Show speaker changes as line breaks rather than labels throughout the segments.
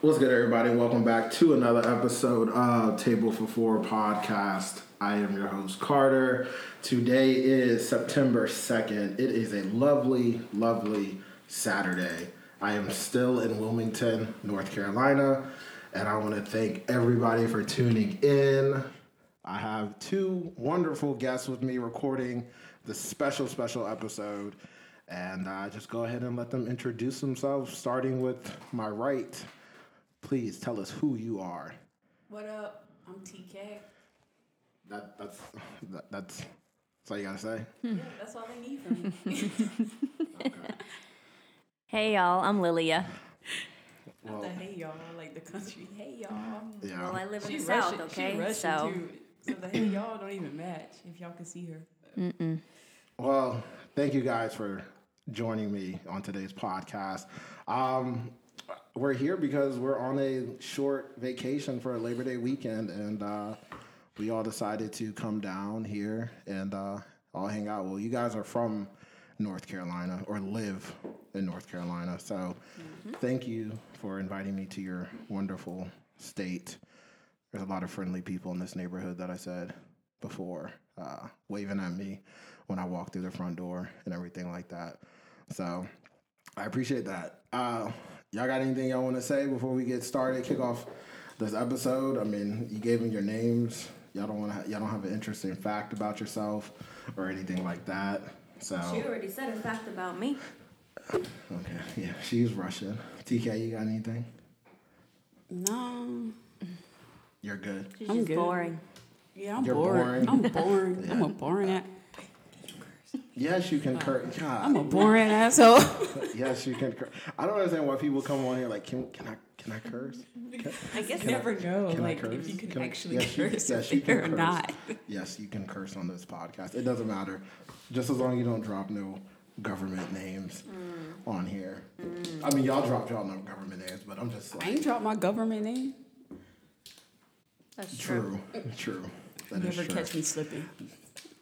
What's good, everybody? Welcome back to another episode of Table for Four podcast. I am your host, Carter. Today is September 2nd. It is a lovely, lovely Saturday. I am still in Wilmington, North Carolina, and I want to thank everybody for tuning in. I have two wonderful guests with me recording this special, special episode. And uh, just go ahead and let them introduce themselves, starting with my right. Please tell us who you are.
What up? I'm TK.
That, that's that, that's that's all you gotta say.
Yeah, that's all they need from me.
Hey y'all, I'm Lilia.
Not the hey y'all, like the country. Hey y'all.
Yeah.
Well, Oh, I live in
She
the
Russian,
South,
she
okay?
Russian
So
too. So the hey y'all don't even match if y'all can see her.
Well, thank you guys for joining me on today's podcast. Um, we're here because we're on a short vacation for a Labor Day weekend, and uh, we all decided to come down here and uh, all hang out. Well, you guys are from North Carolina or live in North Carolina, so thank you for inviting me to your wonderful state. There's a lot of friendly people in this neighborhood that I said before, uh, waving at me when I walk through the front door and everything like that. So I appreciate that. Uh, y'all got anything y'all want to say before we get started? Kick off this episode. I mean, you gave them your names. Y'all don't want to. Y'all don't have an interesting fact about yourself or anything like that. So
she already said a fact about me.
okay, yeah, she's Russian. TK, you got anything?
No.
You're good.
She's
I'm
just
good.
boring.
Yeah, I'm
You're
boring.
boring.
I'm boring. I'm a boring ass.
Yes, you can curse. God,
Uh, I'm a boring asshole.
yes, you can curse. I don't understand why people come on here like, can can I can I curse?
I guess you never know,
Can I
like
curse?
if you can,
Can I-
actually
yes, you-
curse
yes,
or
you can curse.
not.
Yes, you can curse on this podcast. It doesn't matter. Just as long as you don't drop no government names
Mm.
on here. I mean, y'all dropped y'all no government names, but I'm just
I
like,
ain't dropped my government name.
That's
true, true. That is
Never
true.
catch me slipping.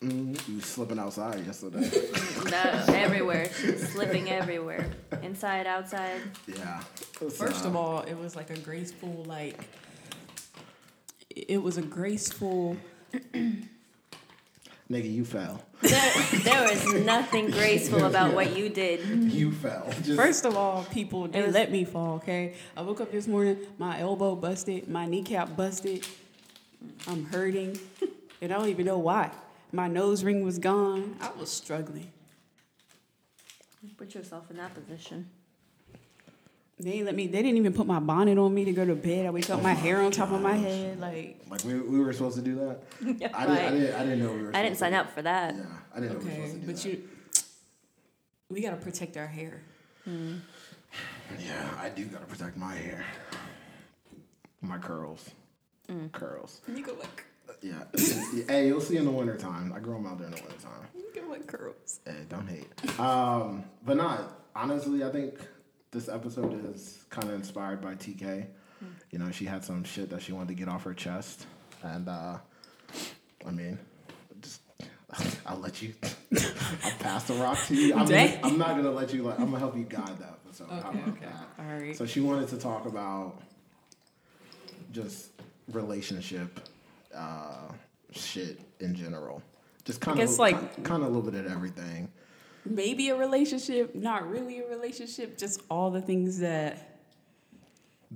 Mm, you was slipping outside yesterday.
That, everywhere. She's slipping everywhere. Inside, outside.
yeah.
First
So,
of all, it was like a graceful, like it was a graceful.
nigga, you fell.
There, there was nothing graceful about what you did.
You fell. Just,
Mm-hmm. First of all, people, they
was-
let me fall, okay? I woke up this morning, my elbow busted, my kneecap busted. I'm hurting, and I don't even know why. My nose ring was gone. I was struggling.
Put yourself in that position.
They ain't let me, they didn't even put my bonnet on me to go to bed. I wake up, my hair on top of my head. Like,
like we, we were supposed to do that. I, didn't, I
right.
didn't. I didn't know we were.
I didn't
supposed
sign
to-
up for that.
Yeah, I didn't know we were
okay,
supposed to do
but
that.
you, we gotta protect our hair.
Yeah, I do gotta protect my hair, my curls,
Mm.
curls.
You can look,
Yeah. hey, you'll see in the wintertime. I grow them out there in the wintertime.
you can look curls.
Hey, Eh, don't hate. Um, but not honestly, I think this episode is kind of inspired by TK. You know, she had some shit that she wanted to get off her chest, and uh, I mean, just I'll let you. I'll pass the rock to you. I'm,
Dang.
I'm not gonna let you. Like, I'm gonna help you guide that episode. How
Okay,
about
okay.
that?
All right.
So she wanted to talk about just relationship uh, shit in general. Just kind
guess,
of
like-
kind of a little bit of everything.
Maybe a relationship, not really a relationship, just all the things that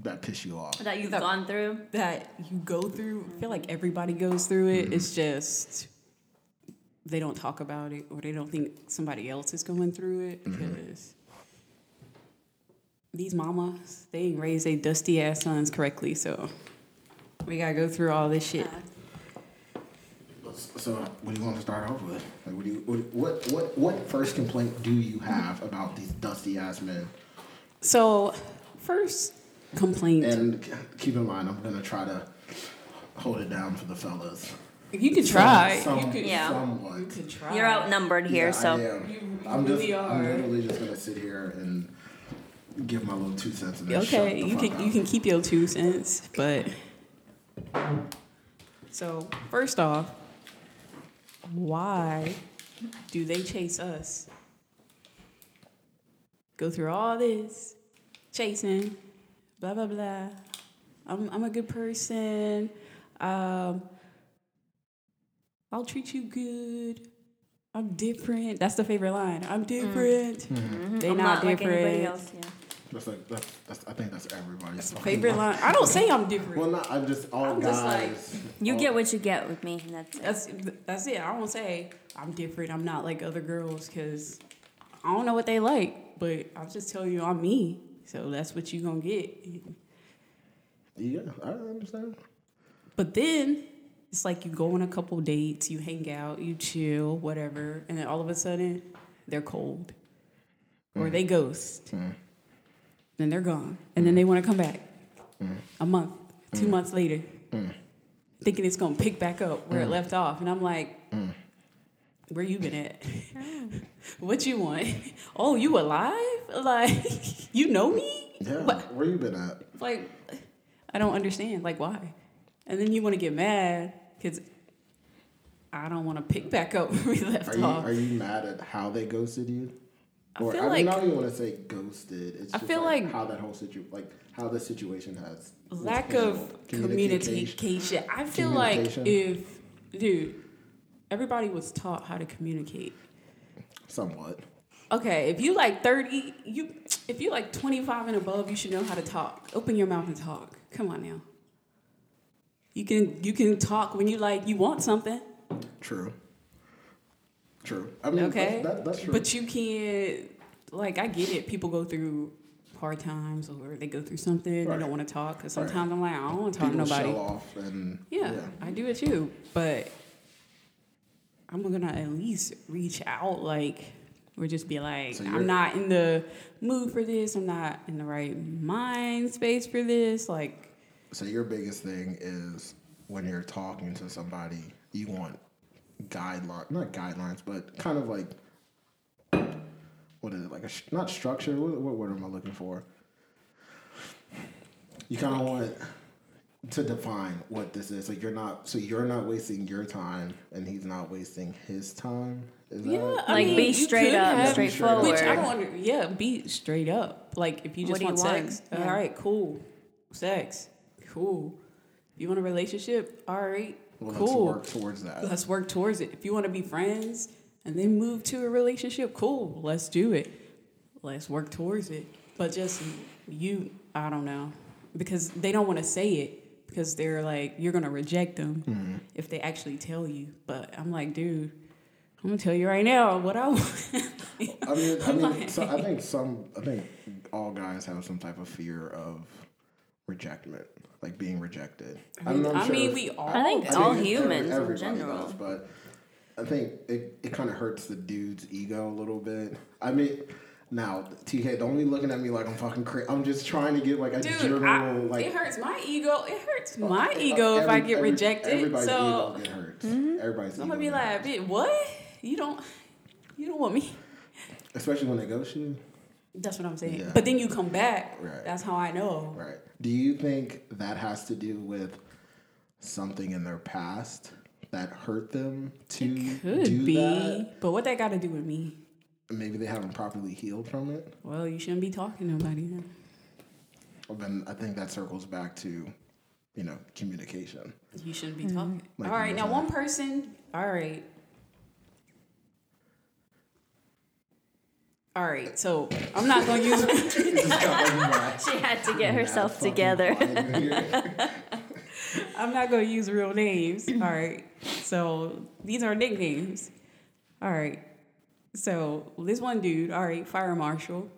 that piss you off.
That you've gone through.
that you go through. I feel like everybody goes through it. It's
Mm-hmm.
just they don't talk about it or they don't think somebody else is going through it
Mm-hmm.
because these mamas, they ain't raised their dusty ass sons correctly. So we got to go through all this shit.
So, what do you want to start off with? Like, what do you what what what, what first complaint do you have about these dusty ass men?
So, first complaint.
And c- keep in mind, I'm gonna try to hold it down for the fellas.
you can try.
Some-
you could,
Yeah.
Somewhat.
you could try.
You're outnumbered here,
Yeah, I
so.
am.
You
I'm
really
just, I'm
are.
literally just gonna sit here and give my little two cents. And then shut
Okay,
the
you
fuck
can
up.
you can keep your two cents, but so first off, why do they chase us? Go through all this chasing, blah blah blah. I'm I'm a good person. Um, I'll treat you good. I'm different. That's the favorite line. I'm different. They
I'm
not,
not like anybody
different.
else. Yeah.
That's like that's, that's I think that's everybody's fucking
favorite line. I don't say I'm different.
Well, not I'm just all
I'm
guys.
just like-
You
all-
get what you get with me. and That's it.
that's that's it. I won't say I'm different. I'm not like other girls because I don't know what they like. But I'm just telling you, I'm me. So that's what you gonna get.
Yeah, I understand.
But then it's like you go on a couple dates, you hang out, you chill, whatever, and then all of a sudden they're cold or they ghost. Then they're gone, and then they want to come back a month, two months later, thinking it's gonna pick back up where it left off, and I'm like. Where you been at? what you want? Oh, you alive? Like you know me?
Yeah,
What?
where you been at?
like I don't understand. Like why? And then you want to get mad because I don't want to pick back up where we left
Are you
off.
are you mad at how they ghosted you?
I feel
I, mean, I
like-
don't even want to say ghosted. It's
I
just
feel
like,
like-
how that whole situation, like how the situation has was
Lack
handled.
of
Communication.
communication. I feel like
Communication.
if dude, everybody was taught how to communicate.
Somewhat.
Okay, if you like thirty, you if you like twenty five and above, you should know how to talk. Open your mouth and talk. Come on now. You can you can talk when you like you want something.
True. True. I mean,
Okay.
that's, that, that's true.
But you can't, like, I get it. People go through hard times or they go through something. They
Right.
don't want to talk. Because sometimes I'm like, I don't want to talk to
People
nobody.
shell off and
Yeah, I do it too. But I'm going to at least reach out, like, or just be like,
So you're-
I'm not in the mood for this. I'm not in the right mind space for this. Like,
So your biggest thing is when you're talking to somebody, you want guidelines, not guidelines, but kind of like what is it like a sh- not structure? What, what word am I looking for? You kind of want to define what this is. Like you're not, so you're not wasting your time, and he's not wasting his time. Is that?
yeah, I
Like,
mean,
be
you
straight
could
up,
have-
straightforward.
Which I don't under, yeah, be straight up. Like if you just
What do you
want
want?
sex,
Yeah.
all right, cool. Sex, cool. You want a relationship? All right,
Well, let's
cool.
work towards that.
Let's work towards it. If you want to be friends and then move to a relationship, cool. Let's do it. Let's work towards it. But just you, I don't know, because they don't want to say it because they're like you're gonna reject them
Mm-hmm.
if they actually tell you. But I'm like, dude, I'm gonna tell you right now what I want.
I mean, I mean, so I think some, I think all guys have some type of fear of rejectment, like being rejected.
I mean,
I'm not
I
sure
mean,
if-
we all.
I think
I
all
mean, every-
humans in
everybody
general.
does, but I think it, it kind of hurts the dude's ego a little bit. I mean, now TK, don't be looking at me like I'm fucking crazy. I'm just trying to get like a
Dude,
general
I,
like. Oh,
it hurts my ego. It hurts my ego if I
every-
get
every-
rejected.
Everybody's
So
ego get hurt. Everybody's
I'm gonna
ego
be
get hurt.
like, "Bitch, what? You don't, you don't want me."
especially when they go shooting.
That's what I'm saying.
Yeah.
But then you come back.
Right.
That's how I know.
Right. Do you think that has to do with something in their past that hurt them to
Could
do
be,
that?
but what that got to do with me?
Maybe they haven't properly healed from it.
Well, you shouldn't be talking to nobody. Then.
But then I think that circles back to, you know, communication.
You shouldn't be talking.
Like
all
you
right, now
said.
one person. All right. All right, so I'm not gonna use.
She had to get herself together.
I'm not gonna use real names. All right. So these are nicknames. All right. So this one dude, all right, fire marshal.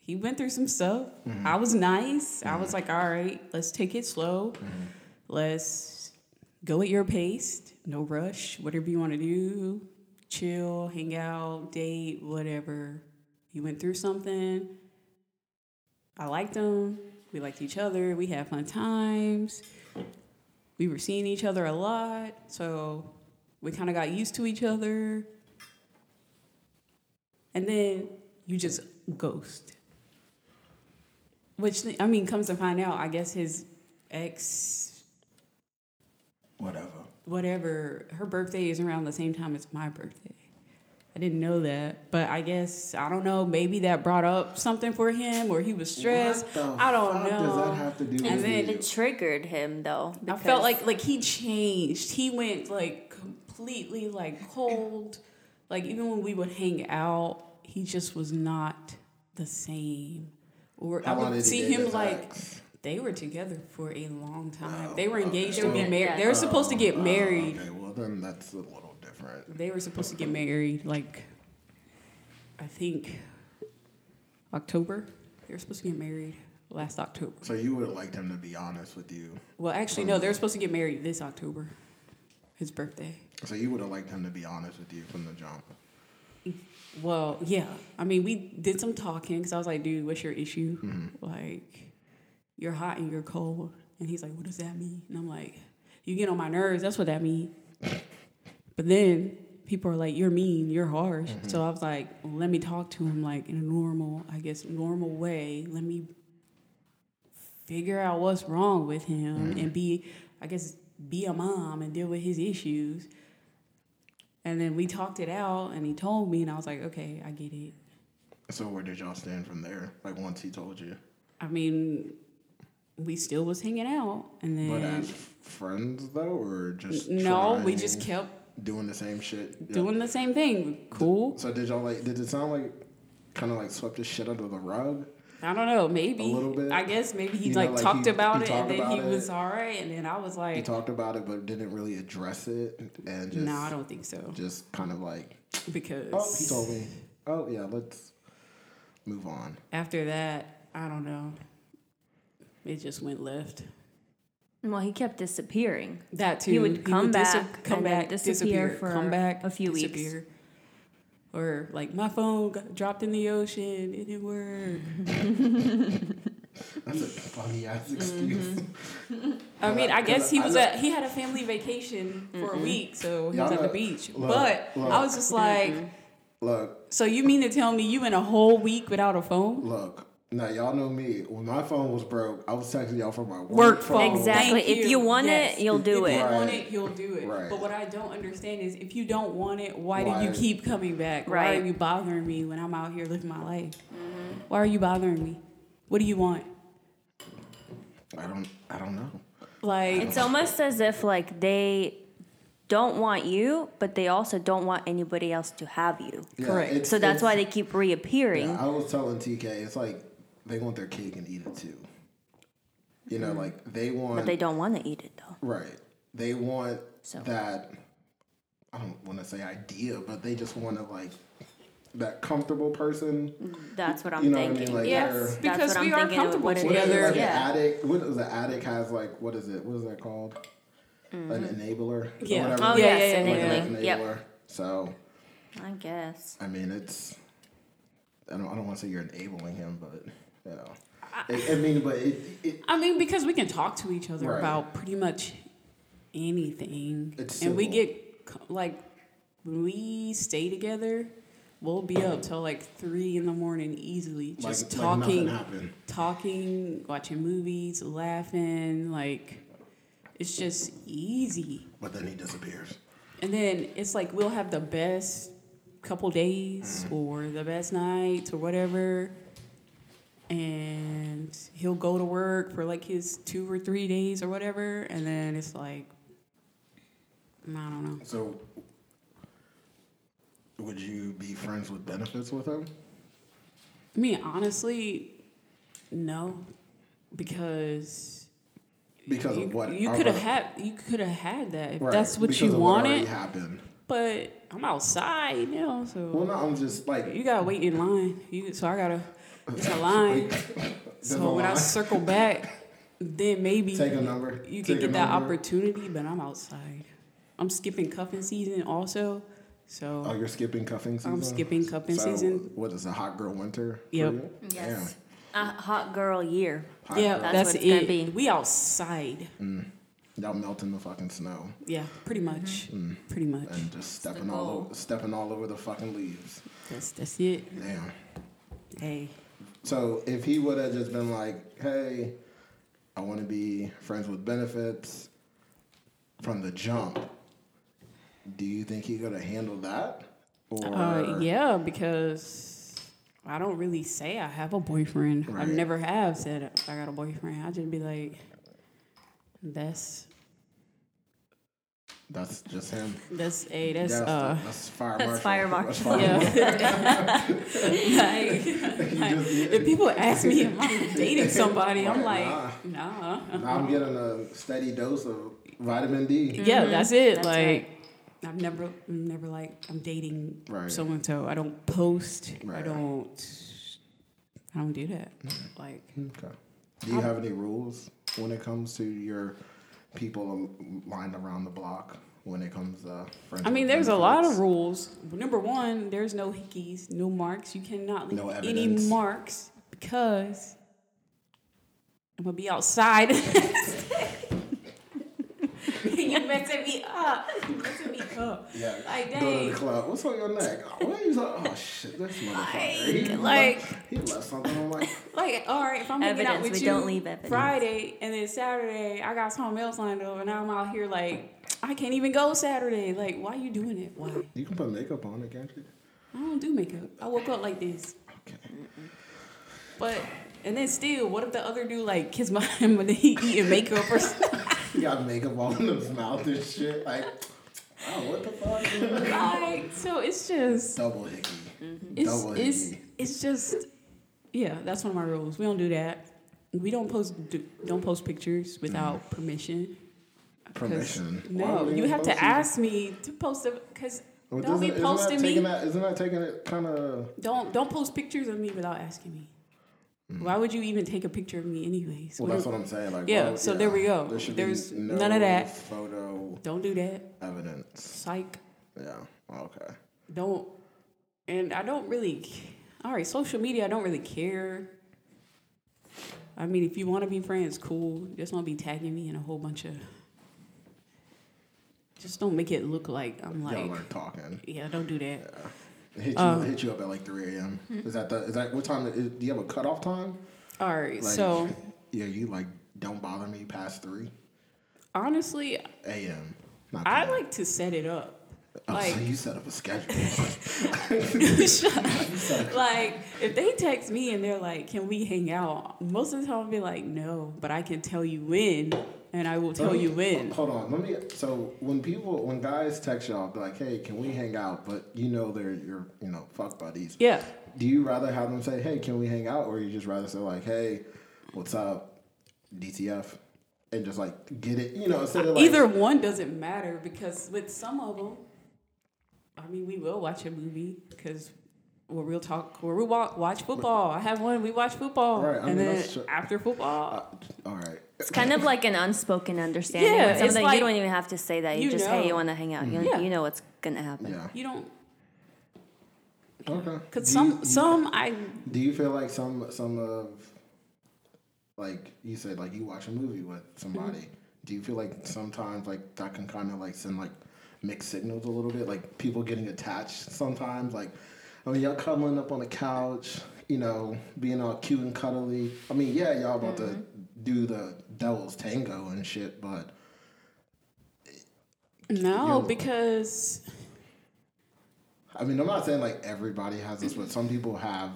He went through some stuff. I was nice. I was like, all right, let's take it slow. Let's go at your pace. No rush. Whatever you want to do. Chill, hang out, date, whatever. You went through something. I liked him. We liked each other. We had fun times we were seeing each other a lot, so we kind of got used to each other. And then you just ghost. Which, I mean, comes to find out, I guess his ex,
Whatever.
whatever, her birthday is around the same time as my birthday. I didn't know that, but I guess I don't know. Maybe that brought up something for him, or he was stressed.
What the
I don't
fuck
know.
Does that have to do
And
with
then
you?
It triggered him though.
I felt like like he changed. He went like completely like cold. Like even when we would hang out, he just was not the same. Or
How
I
long did
would
he
see
date
him
his
like
ex?
they were together for a long time. they were engaged to
okay.
be married. They
Yeah.
were supposed to get
Oh,
married.
Okay, well then that's a little different.
They were supposed to get married like I think October. They were supposed to get married last October.
So you would have liked him to be honest with you.
Well, actually no, they were supposed to get married this October. His birthday.
So you would have liked him to be honest with you from the jump.
Well, yeah. I mean, we did some talking because I was like, dude, what's your issue? Like, you're hot and you're cold. And he's like, what does that mean? And I'm like, you get on my nerves. That's what that means. but then people are like, you're mean, you're harsh. So I was like, well, let me talk to him, like, in a normal, I guess, normal way. Let me figure out what's wrong with him and be, I guess, be a mom and deal with his issues. And then we talked it out, and he told me, and I was like, okay, I get it.
So where did y'all stand from there? Like once he told you,
I mean, we still was hanging out, and
but
then
as friends though, or just
Mm. no, we just
trying-
kept
doing the same shit.
doing the same thing. Cool.
So did y'all like? Did it sound like kind of like swept the shit under the rug?
I don't know, maybe.
little bit.
I guess maybe he
You know,
like,
like,
talked
he-
about
he
it,
talked
and then he
about it.
was all right, and then I was
You
like,
talked about it, but didn't really address it, and just
no, I don't think so,
just kind of like,
because
oh, he told me. Oh yeah, let's move on.
after that, I don't know. It just went left.
well, he kept disappearing.
That too.
He would come
dis-
back
come
and then
back,
disappear
disappear,
for
come back,
a few weeks.
disappear. Or like my phone got dropped in the ocean. It didn't work.
That's a funny ass
Mm-hmm.
excuse.
I mean, I guess he was
I Mm-hmm. know-
at he had a family vacation for a week, so he
Y'all
was at
know-
the beach.
look,
but
look.
I was just like,
Mm-hmm. Look,
so you mean to tell me you went a whole week without a phone?
Look, now y'all know me. When my phone was broke, I was texting y'all from my work,
Work phone.
Exactly.
Thank
If you want
Yes.
it, you'll do
if
it.
you want
Right.
it, you'll do it.
Right.
But what I don't understand is if you don't want it, why, do
Why?
you keep coming back? Why
Right. Mm-hmm.
are you bothering me when I'm out here living my life? Why are you bothering me? What do you want?
I don't, I don't know.
Like
It's almost as if like they don't want you, but they also don't want anybody else to have you.
Yeah,
Correct.
it's-
So that's
it's-
why they keep reappearing.
Yeah, I was telling TK, it's like they want their cake and eat it too. You know, like they want.
Mm-hmm. But they don't want to eat it though.
Right. They want
So-
that. I don't want to say idea, but they just want to like that comfortable person.
That's what I'm
You know what I mean?
thinking.
Like,
Yes,
they're-
That's
because
what I'm
we are
thinking of
comfortable
what it is.
What is it,
together.
like
Yeah.
an addict? What is the addict has like? What is it? What is that called? An enabler.
Yeah.
Or whatever.
Mm-hmm.
Yeah, yeah, yeah,
Oh, yes,
Like
yeah.
an
enabling.
enabler.
Yep.
So
I guess.
I mean, it's. I don't. I don't want to say you're enabling him, but you know. I, I mean, but it, it.
I mean, because we can talk to each other
Right.
about pretty much anything,
It's
and we
civil.
get co- like when we stay together, we'll be up till like three in the morning easily,
Like,
just
like nothing
talking,
happened.
talking, watching movies, laughing. Like it's just easy.
But then he disappears.
And then it's like we'll have the best couple days
Mm-hmm.
or the best nights or whatever. And he'll go to work for like his two or three days or whatever. And then it's like, I don't know.
So, would you be friends with benefits with him?
I mean, honestly, no. Because
Because
you,
of what
you
of
could have
what-
had you could have had that if
right,
that's what
because
you
of already
wanted.
happened.
but I'm outside now, so
Well, no, I'm just like
You gotta wait in line. You so I gotta it's a line.
There's a
so when I
line.
circle back, then maybe
Take a number.
You
Take
can
a
get that
number.
opportunity, but I'm outside. I'm skipping cuffing season also. So
oh, you're skipping cuffing season.
I'm skipping cuffing
So,
season.
What is a hot girl winter? for
Yep.
you?
Yes. A hot girl year.
Damn, hot
yeah,
girl.
That's
that's,
what it's gonna
it.
be.
We outside.
y'all melting the fucking snow
Yeah, pretty much. Pretty much.
Mm-hmm. and just stepping all
goal.
over, stepping all over the fucking leaves.
That's that's it.
Damn.
Hey.
So if he would have just been like, "Hey, I want to be friends with benefits," from the jump, do you think he could have handled that? Or
Uh, yeah, because I don't really say I have a boyfriend. I
Right.
never have said I got a boyfriend. I just be like, that's
that's just him.
that's a that's
That's,
uh
that's fire
that's
marshal.
fire marshal.
yeah. like, like, if people ask me if I'm dating somebody, I'm like, nah.
I'm getting a steady dose of vitamin D.
Yeah, Mm-hmm. that's it.
That's
like,
right.
I'm never, I'm never like I'm dating
Right.
so and so. I don't post. I
Right. Mm-hmm.
don't. I don't do that. Like,
Okay. Do you have any rules when it comes to your people lined around the block? When it comes to friends
I mean, there's a lot of rules. Number one, there's no hickeys, no marks. You cannot leave
No
any
evidence.
marks because I'm gonna be outside. you messing me up. You messing me up.
Yeah.
Like,
Go to
dang.
the club. What's on your neck? Oh, what is that? oh shit, this motherfucker. He left-
Like- like-
he left something on my.
Like, all right, if I'm hanging out
Evidence,
with
we
you
don't leave evidence.
Friday and then Saturday, I got something else lined up, and now I'm out here like, I can't even go Saturday. Like, why you doing it? Why?
You can put makeup on it, can't you?
I don't do makeup. I woke up like this.
Okay.
But and then still, what if the other dude like kiss my him when he eating makeup or something?
He got makeup all in his mouth and shit. Like, oh, what the fuck?
like so it's just
Double hickey.
it's
Double
Mm-hmm. it's
hickey.
it's just yeah, that's one of my rules. We don't do that. We don't post do, don't post pictures without permission. 'Cause-
Permission. Why
No,
would
you
they
have to
post it?
ask me to post it because
Well,
don't be
doesn't- isn't that
posting me.
taking that- Isn't that taking it kind of?
Don't don't post pictures of me without asking me. Why would you even take a picture of me anyways?
Well,
What
that's
do-
what I'm saying. Like,
Yeah,
why-
so there we go.
There should
There's
be no
none of that.
photo
don't do that.
evidence.
Psych.
Yeah. Okay.
don't and I don't really c- all right, social media I don't really care. I mean if you wanna be friends, cool. Just don't be tagging me in a whole bunch of just don't make it look like I'm like um,
Y'all are talking.
Yeah, don't do that.
Hit you, hit you up at like 3 a.m.
Hmm.
Is that the? Is that what time? Is, do you have a cutoff time?
All right,
Like,
so
yeah, you like don't bother me past three
honestly
a.m. Not
I
PM.
like to set it up.
Oh,
Like
so you set up a schedule.
like if they text me and they're like, "Can we hang out?" Most of the time I'll be like, "No," but I can tell you when, and I will tell you when.
Hold on, let me. So when people, when guys text y'all, be like, "Hey, can we hang out?" But you know they're your, you know, fuck buddies.
Yeah.
Do you rather have them say, "Hey, can we hang out?" or you just rather say like, "Hey, what's up, DTF," and just like get it, you know, instead of like
Either one doesn't matter because with some of them, I mean, we will watch a movie because where we'll talk, where we wa- watch football. I have one. We watch football,
Right, I mean,
and then
that's true. Uh,
after football,
All right.
It's kind of like an unspoken understanding.
Yeah,
with
it's
something
like-
you don't even have to say that. You,
you
just
know. Mm-hmm.
hey, you want to hang out. You,
Yeah.
you know what's gonna happen.
Yeah.
you don't.
Okay. Do you-
Cause some
do you-
some I
Do you feel like some some of like you said like you watch a movie with somebody? Do you feel like sometimes like that can kind of like send like mixed signals a little bit, like people getting attached sometimes, like I mean y'all cuddling up on the couch, you know, being all cute and cuddly. I mean, yeah, y'all about to do the devil's tango and shit, but
no
You're-
because
I mean, I'm not saying like everybody has this, but some people have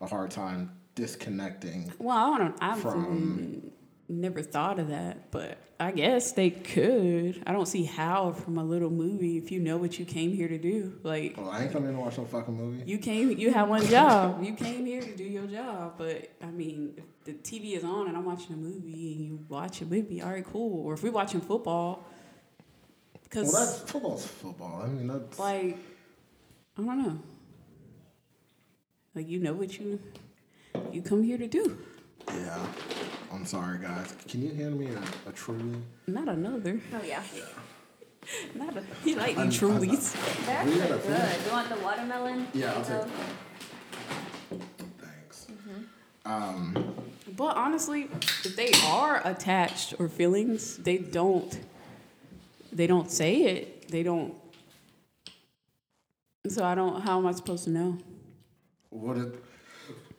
a hard time disconnecting.
well I don't I've
From-
never thought of that but I guess they could I don't see how from a little movie if you know what you came here to do like
Well, Oh, I ain't coming to watch no fucking movie.
You came. You had one job. You came here to do your job. But I mean, if the TV is on and I'm watching a movie and you watch a movie, all right, cool. Or if we're watching football, because
Well, that's football's football. I mean, that's
like I don't know. Like you know what you you come here to do.
yeah. I'm sorry, guys. Can you hand me a, a truly?
Not another.
Oh yeah.
Not a. He like
I'm-
the Trulies.
That's
We gotta finish.
You want the watermelon?
Yeah, I'll
So-
take.
Uh-huh.
Thanks. Um,
But honestly, if they are attached or feelings, they don't they don't say it. They don't so I don't how am I supposed to know?
what? It,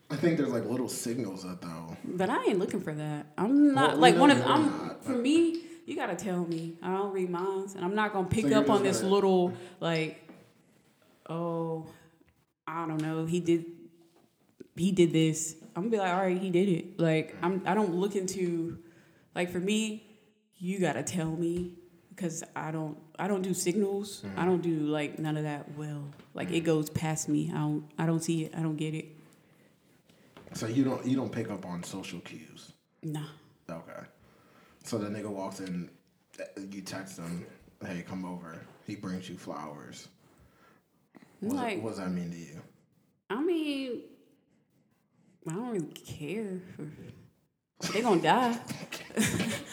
I think there's like little signals that though.
But I ain't looking for that. I'm
Well,
not
we
like
know
one of
you're
I'm
not,
for
but-
me, you gotta tell me. I don't read minds and I'm not gonna pick
So you're
up
just
on this
gonna-
little like oh, I don't know, he did he did this. I'm gonna be like, all right, he did it. Like I'm I don't look into like for me, you gotta tell me because I don't I don't do signals. I don't do like none of that well. Like
Mm.
it goes past me. I don't I don't see it. I don't get it.
So you don't you don't pick up on social cues.
Nah.
Okay. So the nigga walks in, you text him, "Hey, come over." He brings you flowers.
I'm
What,
like
what does that mean to you?
I mean I don't really care. They gonna die.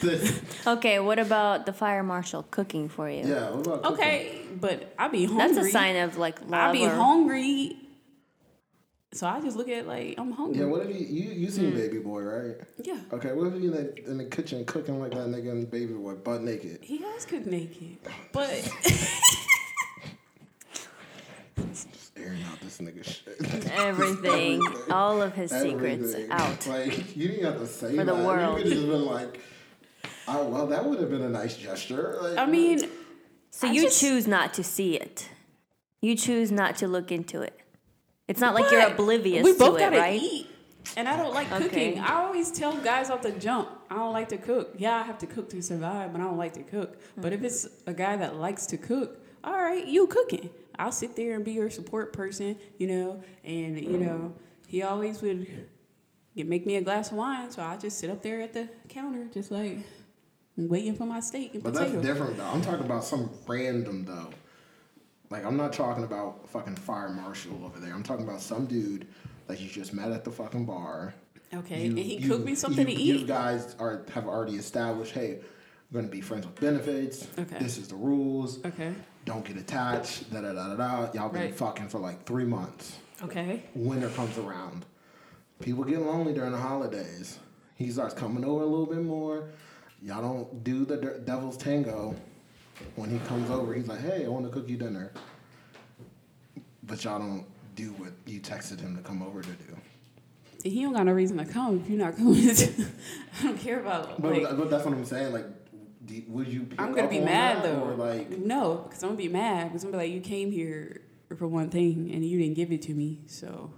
This-
Okay, what about the fire marshal cooking for you?
yeah. What about cooking?
Okay, but I be hungry.
That's a sign of like love.
I be
or-
hungry. So I just look at it like I'm hungry.
Yeah. What if you you, you
Hmm.
seen Baby Boy right?
Yeah.
Okay. What if you in the, in the kitchen cooking like that nigga and Baby Boy butt naked?
He has good naked. But
Just airing out this nigga shit.
Everything, all of his secrets
Everything.
out.
Like you didn't have to say
For the
that.
world.
You could just been like, "Oh well, that would have been a nice gesture." Like,
I mean,
So
I
you
just-
choose not to see it. You choose not to look into it. It's not like you're
but
oblivious
we both
to it,
gotta
right?
eat. And I don't like
Okay.
cooking. I always tell guys off the jump, I don't like to cook. Yeah, I have to cook to survive, but I don't like to cook. But if it's a guy that likes to cook, all right, you cooking. I'll sit there and be your support person, you know. And you know, he always would get- make me a glass of wine, so I just sit up there at the counter, just like waiting for my steak and
But that's
potato.
different though. I'm talking about some random though. Like I'm not talking about fucking fire marshal over there. I'm talking about some dude that you just met at the fucking bar.
Okay,
You-
and he
you-
cooked me something
you-
to
You
eat.
guys are have already established, hey, we're gonna be friends with benefits.
Okay.
This is the rules.
Okay,
Don't get attached. Da da da da da. Y'all been
Right.
fucking for like three months.
okay,
Winter comes around. People get lonely during the holidays. He starts coming over a little bit more. Y'all don't do the de- devil's tango. When he comes over, he's like, "Hey, I want to cook you dinner," but y'all don't do what you texted him to come over to do.
And he don't got no reason to come if you're not coming. I don't care about
But,
like.
but that's what I'm saying. Like, do, would you? Pick
I'm gonna
up
be
on
mad
that,
though.
Or like,
no, because I'm gonna be mad. Because I'm gonna be like, you came here for one thing and you didn't give it to me. So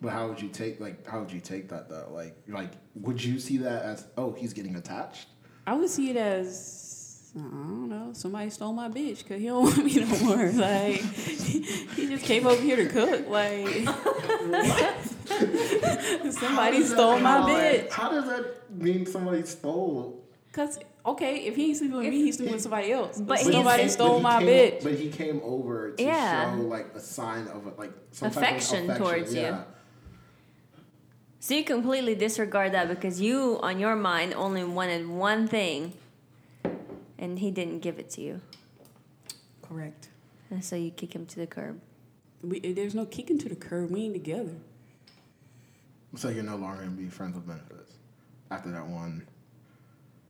but how would you take like how would you take that though? Like, like would you see that as oh he's getting attached?
I would see it as I don't know, somebody stole my bitch because he don't want me no more. Like he, he just came over here to cook. Like somebody stole my bitch.
How does that mean somebody stole?
Cause okay, if he ain't sleeping with me, he's sleeping with somebody else.
But
But
he's-
somebody
he-
stole
he
my
came-
bitch.
But he came over to
Yeah.
show like a sign of like some
Affection
type of affection.
towards you.
yeah.
So you completely disregard that because you, on your mind, only wanted one thing, and he didn't give it to you,
Correct.
and so you kick him to the curb.
We, there's no kicking to the curb. We ain't together.
So you're no longer gonna be friends with benefits after that one.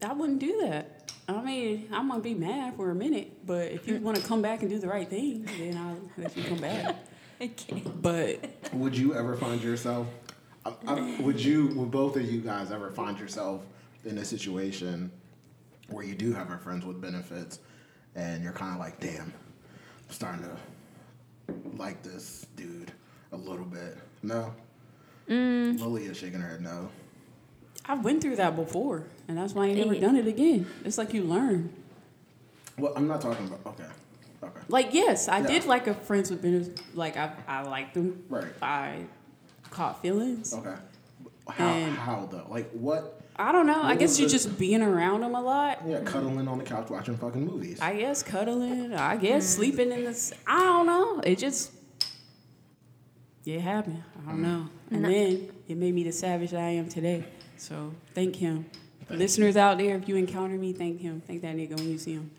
I wouldn't do that. I mean, I'm gonna be mad for a minute, but if you want to come back and do the right thing, then I'll let you come back.
Okay.
But
Would you ever find yourself? I, I, would you? Would both of you guys ever find yourself in a situation where you do have a friends with benefits, and you're kind of like, damn, I'm starting to like this dude a little bit. No.
Mm.
Lily is shaking her head no.
I went through that before, and that's why I ain't never done it again. It's like you learn.
Well, I'm not talking about. Okay. Okay.
Like yes, I did
Yeah.
like a friends with benefits. Like I, I liked them.
Right. Oh.
I caught feelings.
Okay. How,
And-
how though? Like what?
I don't know. I
What
guess
was
you're
it?
just being around them a lot.
Yeah, cuddling on the couch watching fucking movies.
I guess cuddling. I guess
Mm-hmm.
sleeping in this. I don't know. It just it happened. I don't know. And
Mm-hmm. And I-
then it made me the savage that I am today. So thank him, listeners out there. If you encounter me, thank him. Thank that nigga when you see him.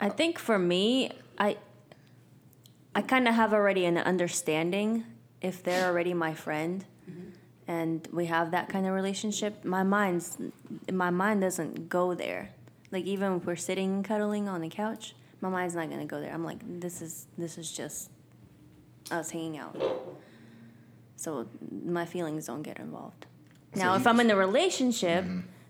I think for me, I I kind of have already an understanding if they're already my friend
Mm-hmm.
and we have that kind of relationship, my mind's my mind doesn't go there. Like even if we're sitting and cuddling on the couch, my mind's not going to go there. I'm like this is this is just us hanging out. So my feelings don't get involved.
So
now
you Mm-hmm.
if I'm in a relationship,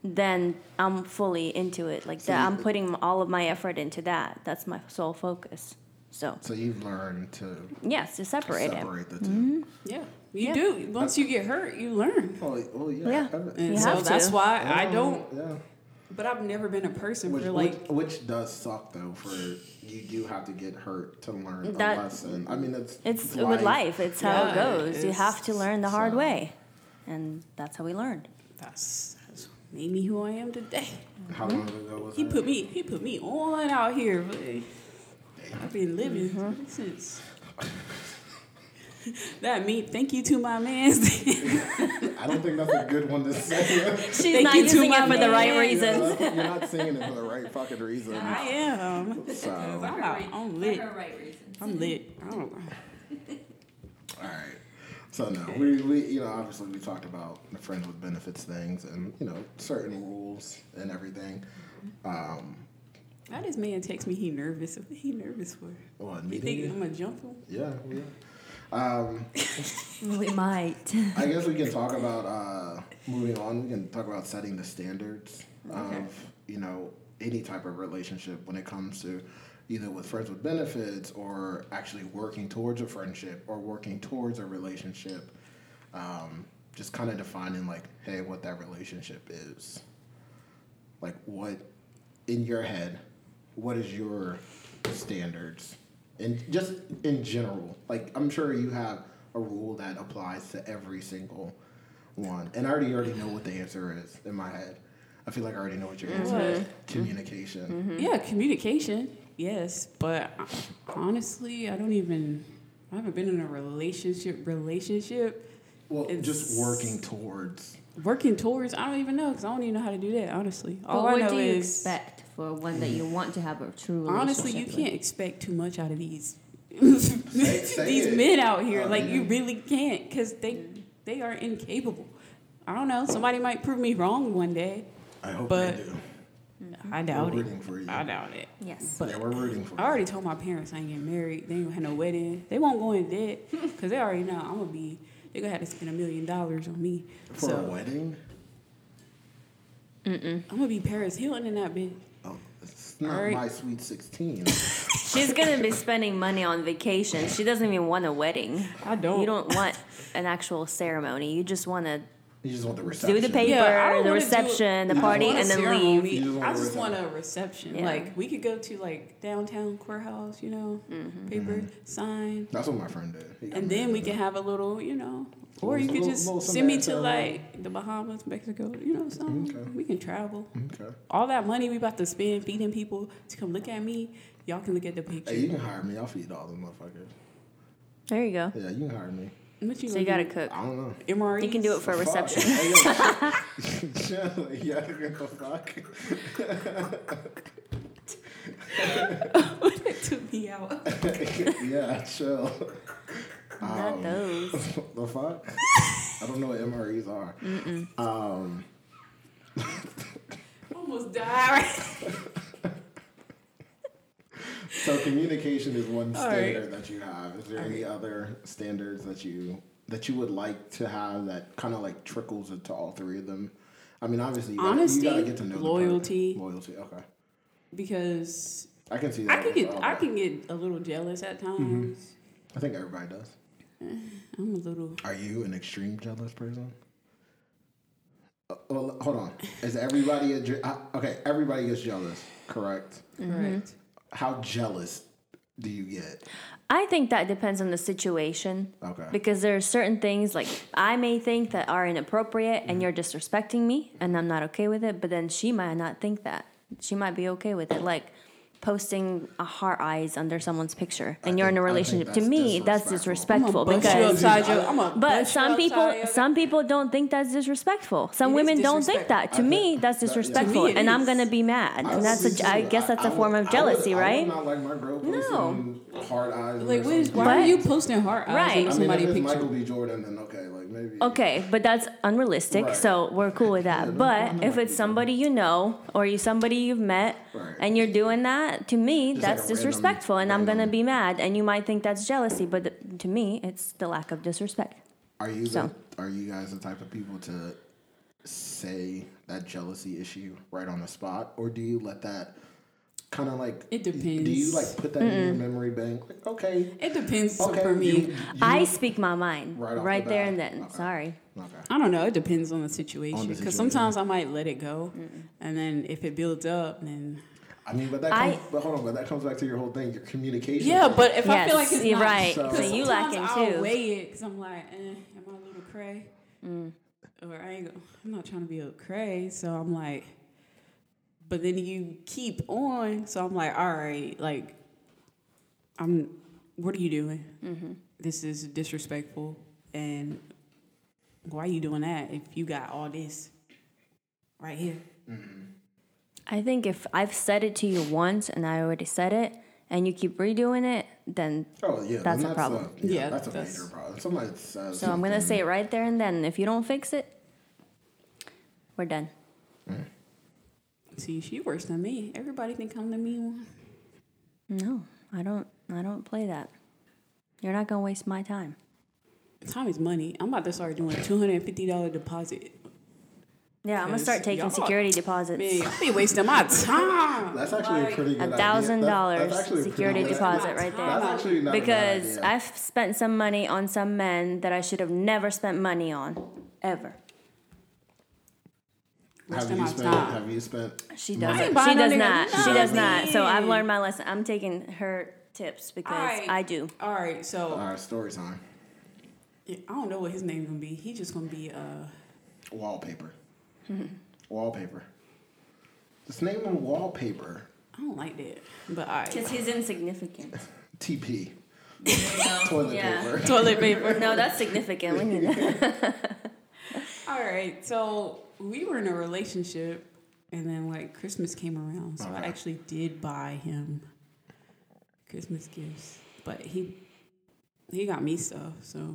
then I'm fully into it. Like that, I'm putting all of my effort into that. That's my sole focus. So
So you've learned to
yes, to separate, it.
separate the 2
Mm-hmm.
Yeah, you
Yeah.
do. Once you get hurt, you learn.
Oh, oh yeah.
Yeah.
Ever-
And
You
so
have
that's
to.
why I
Oh,
don't.
Yeah.
But I've never been a person
Which,
for like.
which, which does suck though. For you do have to get hurt to learn
That-
a lesson. I mean, it's
It's with life. It's how
Yeah,
it goes. You
it's-
have to learn the hard
so-
way, and that's how we learned.
That's, that's what made me who I am today.
How
Hmm?
long ago was
He
that?
put me. He put me on out here. but I've been living
Mm-hmm.
since. that mean thank you to my man's.
I don't think that's a good one to say.
She's
Thank
not
you to
using
my
it for the right
man.
reasons.
You're not singing it for the right fucking reason.
I am.
So,
I'm,
all
out, I'm lit.
right reasons.
I'm lit. I don't know.
right. So no, we, we you know obviously we talked about the friends with benefits things and you know certain rules and everything. Um,
Why this man text me? He nervous. What he nervous for?
what
You
meeting?
think
you?
I'm gonna jump him?
Yeah, yeah. Um,
We might.
I guess we can talk about uh, moving on. We can talk about setting the standards
Okay.
of you know any type of relationship when it comes to either with friends with benefits or actually working towards a friendship or working towards a relationship. Um, just kind of defining like, hey, what that relationship is. Like, what in your head? What is your standards? And just in general, like I'm sure you have a rule that applies to every single one. And I already already know what the answer is in my head. I feel like I already know what your
Mm-hmm.
answer is. Communication.
Mm-hmm.
Yeah, communication. Yes, but honestly, I don't even. I haven't been in a relationship. Relationship.
Well,
It's-
just working towards.
Working towards. I don't even know because I don't even know how to do that. Honestly, all
but
I
what
know
do you
is
expect for one that you want to have a true relationship?
honestly, you
with?
can't expect too much out of these
say
these
it.
men out here.
Oh,
like you
yeah.
really can't because they they are incapable. I don't know. Somebody might prove me wrong one day.
I hope
But-
they do.
I doubt
We're
it.
rooting for you.
I doubt it.
Yes.
Yeah, we're rooting for
I already told my parents I ain't getting married. They ain't gonna have no wedding. They won't go in debt because they already know I'm gonna be. They gonna have to spend a million dollars on me.
you. For a
So
wedding?
I'm gonna be Paris Hilton in that bitch.
Oh, it's not
All right.
my sweet 16.
She's gonna be spending money on vacation. She doesn't even want a wedding.
I don't.
You don't want an actual ceremony. You just want to
you just want the reception.
do the paper,
Yeah, I don't
the
wanna do-
reception,
I
the
don't
party,
want a
and then
ceremony.
leave.
You just want
I
a
just
reception.
want a reception.
Yeah.
Like we could go to like downtown courthouse, you know,
Mm-hmm.
paper
Mm-hmm.
sign,
That's what my friend did. He got
and then we
married.
can have a little, you know, or
Little-
you could
little-
just
little
send me to
something like
like the Bahamas, Mexico, you know, something.
Okay. Mm-hmm.
We can travel.
Okay.
All that money we about to spend feeding people to come look at me, y'all can look at the picture.
Hey, you can hire me. I'll feed all the motherfuckers.
There you go.
Yeah, you can hire me.
What you
So you gotta
gonna
cook.
I don't know.
do? E? MRE.
You can do it for a
Fuck.
reception.
Hey, yo. yeah, yeah, go fuck.
it took me out.
yeah, chill.
Not those.
the fuck? I don't know what MREs are. Um,
Almost died.
so communication is one
All right.
standard that you have. Is there any other standards that you that you would like to have that kind of like trickles into all three of them? I mean, obviously, you gotta,
Honesty,
you gotta get to know the per-
loyalty.
Loyalty. Okay,
because
I can see
I
that.
can
with
get
all
I
that.
can get a little jealous at times.
Mm-hmm. I think everybody does.
I'm a little.
Are you an extreme jealous person? Uh, well, hold on. Is everybody a je- uh, okay? Everybody gets jealous, correct?
Mm-hmm.
Correct.
How jealous do you get?
I think that depends on the situation.
Okay.
Because there are certain things like I may think that are inappropriate
Mm-hmm.
and you're disrespecting me and I'm not okay with it, but then she might not think that. She might be okay with it. Like posting a heart eyes under someone's picture and you're in a
think- I think
relationship. To
that's
me, that's
disrespectful.
I'm
disrespectful
gonna bust you
because
upside your. I'm gonna
but
bust you
some people
upside your-
some people don't think that's disrespectful. Some
It is
women don't think
disrespectful.
that. To
I
me,
think-
that's
that- yeah. To me, it
disrespectful and I'm
is.
going to be mad.
I
and that's
would be
a I
too.
guess that's a
I
form
would-
of jealousy,
I would, I
right?
would not like my girl posting hard eyes.
Like,
or
what is,
something.
why
But-
are you posting heart eyes
Right.
right.
I
I mean,
somebody
if it's
picture?
Michael B. Jordan, then okay, like maybe.
Okay, but that's unrealistic.
Right.
So we're cool with that.
Yeah, no,
but
I know
if
what
it's
you
somebody you know or you somebody you've met
Right.
and you're doing that, to me
Just like
that's
a random-
disrespectful and I'm going to
random-
be mad and you might think that's jealousy, but th- to me it's the lack of disrespect.
Are you
So.
the, are you guys the type of people to say that jealousy issue right on the spot, or do you let that kind of like
It
Do you
depends.
like put that in your memory bank? Like, okay,
It depends
okay,
for me.
you- you-
I speak my mind
Right off
right,
the
there
bat.
and then.
Okay.
Sorry.
okay.
I don't know. It depends on the situation.
situation.
Because sometimes I might let it go, and then if it builds up, then
I mean, but that
I-
comes, but hold on, but that comes back to your whole thing, your communication.
yeah.
thing.
But if I
Yes,
feel like it's
you're
not,
right.
So-
So
because
you
sometimes
lacking
I'll
too.
weigh it because I'm like, eh, am I a little cray?
Mm.
Or I ain't. go- I'm not trying to be a cray, so I'm like. But then you keep on, so I'm like, all right, like, I'm. What are you doing?
Mm-hmm.
This is disrespectful, and why are you doing that if you got all this right here?
I think if I've said it to you once and I already said it and you keep redoing it, then
oh yeah,
That's
then
a problem.
yeah,
Yeah,
that's a
that's-
major problem. Somebody says
so I'm gonna
something-
say it right there and then. If you don't fix it, we're done.
See, she worse than me. Everybody can come to me.
No, I don't. I don't play that. You're not gonna waste my time.
Time is money. I'm about to start doing two hundred and fifty dollar deposit.
Yeah, I'm gonna
Because
start taking
y'all-
security deposits.
Man, I be wasting my time.
That's actually a pretty good idea.
$1,000
That's- that's actually a pretty
security
good-
deposit right there.
That's actually not a bad
because
idea.
I've spent some money on some men that I should have never spent money on, ever.
Have
Wasting
you
my
spent?
time.
Have you spent?
She
money?
doesn't.
buying
She
no
does
nigga
not. She does not. So I've
nothing.
learned my lesson. I'm taking her tips because
Alright.
I do.
All right, so
All right, story time.
I don't know what his name gonna be. He just gonna be uh
Wallpaper. wallpaper. Just name him wallpaper.
I don't like that. But all right.
Because he's insignificant.
TP. Toilet
yeah.
paper.
Toilet paper.
No, that's significant. We need that.
All right, so we were in a relationship, and then like Christmas came around, so I
Okay.
actually did buy him Christmas gifts, but he he got me stuff. So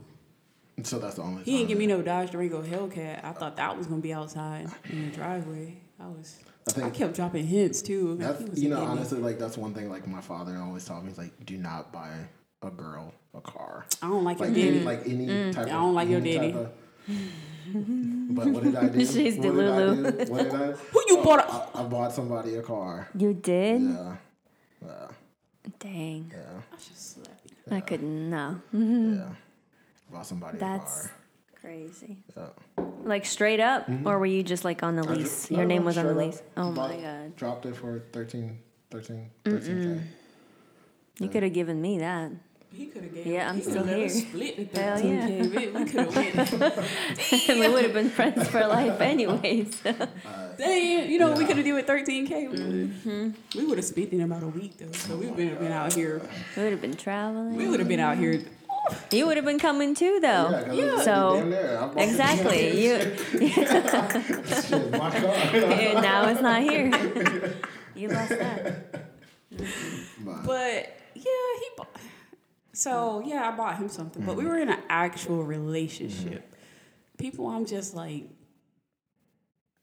So that's the only.
he didn't give me no Dodge Durango Hellcat. I thought that was gonna be outside in the driveway. I was
I
I
think
kept dropping hints too. like,
that's
he was
you know
getting it.
honestly like that's one thing like my father always taught me is like do not buy a girl a car
I don't like,
like
your
any
daddy.
like any type.
Mm-hmm. I don't like your
any type
daddy.
of- But what did I do?
She's
what did I
Delulu.
do? What did I?
Who you bought? A-
I, I bought somebody a car.
You did?
Yeah. Yeah.
Dang.
Yeah.
I should slap you.
I couldn't. No.
Hmm.
Yeah. Bought somebody a
That's
car.
crazy.
Yeah.
Like straight up, or were you just like on the
I
lease?
dro- Mm-hmm. no,
Your
no,
name was on the
straight up
lease. Oh my
bought-
god.
Dropped it for 13, 13, 13K.
You could have given me that.
He could have gave.
Yeah, I'm
he
still
coulda
here.
Split the
Hell
thing.
yeah.
We, could have went.
we would have been friends for life, anyways.
Damn, you know what we
Yeah.
could have did with 13K?
Mm-hmm.
We would have spent in about a week though. So we would have been out here.
we would have been
We
traveling.
would have been out here.
You would have been coming too,
Yeah,
though.
'cause it's
Oh. So-
damn near. I bought it.
Exactly. You.
Shit, my car.
And now it's not here. You lost that.
But yeah, he bought. So yeah, I bought him something. But we were in an actual relationship. People, I'm just like,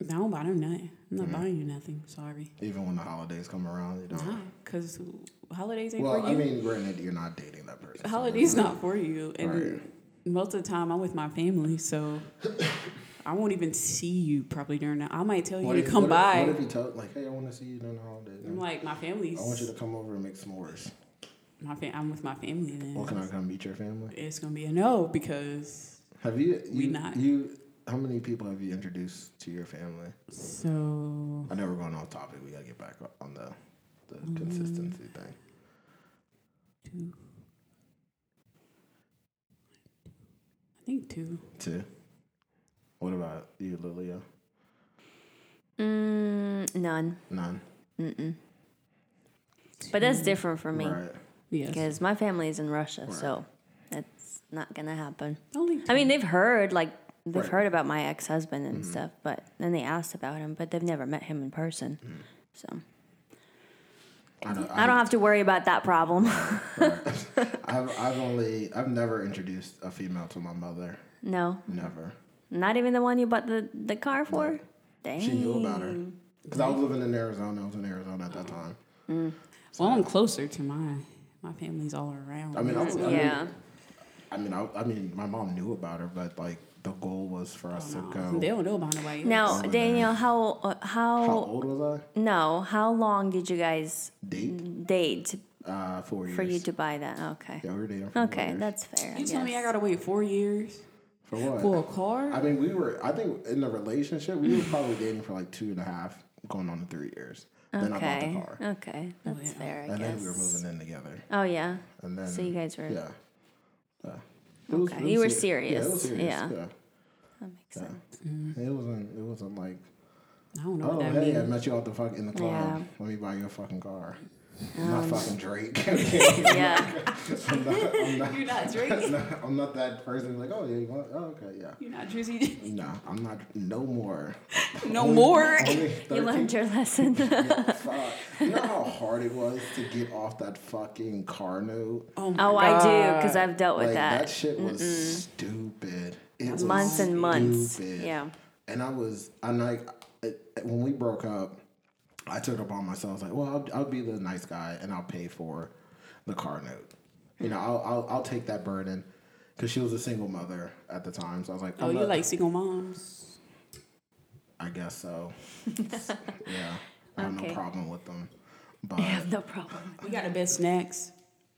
I don't buy them nothing. I'm
Mm-hmm.
not buying you nothing. Sorry.
Even when the holidays come around, you don't.
Nah, Uh-huh. Cause holidays ain't
Well,
for
I
you.
mean, granted, you're not dating that person. so
Holidays not for you, and
Right.
most of the time I'm with my family, so I won't even see you probably during that. I might tell
it's-
you
What
to
if-
come
what
by.
If, what if you tell, like, hey, I want to see you during the holidays.
I'm like my family's.
I want you to come over and make s'mores.
my fa- I'm with my family then.
Well, can I come meet your family?
It's gonna be a no because
Have you? you
We not.
You. How many people have you introduced to your family?
so
I know we're going off topic. We gotta get back on the the
Mm.
consistency thing.
two. I think two.
Two. What about you, Lilia?
Mm, none.
None.
Mm-mm. But that's different for me
Mm, Right.
Yes.
because my family is in Russia, so that's not gonna happen.
Only two.
I mean, they've heard like they've
Right. Mm-hmm.
heard about my ex husband and stuff, but then they asked about him, but they've never met him in person,
Mm.
so
I don't.
I don't have to worry about that problem.
I've, I've only. I've never introduced a female to my mother.
no,
Never.
not even the one you bought the the car for. Dang. Oh.
She knew about her because I was living in Arizona. I was in Arizona at that time.
well, I'm closer to my my family's all around.
I mean, I was, I mean,
Yeah.
I mean, I, I mean, my mom knew about her, but like the goal was for us
Oh,
to
No,
go.
they don't know about nobody.
Now,
else.
Daniel, how uh, how,
How old was I?
no? How long did you guys
Date?
date
Uh, four years.
Mm. for you to buy that? Okay,
Yeah, we were dating for four
okay,
years.
that's fair. I
you tell me
guess.
I gotta wait four years
For what?
for a car?
I mean, we were. I think in the relationship, we were probably dating for like two and a half, going on to three years. Then I bought the
Okay,
car,
okay,
Oh,
that's fair. I
and then
guess.
we were moving in together.
Oh yeah,
And then
so you guys were
yeah. Yeah. It was-
Okay,
it
you
was
were
ser- Yeah, it was
serious,
serious. Mm-hmm.
yeah.
yeah.
that makes sense.
It wasn't. It wasn't like,
I don't know
oh
what that
hey, I
means.
met you out the fuck in the club.
Yeah. Um,
Let me buy you a fucking car. I'm not fucking Drake.
yeah,
I'm, not, I'm, not,
You're not drinking.
I'm not that person. Like, oh yeah, you want? Oh okay, yeah.
You're not drizzy.
No, I'm not. No more.
No more.
Only
you
13
learned your lesson.
Fuck. You know how hard it was to get off that fucking car note?
oh, I do because I've dealt with
like, that.
that.
shit was stupid. It was
Months and months.
stupid.
Yeah.
And I was, I'm like, it- when we broke up, I took it upon myself. I was like, well, I'll, I'll be the nice guy and I'll pay for the car note. You know, I'll, I'll, I'll take that burden. Because she was a single mother at the time. So I was like,
Oh,
I'm
you
not-
like single moms?
I guess so. yeah. I have no
Okay.
problem with them. But
I have no problem.
We got the best snacks.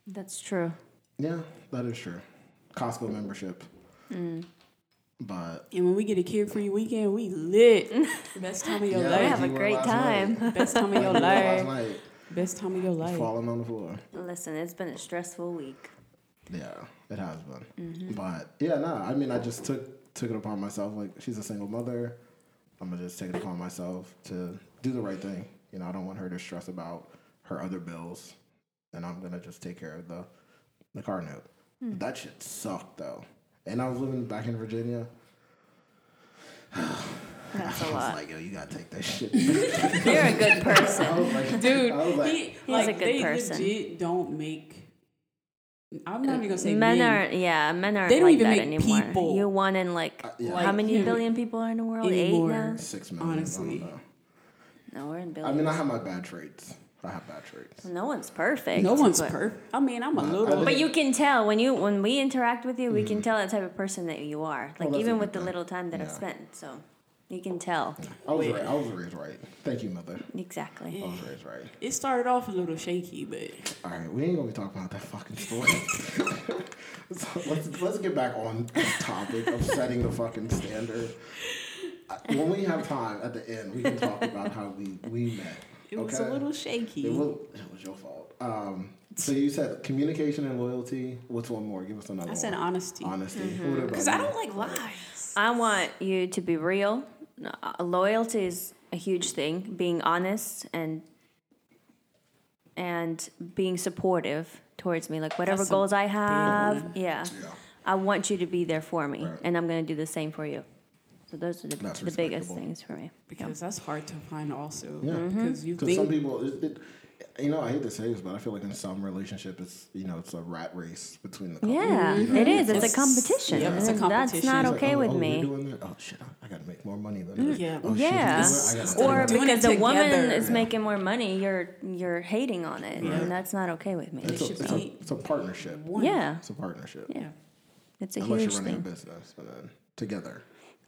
That's true.
Yeah, that is true. Costco membership.
Mm.
But
And when we get a kid free weekend, we lit. Best time of your
Yeah.
I
Like
have
life.
a
you were
great
last
time.
Best time of your
last
life.
night,
Best time of your life.
falling on the floor.
Listen, it's been a stressful week.
Yeah, it has been. But yeah, no, I mean, I just took took it upon myself. Like she's a single mother. I'm gonna just take it upon myself to do the right thing. You know, I don't want her to stress about her other bills, and I'm gonna just take care of the the car note. That shit sucked though. And I was living back in Virginia.
That's
I
a
was
lot.
like, yo, you gotta take that shit.
You're a good person.
I was like,
Dude,
I was like,
he,
a
like,
good
they
person.
legit don't make. I'm not even gonna say
Men
men.
are yeah, men aren't
They don't
like
even
that
make
anymore.
people
You one in like
Uh, yeah.
how
like
many
him
billion people are in the world?
anymore.
Eight now?
six million.
Honestly.
Honestly, I, don't know.
No, we're in
I
billions.
mean, I have my bad traits. I have bad traits.
no one's perfect.
No one's
but,
perfect. I mean, I'm a little.
But you can tell when you when we interact with you, we can tell that type of person that you are.
Mm-hmm. Oh,
Like
that's a
even
good
with the
thing.
little time that I've
Yeah.
spent, so you can tell
I was right. I was raised right. Thank you, mother.
exactly.
I was raised right.
It started off a little shaky, but
All right, we ain't gonna be talking about that fucking story. so let's let's get back on the topic of setting the fucking standard. I- When we have time at the end, we can talk about how we we met.
it was a
okay?
little
It
shaky.
was, it was your fault. Um, so you said communication and loyalty. What's one more? Give us another.
I said
one.
honesty
honesty. What about
because I
you?
don't like lies.
I want you to be real. Uh, Loyalty is a huge thing. Being honest and and being supportive towards me, like whatever
That's a
goals I have, yeah,
Yeah.
I want you to be there for me,
Right.
and I'm gonna do the same for you. So those are the,
That's
the biggest
respectable.
things for me.
Because that's hard to find, also.
Yeah. Mhm.
Because you
Because some
think
people, it, it, you know, I hate to say this, but I feel like in some relationship, it's you know, it's a rat race between the couple.
Yeah, it is. It's,
It's-
a competition.
yeah, it's a
and That's
competition.
not
It's
It's like,
okay
oh,
with
oh,
me. Mm,
You're doing that? Oh shit! I, I gotta make more money than her.
Yeah.
Oh, shit,
yeah,
she's doing that? I gotta- I
or
gotta-
doing it
because the woman
together.
is making more money, you're you're hating on it,
Right.
and that's not okay with me.
it's a,
should
it's, a,
be-
it's a partnership.
one.
Yeah,
It's a partnership.
yeah, it's a
Unless
huge
you're running
thing.
a business, and then together.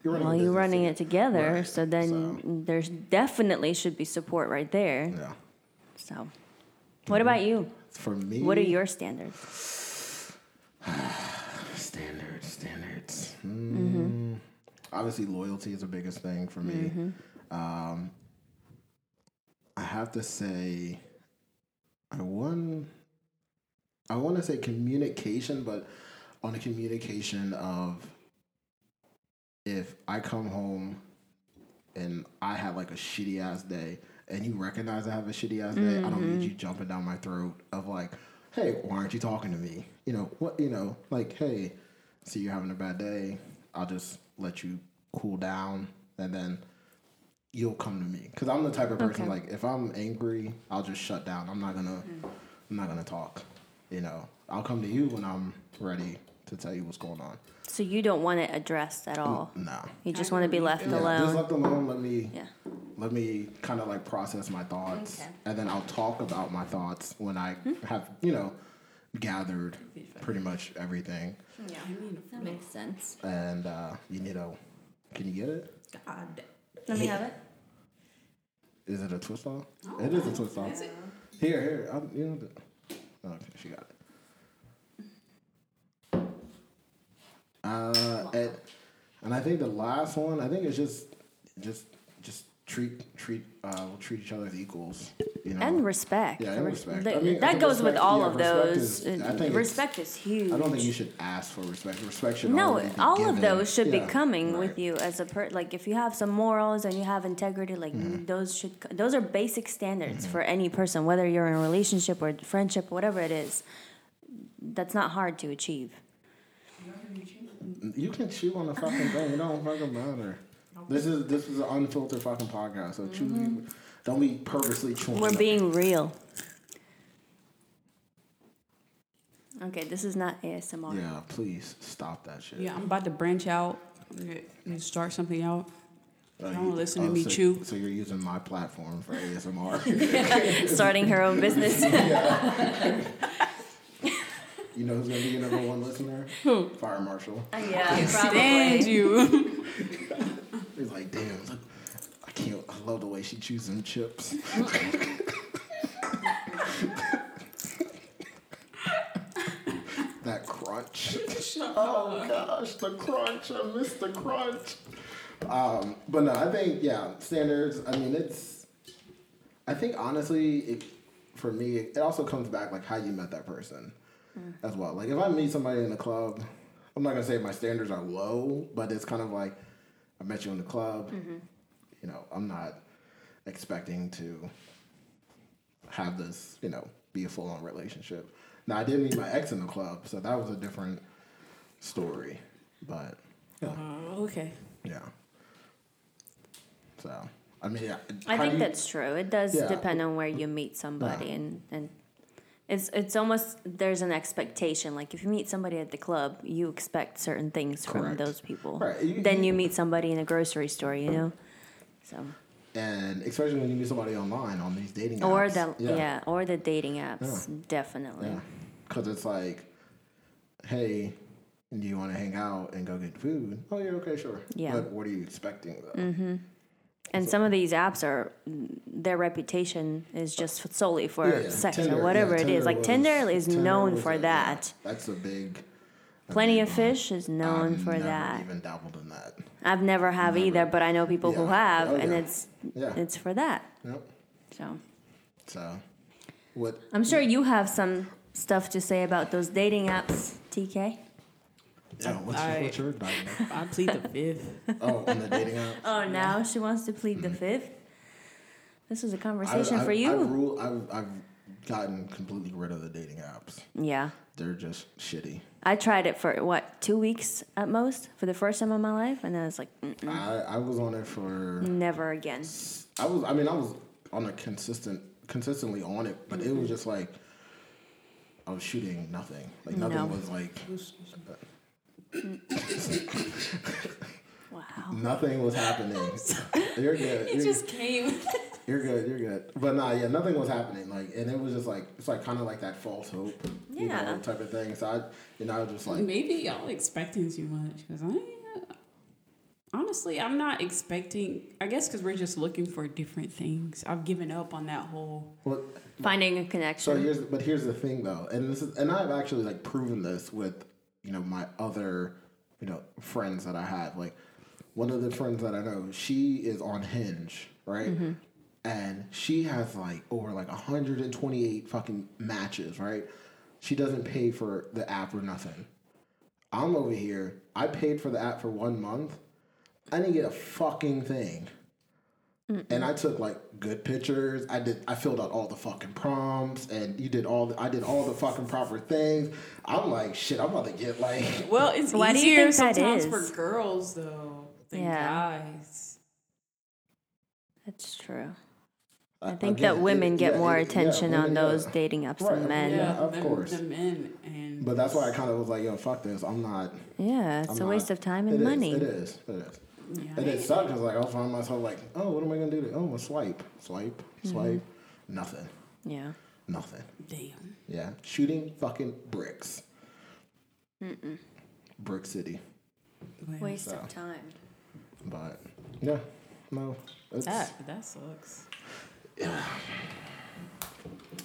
You're
Well,
a
you're
business
running it together,
Right,
so then there's definitely should be support right there.
together. Yeah.
So, what about you?
For me,
What are your standards?
standards? Standards. Mm. Obviously, loyalty is the biggest thing for me. Um, I have to say, I won. I want to say communication, but on a communication of if I come home and I had like a shitty ass day, and you recognize I have a shitty ass day, I don't need you jumping down my throat of like, hey, why aren't you talking to me? You know what? You know, like, hey, see you're having a bad day. I'll just let you cool down, and then you'll come to me because I'm the type of person
Okay.
like if I'm angry, I'll just shut down. I'm not gonna, I'm not gonna talk. You know, I'll come to you when I'm ready to tell you what's going on.
So you don't want it addressed
Mm.
at all.
No.
You just want to be left
Yeah, Just
alone.
left alone. Let me.
Yeah.
Let me kind of like process my thoughts,
Okay. Hmm?
and then I'll talk about my thoughts when I have you know gathered pretty much everything.
Yeah, that makes sense.
And uh, you need a. Can you get it?
God.
Let me have it.
Is it a twist off? it Oh, is a twist off. Here, here. I'm, you know, the- oh, okay, she got it. Uh, and, and I think the last one, I think it's just, just, just treat, treat, uh, we'll treat each other as equals. You know?
And respect.
Yeah, and
Re-
respect.
th-
I mean, I
that
think
goes with
respect-
all
yeah,
of
respect
those.
is- I
Uh,
think
respect is huge.
I don't think you should ask for respect. Respect should
No,
already be
all of
given.
those should
Yeah,
be coming
right.
with you as a per. Like, if you have some morals and you have integrity, like
Mm-hmm.
those should. c- Those are basic standards for any person, whether you're in a relationship or friendship, whatever it is. That's not hard to achieve.
Mm, You can chew on the fucking thing. It don't fucking matter. This is this is an unfiltered fucking podcast. So chew. Don't be purposely chewing.
We're
up.
being real. Okay, this is not ASMR.
Yeah, please stop that shit.
Yeah, I'm about to branch out and start something out.
Uh,
don't
you-
listen to me
so,
chew.
So you're using my platform for ASMR.
Starting her own business.
you know who's gonna be your number one listener?
Who?
Fire Marshal.
yeah,
Stand you.
He's like, damn, look, I can't. I love the way she chews them chips. that crunch. oh gosh, the crunch. I miss the crunch. Um, but no, I think yeah, standards. I mean, it's. I think honestly, it, for me, it also comes back like how you met that person,
Mm.
as well. Like if I meet somebody in the club, I'm not gonna say my standards are low, but it's kind of like I met you in the club.
Mm-hmm.
You know, I'm not expecting to have this. You know, be a full on relationship. Now I did meet my ex in the club, so that was a different story. But yeah.
Oh, okay.
Yeah. So, I mean, yeah.
I
how
think
do you-
that's true. It does
Yeah.
depend on where you meet somebody, and and it's it's almost there's an expectation. Like if you meet somebody at the club, you expect certain things from
Correct.
those people.
Right, you-
then
you-
you meet somebody in a grocery store, you know. So
and especially when you meet somebody online on these dating apps.
or the yeah. or the dating apps
Yeah.
definitely.
Because it's like, hey, do you want to hang out and go get food? Oh, yeah, okay, sure.
Yeah. Mm-hmm.
But what are you expecting, though?
And some of these apps are their reputation is just solely for
Yeah, yeah.
sex
Tinder,
or whatever
yeah,
it is. Like
was-
Tinder is
Tinder
known
was
for
a-
that.
That's a big. a
Plenty
big
of
one.
Fish is known
I've
for
never
that. Mm,
Even dabbled in that.
I've never have either, but I know people who
Yeah.
have,
Oh,
and
yeah.
it's
Yeah.
it's for that.
Yep.
So
So, what
I'm sure you have some stuff to say about those dating apps, TK.
yeah, what's, your
I-
what's your diagnosis?
I plead the fifth.
oh, on the dating app?
Oh, now she wants to plead the fifth. This was a
I-
conversation
I-
for you.
I've, ruled, I've, I've gotten completely rid of the dating apps.
yeah,
They're just shitty.
I tried it for what two weeks at most for the first time in my life, and I was like, "Mm,
I, I was on it for
never again.
I was I mean I was on a consistent consistently on it, but it was just like I was shooting nothing. Like nothing
No.
was like
Wow.
nothing was happening. You're good. You're,
came.
you're good. You're good. But nah, yeah, nothing was happening. Like, and it was just like it's like kind of like that false hope, you know,
Yeah.
type of thing. So I, you know, I was just like,
Maybe y'all expecting too much because I honestly I'm not expecting. I guess because we're just looking for different things. I've given up on that whole.
what
Finding a
So
connection.
here's but here's the thing though, and this is and I've actually like proven this with you know my other you know friends that I have. Like one of the friends that I know, she is on Hinge, right? And she has like over like 128 fucking matches, right? She doesn't pay for the app or nothing. I'm over here. I paid for the app for one month. I didn't get a fucking thing. And I took like good pictures. I did. I filled out all the fucking prompts, and you did all. The, I did all the fucking proper things. I'm like, shit. I'm about to get like.
Well, it's
Why do you
easier
think that
sometimes
is?
for girls though than
Yeah.
guys.
That's true. I think that
again,
women
it-
get
yeah,
more
it- yeah,
attention
women,
on those
yeah.
dating apps
Right,
than
I
men.
mean,
Yeah,
Yeah, of
than-
course.
than men and
But that's why I kind of was like, yo, fuck this. I'm not.
it's
I'm
a
not-
waste of time
It
and
is,
money.
it is. It is.
Yeah.
And it sucked because like I was finding
Mm-hmm.
myself like, oh, what am I gonna do? To, oh, I'm gonna swipe, swipe, swipe, nothing.
Yeah.
Nothing.
Damn.
Yeah. Shooting fucking bricks. Brick City.
Well,
Waste
So.
of time.
But yeah, no. It's,
that that sucks.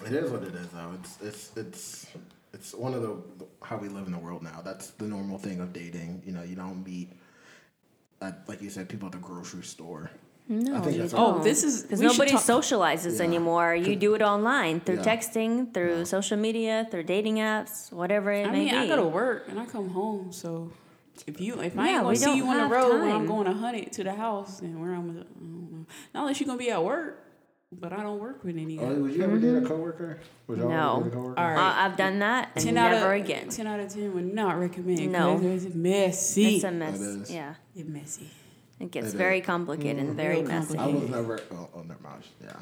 It is what it is, though. It's it's it's it's one of the how we live in the world now. That's the normal thing of dating. You know, you don't meet, at, like you said, people at the grocery store. No, I think that's
Oh, this is
Because
we should
nobody
talk-
socializes
Yeah.
anymore. You do it online through
Yeah.
texting, through social media, through dating apps, whatever it
I
may
mean,
be.
I go to work and I come home, so if you if I
Yeah,
ain't
we
gonna see
don't
you on the
have
road when I'm
time.
going a hundred to the house and where I'm, I don't know. Not unless you're gonna be at work, but I don't work with any.
Oh, would you ever date a coworker? Would y'all
No.
ever date a coworker?
All right.
Uh, I've done that and
ten
never
out of
again.
ten out of ten would not recommend.
No.
'cause it's messy.
It's a mess.
is.
Yeah.
It's messy.
It
It
gets very
is. Mm-hmm.
complicated and very
Real
messy.
I
complicated.
was never. Oh, oh never mind. Yeah.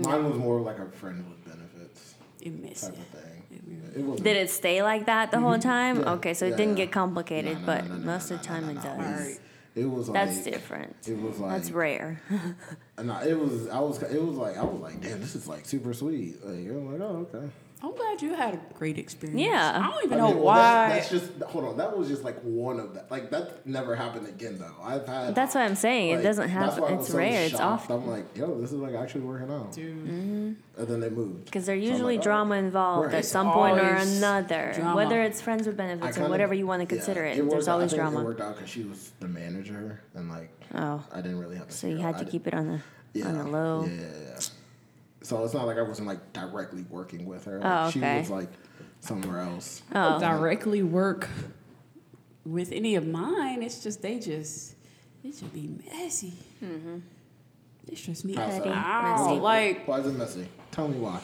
Mine was more like a friend with benefits
It's
type
messy.
of thing. It wasn't.
Did it stay like that the whole time?
Mm-hmm. Yeah.
Okay, so it
Yeah,
didn't
yeah.
get complicated,
No, no,
but
no, no, no,
most
no,
of the
no,
time
no,
it
no.
does.
Alright.
It was like
That's different.
It was like
That's rare.
No, it was. I was. It was like I was like, damn, this is like super sweet. Like, I'm like, oh okay.
I'm glad you had a great experience.
Yeah.
I don't even
I
know
mean, well,
why.
That's, that's just hold on. That was just like one of that. Like that never happened again though. I've had.
That's what I'm saying.
like,
it doesn't
that's
happen.
why I was
It's
so
rare. It's
shocked.
often
I'm like, yo, this is like actually working out.
Dude.
Mm-hmm.
And then they moved.
because there's
So I'm
usually
like, oh.
drama involved
Right.
at
It's
some point or
always
another.
drama.
Whether it's friends with
I
benefits or
kinda-
whatever you want to
yeah,
consider it,
worked
there's
out- I
always
think It
drama.
worked out because she was the manager and like
Oh,
I didn't really have to.
so you
figure
had
out-
to
I
keep it on the
didn't-
on the low. Oh,
Yeah, yeah, yeah. So it's not like I wasn't like directly working with her. Like,
Oh,
She
okay.
was like somewhere else.
I
Oh.
don't directly work with any of mine. It's just they just it should be messy.
Mm-hmm.
It stressed me
How so?
out.
Petty,
messy.
Like
Why is it messy? Tell me why.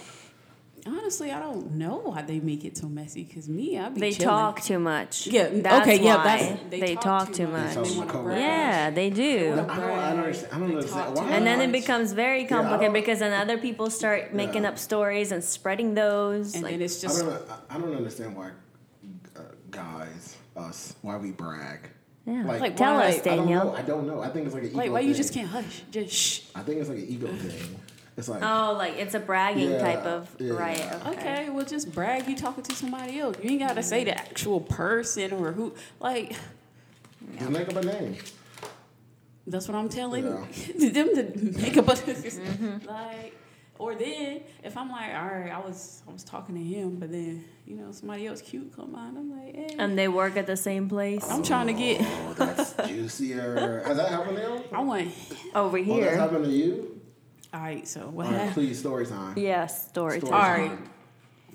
honestly, I don't know why they make it so messy. Cause me, I be
They
chilling.
talk too much.
Yeah.
That's
okay. Yeah.
why
That's
they, talk, too much.
They talk
wanna
to
brag.
much.
Yeah, they do.
I don't, I don't understand. I don't
They
understand.
talk
Why?
to
And then it
Right.
becomes very
I
complicated
don't-
because then other people start making
Yeah.
up stories and spreading those.
And
like,
then it's
I
just
don't. know- I- I don't understand why uh, guys, us, why we brag.
yeah.
Like,
tell
why-
us,
I
I don't know.
Daniel.
I don't know. I think it's like an ego
like why
thing.
you just can't hush. Just shh.
I think it's like an ego thing. It's like
Oh, like it's a bragging
Yeah,
type of
yeah.
right. Okay.
Okay, well, just brag you talking to somebody else. You ain't gotta say
Mm-hmm.
the actual person or who. Like,
just make up a name.
That's what I'm telling
Yeah.
them to make up a
Mm-hmm.
like. Or then if I'm like, all right, I was I was talking to him, but then you know somebody else cute come on, I'm like, hey,
And they work at the same place
I'm trying to get.
Oh, that's juicier. Has that happened to you?
I want.
over
Oh, that's
here.
happened to you.
All right, so what
All right,
happened?
please story time.
Yeah, story
Story
time.
All right.
time.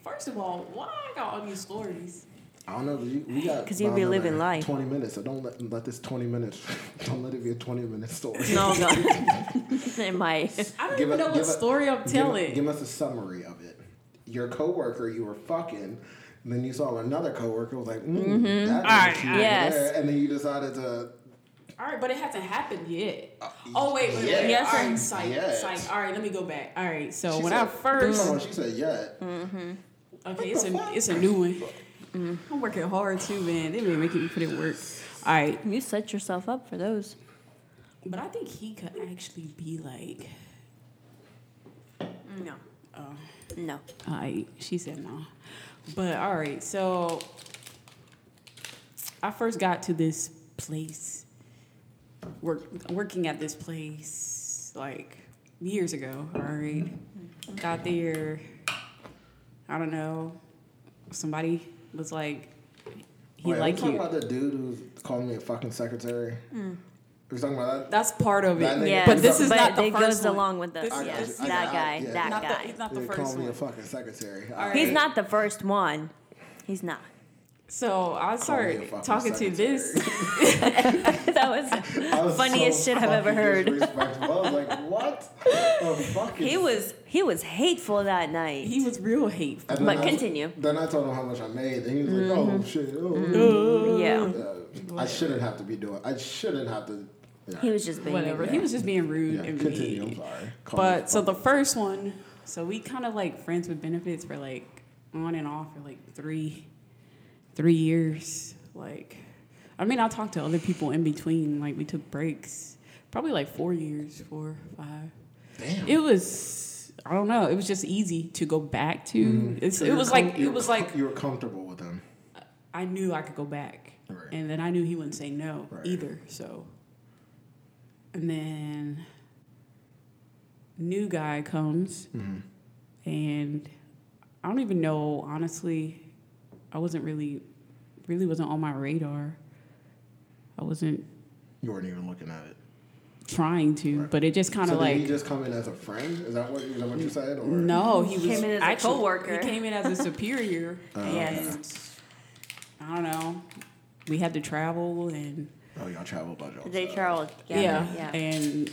First of all, why I got all these stories?
I don't know. You, we got
'Cause you be
about
living
another
life.
Twenty minutes. So don't let let this twenty minutes. Don't let it be a twenty minute story.
No, God. it might.
I don't
Give
even
a-
know
give
what
a-
story I'm
Give-
telling.
Give, us a summary of it. Your coworker you were fucking, and then you saw another coworker was like, mm, mm
Alright,
Mm-hmm. Yes.
and then you decided to.
all right, but it hasn't happened yet. oh wait, wait,
yes.
wait.
Yes,
all
and-
right, psych,
Uh, yes.
psych. All right, let me go back. All right, so
She
when
said-
I first
Hold on, she said,
Mm.
yeah.
Okay, it's a it's a new one. Mm. I'm working hard too, man. They been making me put in work. All right,
You set yourself up for those.
but I think he could actually be like,
No.
oh,
No.
all right. She said no, but all right. So I first got to this place, work working at this place like years ago. All right, got there. I don't know. Somebody was like, he
Wait, are we
like
talking
you.
about the dude who's calling me a fucking secretary. Mm. We're talking about that.
That's part of
That
it.
nigga-
Yeah,
But this is
but
not the
it
first
goes
one.
along with the
This is-
yes,
this is
that
not-
guy,
yeah.
that
Not the-
guy.
he's not the
They
first
call me a
one.
fucking secretary. All
right.
He's not the first one. He's not.
So I
a
started
fucking
talking to this.
that was
I was
Funniest shit I've ever
fucking
heard.
disrespectful. I was like, what? A fucking
he was he was hateful that night.
He was real hateful.
And then
But
I-
continue.
Then I told him how much I made, and he was like,
Mm-hmm.
"Oh shit! Oh,
yeah.
Uh, I shouldn't have to be doing. I shouldn't have to." Yeah.
He was just being
Whatever. He Mm-hmm. was just being rude
Yeah,
and
continue. I'm
mean.
sorry. Call me
But so the
fucking-
first one, so we kind of like friends with benefits for like on and off for like three, three years. Like, I mean, I talked to other people in between. Like we took breaks, probably like four years, four, five.
damn.
It was I don't know. It was just easy to go back to. It's,
Mm-hmm. So
it
you're
was
com-
like
you're
it was
com-
like
you were comfortable with them.
I knew I could go back,
Right.
and then I knew he wouldn't say no
Right.
either. So, and then new guy comes,
Mm-hmm.
and I don't even know. Honestly, I wasn't really, really wasn't on my radar. I wasn't
You weren't even looking at it.
trying to,
Right.
but it just kind
so
of
did
like
he just come in as a friend? Is that what is that what you said? Or?
No, he
He
was,
came in as a
actually,
coworker.
He came in as a superior.
Oh,
Yes.
and I don't know. We had to travel and
Oh, y'all travel by y'all.
They traveled.
yeah,
Yeah. yeah.
and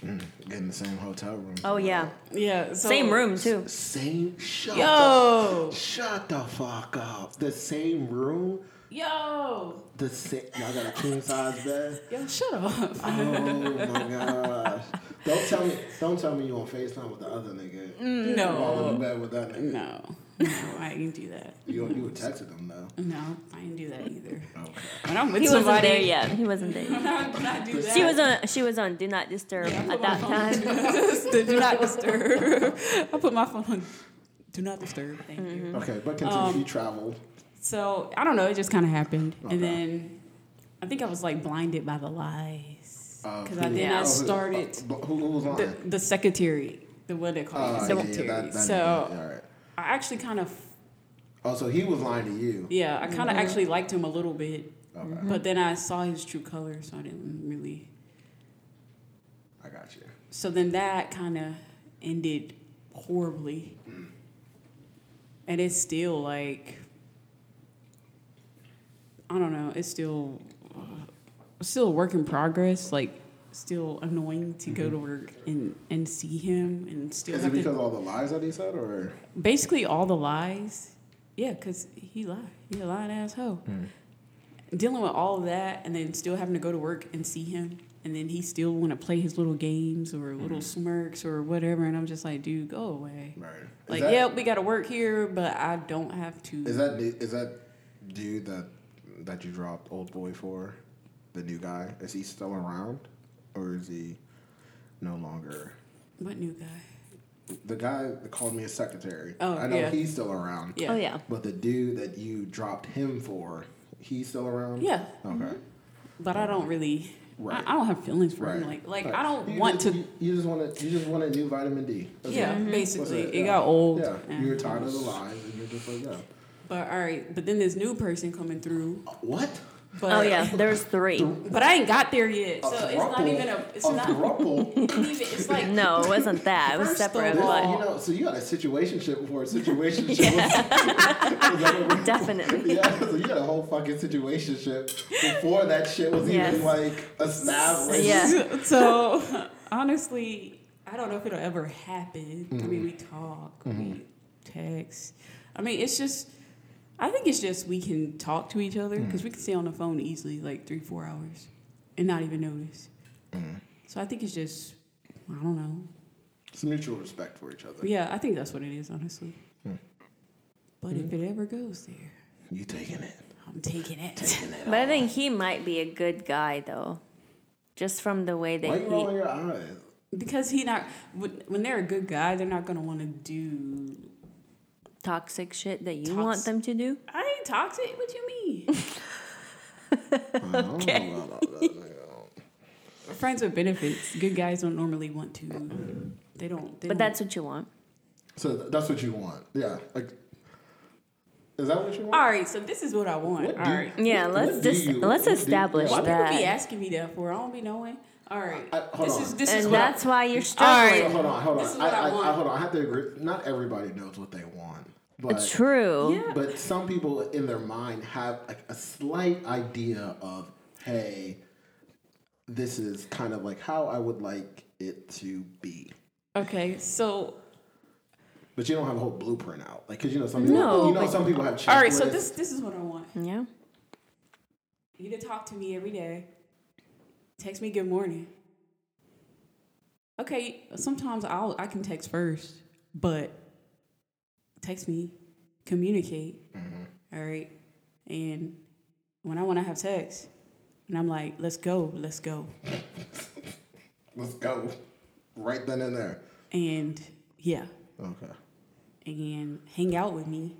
Get in the same hotel room.
Oh yeah.
yeah, so,
Same room too.
Same. Shut
Yo,
the- Shut the fuck up. The same room.
yo,
The same. Y'all got a king size bed.
yo, shut up.
Oh my gosh. Don't tell me. Don't tell me you on Facetime with the other nigga. All in the
No,
bed with that nigga.
Mm. no, no, I didn't do that.
You you texted him though.
No, I didn't do that either.
Okay.
When I'm with
He
somebody,
wasn't there yet. He wasn't there. Yet.
I did not do that.
She was on. She was on. Do not disturb at that time.
The do not disturb. I put my phone on. Do not disturb. Thank you.
Mm-hmm.
Okay, but continue.
Um,
you traveled.
So I don't know. It just kind of happened,
Okay.
and then I think I was like blinded by the lies
Uh,
because
who-
I then
oh,
I
who-
started
uh, who, who was on?
the, the secretary, the what they call it,
Uh,
the
yeah,
secretary.
that- that-
so
yeah, all right.
I actually kind of
Oh, so he was lying to you.
yeah, I kind of actually liked him a little bit,
Okay,
but then I saw his true color, so I didn't really.
I got you.
So then that kind of ended horribly, and it's still like I don't know. It's still uh, still a work in progress. Like still annoying to go to work and and see him and still
Is it
have to-
because all the lies that he said, or
basically all the lies. Yeah, because he lied. He a lying asshole.
Hmm.
Dealing with all of that and then still having to go to work and see him. And then he still want to play his little games or little smirks or whatever. And I'm just like, dude, go away.
right? Hmm. Is
Like,
that,
yep, we got to work here, but I don't have to.
Is that du- is that dude that that you dropped old boy for the new guy? Is he still around, or is he no longer?
what new guy?
The guy that called me a secretary.
Oh,
I know
yeah.
he's still around.
Yeah.
Oh yeah.
But the dude that you dropped him for, he's still around.
Yeah. Mm-hmm.
Okay.
But I don't really.
Right.
I, I don't have feelings for
Right.
him. Like, like
Right.
I don't
You
want
just-
to.
You, you just want to. You just want a new vitamin D. That's
Yeah,
Mm-hmm.
it. That's
basically,
it,
it,
yeah.
got old.
Yeah, you were
and-
tired of the lies, and you're just like, yeah.
But all right, but then this new person coming through.
What?
But
Oh yeah. There's three.
But I ain't got there yet, so it's not
throuple?
even a. It's
a
not
throuple?
even. It's like
No, it wasn't that. It was
First of
separate.
This-
all-
But
you know, so you got a situationship before a situationship. was- was that what we-
definitely.
Yeah, so you had a whole fucking situationship before that shit was
Yes.
even like established.
Yeah.
so honestly, I don't know if it'll ever happen. I mean, we talk, we text. I mean, it's just. I think it's just we can talk to each other because we can stay on the phone easily, like three, four hours, and not even notice. So I think it's just. I don't know.
It's mutual respect for each other.
But yeah, I think that's what it is, honestly. But if it ever goes there,
You taking it?
I'm taking it.
But I think he might be a good guy though, just from the way
Why
that
you
he.
rolling your eyes?
Because he not when when they're a good guy, they're not gonna want to do.
toxic shit that you want
Tox-
them to do?
I ain't toxic. What you mean?
Okay.
Friends with benefits. Good guys don't normally want to. They don't. They don't-
But that's what you want.
So th- that's what you want. Yeah. Like, is that what you want?
all right. So this is what I want.
What
all
do-
right.
Yeah,
What
let's
do
just
you- what
let's
do you-
establish
Why
Why
that.
people be asking me that for? I don't be knowing. All right.
I- hold
this
on.
is this is
and
what I-
that's why you're
right.
struggling.
Hold on, hold on.
This is
I,
what I
I, I,
want.
hold on. I have to agree. Not everybody knows what they want, but
True.
Yeah.
but some people in their mind have like a slight idea of, hey, this is kind of like how I would like it to be.
okay. So
But you don't have a whole blueprint out, like because you know some people,
No.
you know some people have. Checklists.
all right. So this this is what I want.
Yeah.
You to talk to me every day. Text me good morning. Okay, sometimes I'll I can text first, but text me, communicate. all right. And when I want to have sex, and I'm like, let's go, let's go.
Let's go, right then and there.
And Yeah.
Okay.
And hang out with me.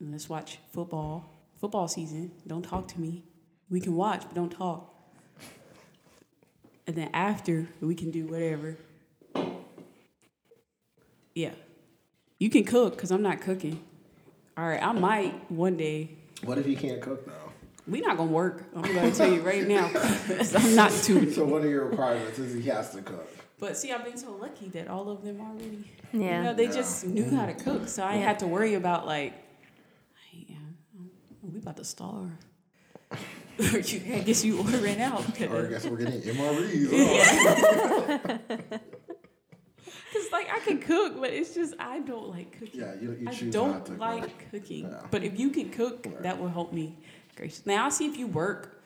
And let's watch football. Football season. Don't talk to me. We can watch, but don't talk. And then after, we can do whatever. Yeah. You can cook because I'm not cooking. All right, I might one day.
What if you can't cook though?
we not going to work. I'm going to tell you right now. 'cause I'm not too.
So one of your requirements is he has to cook.
But see, I've been so lucky that all of them already,
Yeah.
you know, they just knew how to cook. So I ain't had to worry about like, yeah, oh, we about to starve. Or you, I guess you ordering
Or
out.
I
Because
guess we're getting MREs. Oh,
like I can cook, but it's just I don't like cooking.
Yeah, you, you
I
choose
don't
not to
like
cook.
cooking,
Yeah.
but if you can cook, that will help me. Gracious. Now I'll see if you work.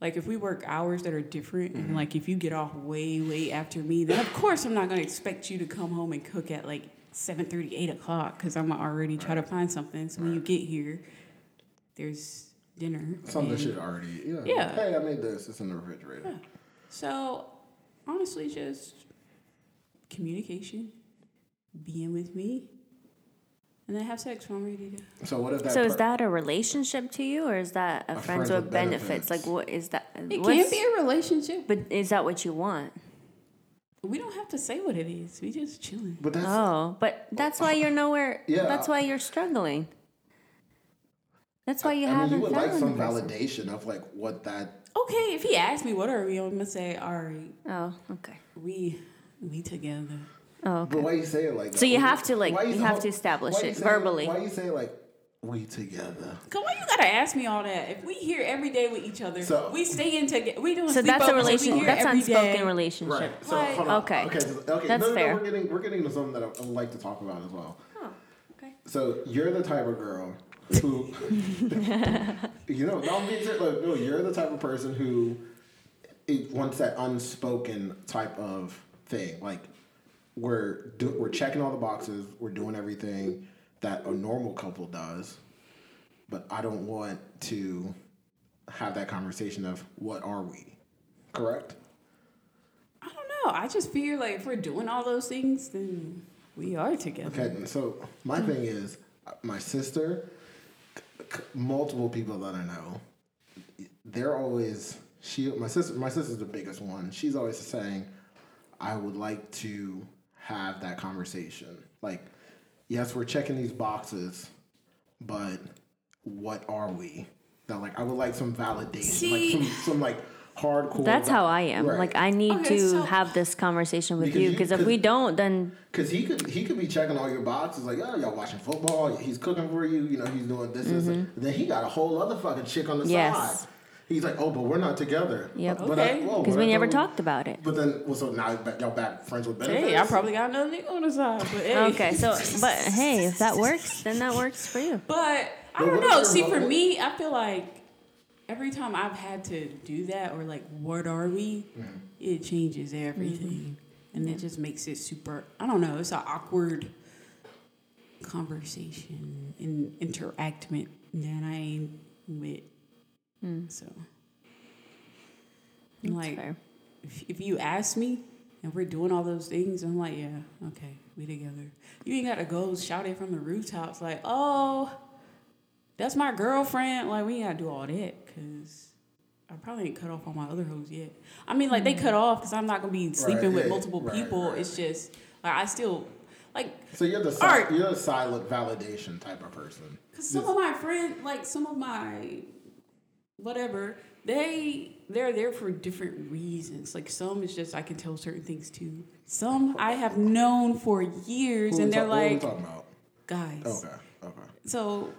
Like if we work hours that are different,
Mm-hmm.
and like if you get off way, way after me, then of course I'm not gonna expect you to come home and cook at like 7:30, 8 o'clock, because I'm gonna already try to find something. So when you get here, there's dinner.
Something
and-
should already. You know,
Yeah.
Hey, I made this. It's in the refrigerator.
So honestly, just communication, being with me, and then have sex when I'm ready to.
So what if that?
So is
per-
that a relationship to you, or is that a, friends with benefits? Like, what is that?
It
what's-
can be a relationship.
But is that what you want?
We don't have to say what it is. We just chilling.
But that's
Oh, but that's why you're nowhere.
Yeah.
That's why you're struggling. That's why you
I mean,
haven't
you would
found
like some
the person.
validation of like what that.
Okay, if he asks me what are we, I'm gonna say, all right,
Oh, okay.
we we together.
Oh,
But
okay.
why you say it like that?
So you have to, like,
Why
you
say-
have to establish
why you
it
say-
verbally.
Why you say like we together?
Come on, you gotta ask me all that. If we here every day with each other,
So-
we stay in together. We don't.
So that's a relationship.
relationship.
That's unspoken relationship.
Right. So
Like-
hold on.
Okay.
Okay. so- okay.
That's
no, no, No,
fair.
we're getting we're getting to something that I would like to talk about as well.
Oh, okay.
So you're the type of girl who, you know, no, I'm being ser- look, no, you're the type of person who it wants that unspoken type of thing. Like we're do, we're checking all the boxes, we're doing everything that a normal couple does, but I don't want to have that conversation of what are we, correct?
I don't know. I just feel like if we're doing all those things, then we are together.
Okay, so my
Hmm.
thing is, uh, my sister, c- c- multiple people that I know, they're always she. My sister, my sister's the biggest one. She's always saying, "I would like to have that conversation." Like, yes, we're checking these boxes, but what are we? That like, I would like some validation,
See-
like some, some like hardcore.
That's how I am.
Right.
Like, I need
Okay,
to
so-
have this conversation with
Because
you
you
because if
could-
we don't, then
Cause he could he could be checking all your boxes like oh y'all watching football he's cooking for you you know he's doing this this, this then he got a whole other fucking chick on the
Mm-hmm. Yes.
side he's like oh but we're not together
Yep.
But I-
Okay.
whoa,
because
Oh, but
we
I
never
thought
talked about it.
but then well so now y'all back- y'all back friends with benefits
Hey, I probably got another nigga on the side, but hey.
Okay, so but hey, if that works, then that works for you.
But I
But
don't
what if
know.
you're
See, for
lonely?
me, I feel like every time I've had to do that or like, what are we?
Mm-hmm.
It changes everything, and it just makes it super. I don't know. It's an awkward conversation and interactment that I ain't with. So, I'm like,
fair.
if, if you ask me. And we're doing all those things. I'm like, yeah, okay, we together. You ain't got to go shout it from the rooftops like, oh, that's my girlfriend. Like we ain't gotta do all that because I probably ain't cut off all my other hoes yet. I mean, like they cut off because I'm not gonna be sleeping with
Mm-hmm. yeah,
multiple
right,
people.
right.
It's just like I still like
so you're the si-
Alright.
you're the silent validation type of person
because some of my friends, like some of my whatever, they they're there for different reasons. Like some is just I can tell certain things too. Some I have known for years,
Who we
and they're
ta- who oh, we
like
talking about
guys.
okay okay
So,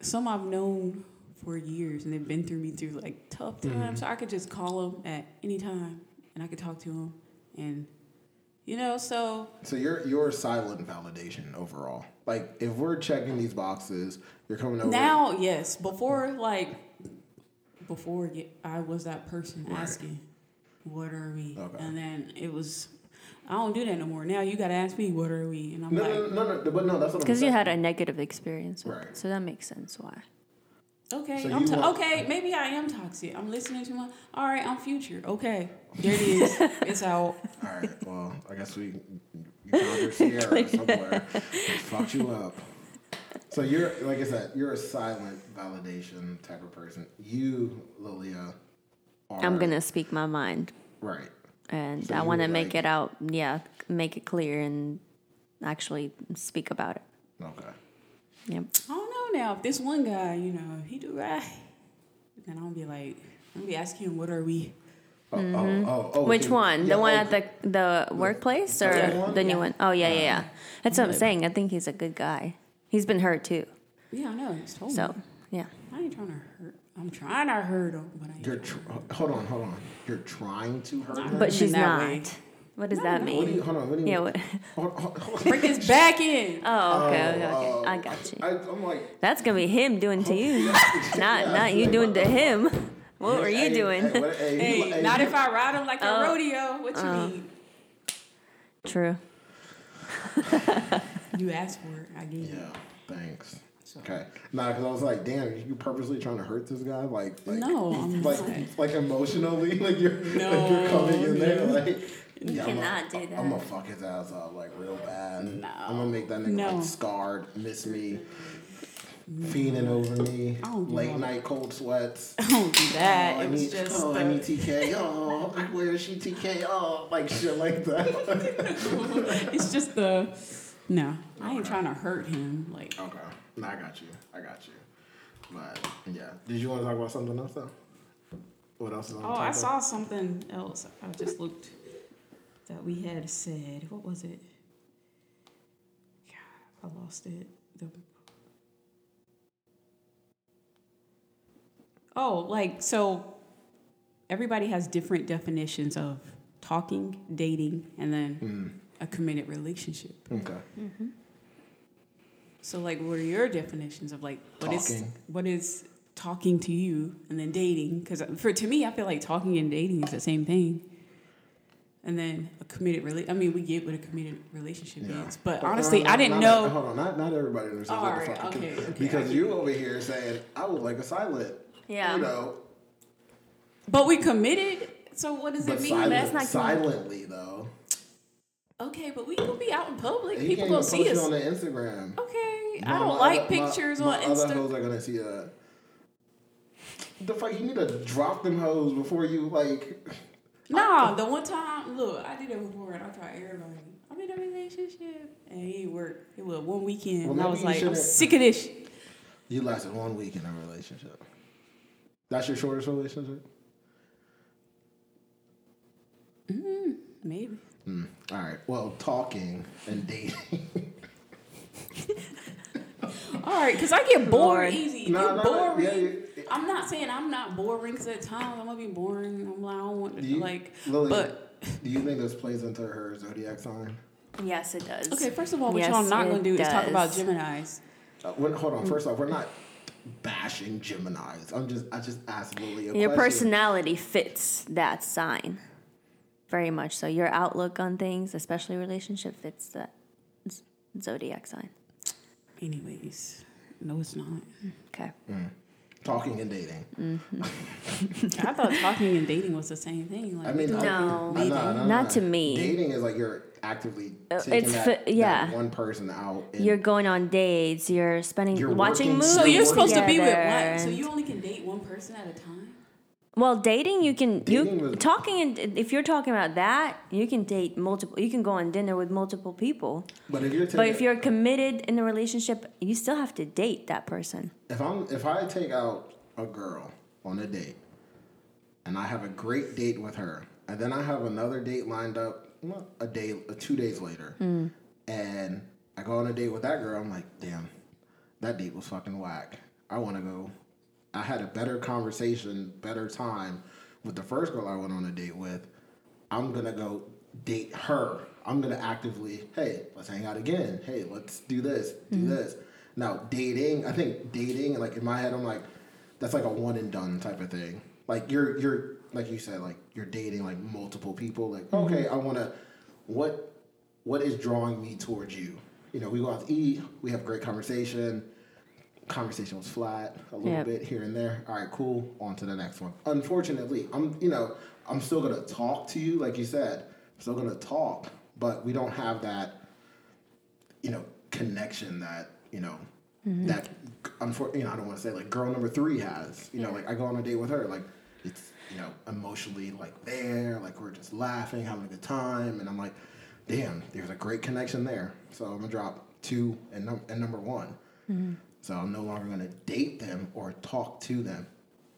some I've known for years, and they've been through me through like tough
Mm-hmm.
times. So I could just call them at any time, and I could talk to them, and you know, so
so you're you're silent validation overall like if we're checking these boxes you're coming over
now, yes, before like before ye- I was that person asking, "What are we?"
Okay.
And then it was, I don't do that no more. Now you gotta ask me, "What are we?" And I'm
no,
like,
no, no, no, no, but no, that's what I'm
Because you
saying.
had a negative experience with
Right.
it, so that makes sense why.
Okay,
So
I'm
you
to-
want-
okay. Maybe I am toxic. I'm listening to my. All right, I'm future. Okay, there it is. it's out.
All right. Well, I guess we You found your Sierra somewhere. It fucked you up. So you're like I said, you're a silent validation type of person. You, Lilia, are
I'm gonna speak my mind,
right.
and
So
I
you
want to
would
make
like-
it out. Yeah, make it clear and actually speak about it.
Okay. Oh,
Yep.
I don't know now. If this one guy, you know, he do right, then I'll be like, I'm be asking him, what are we?
Oh, oh, oh, oh,
Mm-hmm. Which
okay.
one?
Yeah,
the one
oh,
at the the workplace or
Yeah. one?
the new
Yeah.
one? Oh yeah, yeah, yeah. That's what I'm saying. I think he's a good guy. He's been hurt too.
Yeah, I know. He's told
So
me.
yeah.
I ain't trying to hurt. I'm trying to hurt him, but I ain't.
You're
Trying.
tr- hold on, hold on. You're trying to hurt him.
But
in
she's
that
not.
way.
What does that
what do you?
mean?
Hold on. What do you?
Yeah.
mean?
What,
Hold, hold, hold on.
Break his back in.
oh, okay, okay,
Oh,
okay. I got you.
I, I'm like,
That's gonna be him doing to you, not
Yeah,
not you
like,
doing
what
to him. What were
hey,
you doing?
Hey, what, hey,
hey,
you- hey,
not
you-
if I ride him like a
Oh.
rodeo. What you mean?
True.
You asked for it. I gave you.
Yeah. Thanks.
So-
Okay. Nah, because I was like, damn, you purposely trying to hurt this guy? Like, like
No, I'm
like,
not.
like emotionally, like you're, like you're
No,
coming in there,
no.
like. You
cannot
I'm
do
I'm gonna
that.
fuck his ass up like real bad.
No.
I'm gonna make that nigga
No.
like scarred, miss me, fiending over me,
I don't do
late
all
night cold sweats.
I don't do that.
oh, I
it was
need,
just.
oh, I
the-
need TK. Oh, where is she? TK. Oh, like shit like that.
it's just the. No, I ain't trying to hurt him. Like,
Okay. No, I got you. I got you. But yeah. Did you want to talk about something else though? What else is on the
oh, I
topic?
saw something else. I just looked that we had said. What was it? God, I lost it. The- oh, like so. Everybody has different definitions of talking, dating, and then
Mm.
a committed relationship.
Okay.
So like what are your definitions of like what is
Talking.
what is talking to you and then dating cuz for to me I feel like talking and dating is the same thing. And then a committed rela- I mean we get what a committed relationship
Yeah.
is, but
no,
honestly
no,
I didn't
uh, not- uh,
know
hold on, not not everybody understands. what the
Alright,
fuck it
okay,
is.
okay,
Because
I-
you over here saying I would like a silent.
Yeah.
You know,
but we committed so what does
but
it mean?
silent,
that's not-
silently though.
okay, but we could be out in public.
You
People
can't even
gonna
post
see
it
us.
on the Instagram.
Okay,
My-
I don't
my
like
other- my-
pictures
my
on
Other
Instagram.
hoes are gonna see that. The fuck, you need to drop them hoes before you like.
Nah, the one time, look, I did it before and I tried everybody. I'm in a relationship. And he worked. It was one weekend.
Well,
and I
maybe
was
you
like, I'm
shouldn't-
sick of this. shit.
You lasted one week in a relationship. That's your shortest relationship.
Maybe.
Mm. All right. Well, talking and dating.
All right, because I get bored
Bored.
easy.
No,
You're
no, no,
boring.
yeah, you-
I'm not saying I'm not boring because at times I'm going to be boring. I'm like, I don't want to,
Do you-
like,
Lily,
but.
do you think this plays into her zodiac sign?
Yes, it does.
Okay, first of all, what
Yes,
y'all not
it
going to do is talk
does.
about Geminis.
Uh, we're- hold on. First off, we're not bashing Gemini's. I'm just, I just asked Lily a
Your
question.
personality fits that sign, very much so. Your outlook on things, especially relationship, fits that z- zodiac sign.
Anyways, no, it's not.
Okay.
talking and dating.
I thought talking and dating was the same thing. Like,
I mean, I-
No.
I- no, no,
Not
no.
to me.
Dating is like you're actively
Uh,
taking
it's
that,
fi-
that
yeah.
one person out. and-
You're going on dates. You're spending
You're
watching
working
movies.
so
so you're supposed to be with
together
one. So
and-
you only can date one person at a time?
Well, dating you can
Dating
you
was-
talking and if you're talking about that, you can date multiple. You can go on dinner with multiple people.
but if you're taking,
But if you're committed in a relationship, you still have to date that person.
if I'm if I take out a girl on a date, and I have a great date with her, and then I have another date lined up mm, a day, two days later, and I go on a date with that girl, I'm like, damn, that date was fucking whack. I want to go. I had a better conversation, better time with the first girl I went on a date with. I'm gonna go date her. I'm gonna actively, hey, let's hang out again. Hey, let's do this, do this. Now, dating, I think dating, like in my head, I'm like, that's like a one and done type of thing. Like you're you're like you said, like you're dating like multiple people. Like, okay, I wanna what what is drawing me towards you? You know, we go out to eat, we have great conversation. Conversation was flat a little
Yep.
bit here and there. All right, cool. On to the next one. Unfortunately, I'm you know I'm still gonna talk to you, like you said. I'm still gonna talk, but we don't have that, you know, connection that you know
Mm-hmm.
that unfor- you know I don't want to say like girl number three has. You know, like I go on a date with her, like it's you know emotionally like there, like we're just laughing, having a good time, and I'm like, damn, there's a great connection there. So I'm gonna drop two and num- and number one.
Mm-hmm.
So I'm no longer gonna date them or talk to them.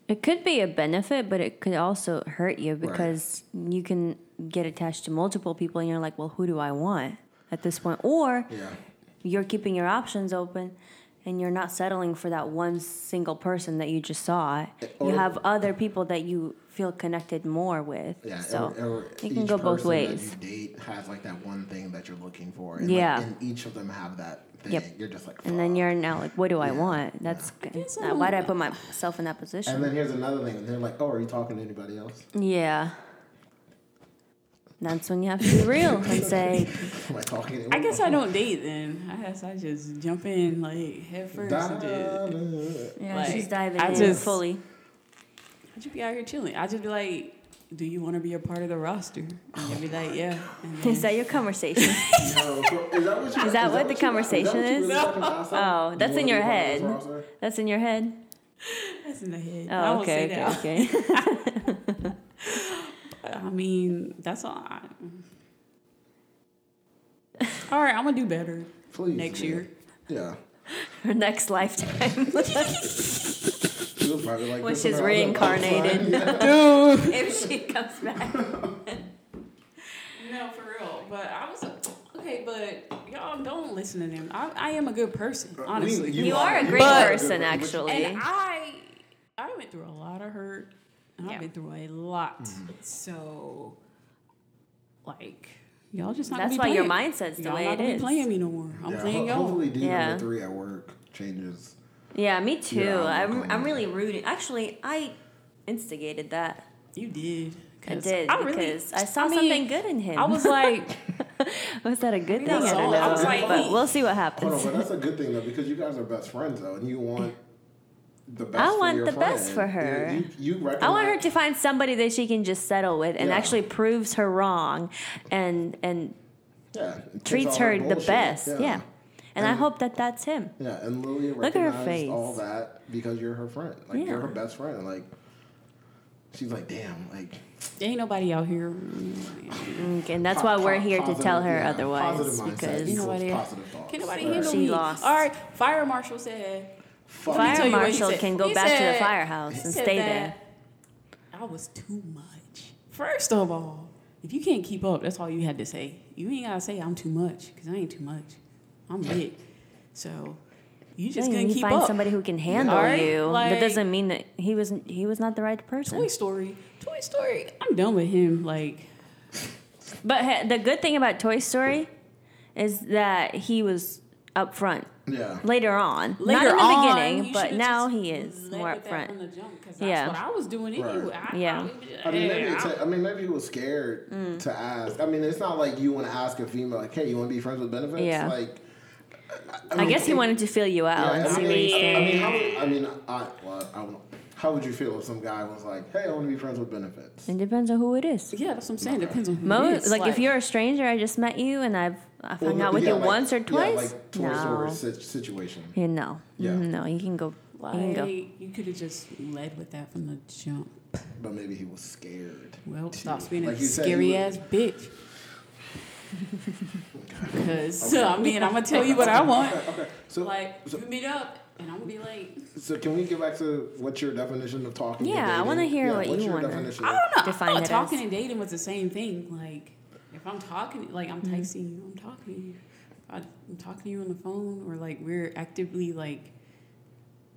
It could be a benefit, but it could also hurt you because you can get attached to multiple people and you're like, well, who do I want at this point? Or
Yeah.
you're keeping your options open and you're not settling for that one single person that you just saw.
or-
you have other people that you feel connected more with.
Yeah,
so
or, or
you can
each
go both
person
ways.
That you date has like that one thing that you're looking for. And
Yeah.
like, and each of them have that thing.
Yep.
You're just like,
And then
"Fuck."
you're now like, what do I want? That's
guess
uh,
I'm-
why did I put myself in that position?
And then here's another thing. They're like, oh, are you talking to anybody else?
Yeah. That's when you have to be real and say,
Am I talking? To
I guess I don't date then. I guess I just jump in like head first. and just-
yeah,
Like,
she's diving
I
in
just-
fully.
I just be out here chilling. I just be like, do you want to be a part of the roster? And they be like, yeah. And then-
Is that your conversation?
No, is that what, you, is
that what the conversation is? Oh, that's in your head. That's in your head?
That's in the head. I
Oh,
won't say
okay,
that.
okay, okay.
I mean, that's all. I, all right, I'm gonna do better
Please,
next
man.
year.
Yeah.
Her next lifetime.
She was probably like
When
this in her
she's
other
reincarnated.
lifetime. Yeah.
if she comes back.
No, for real. But I was okay. But y'all don't listen to them. I, I am a good person,
We-
honestly.
You are a
you
great
are a good
person,
but-
actually.
and I, I went through a lot of hurt. And I've been through a lot.
Mm-hmm.
So, like, y'all just not. gonna
That's
be
why your
playing-
mindset's the
y'all
way
not
it
gonna be
is.
playing me no more. I'm
Yeah,
playing
ho-
y'all.
hopefully, D
Yeah.
number three at work changes.
Yeah, me too.
Yeah, I'm
I'm,
okay.
I'm really rooting. Actually, I instigated that.
You did.
I
'Cause
did
really-
because I saw
I mean,
something good in him.
I was like,
was that a good thing?
that's
I don't
all-
know.
I was like-
but we'll see what
Hold on,
happens.
but that's a good thing though because you guys are best friends though, and you want the best.
I
for
want
your
the best
friend.
for her.
You, you, you
I want her to find somebody that she can just settle with and
Yeah.
actually proves her wrong and and
yeah, it takes
treats
all
her
that
the
bullshit.
best. Yeah. And I
And-
hope that that's him.
yeah, and Lily
Look at her
recognized
face.
all that because you're her friend. Like
Yeah.
you're her best friend. Like she's like, damn, like
ain't nobody out here.
Okay, and that's
po-
why we're
po-
here to
positive-
tell her
yeah,
otherwise
Positive mindset equals
because
Nobody-
positive thoughts.
Can nobody
Right.
handle
She
me?
lost.
All right, fire marshal said.
Fuck
Let me tell
fire
you what he
marshal
said.
can go
He
back to the
said-
firehouse
he
and
said
stay there.
that I was too much. First of all, if you can't keep up, that's all you had to say. You ain't gotta say I'm too much because I ain't too much. I'm it. So you just
Yeah,
couldn't
you
keep
find
up.
somebody who can handle
Alright,
you.
like-
that doesn't mean that he was he was not the right person.
Toy Story, Toy Story. I'm done with him. Like
But he- the good thing about Toy Story is that he was upfront
Yeah.
later on.
later
Not in the
on,
beginning,
you
but
should've
now
just
he is
led
more
with that From
upfront.
the jump, 'cause
Yeah.
that's what I was doing anyway. I-
Yeah.
I,
I mean, maybe it's
I-
I mean, maybe he was scared
Mm.
to ask. I mean, it's not like you want to ask a female, like, "Hey, you want to be friends with benefits?"
Yeah.
Like,
I guess he wanted to feel you out
Yeah,
and
I
see
mean,
where you
I mean,
stand.
how would, I mean, I, well, I don't know. How would you feel if some guy was like, "Hey, I want to be friends with benefits"?
It depends on who it is.
yeah, that's what I'm saying. Depends on who
Mo,
it is.
like, if you're a stranger, I just met you and I've I've hung out with
yeah,
you
like-
once or
yeah,
twice.
like Toy Story
no,
sit- situation.
you know,
Yeah.
no, you can go.
like,
you can go.
you could have just led with that from the jump.
But maybe he was scared.
Well,
too.
stop being
Like
a
you said, he
scary
was-
ass bitch. Because I mean, I'm gonna tell you what I want.
So,
Like, you meet up, and I'm gonna be like,
so can we get back to what's your definition of talking? and
Yeah, I
dating?
wanna hear
Yeah,
what
what's
you
your
wanna-
definition
I
of-
don't know.
Define
I
it
thought
as-
talking and dating was the same thing. Like, if I'm talking, like
Mm-hmm.
I'm texting you, I'm talking to you. I- I'm talking to you on the phone, or like we're actively like,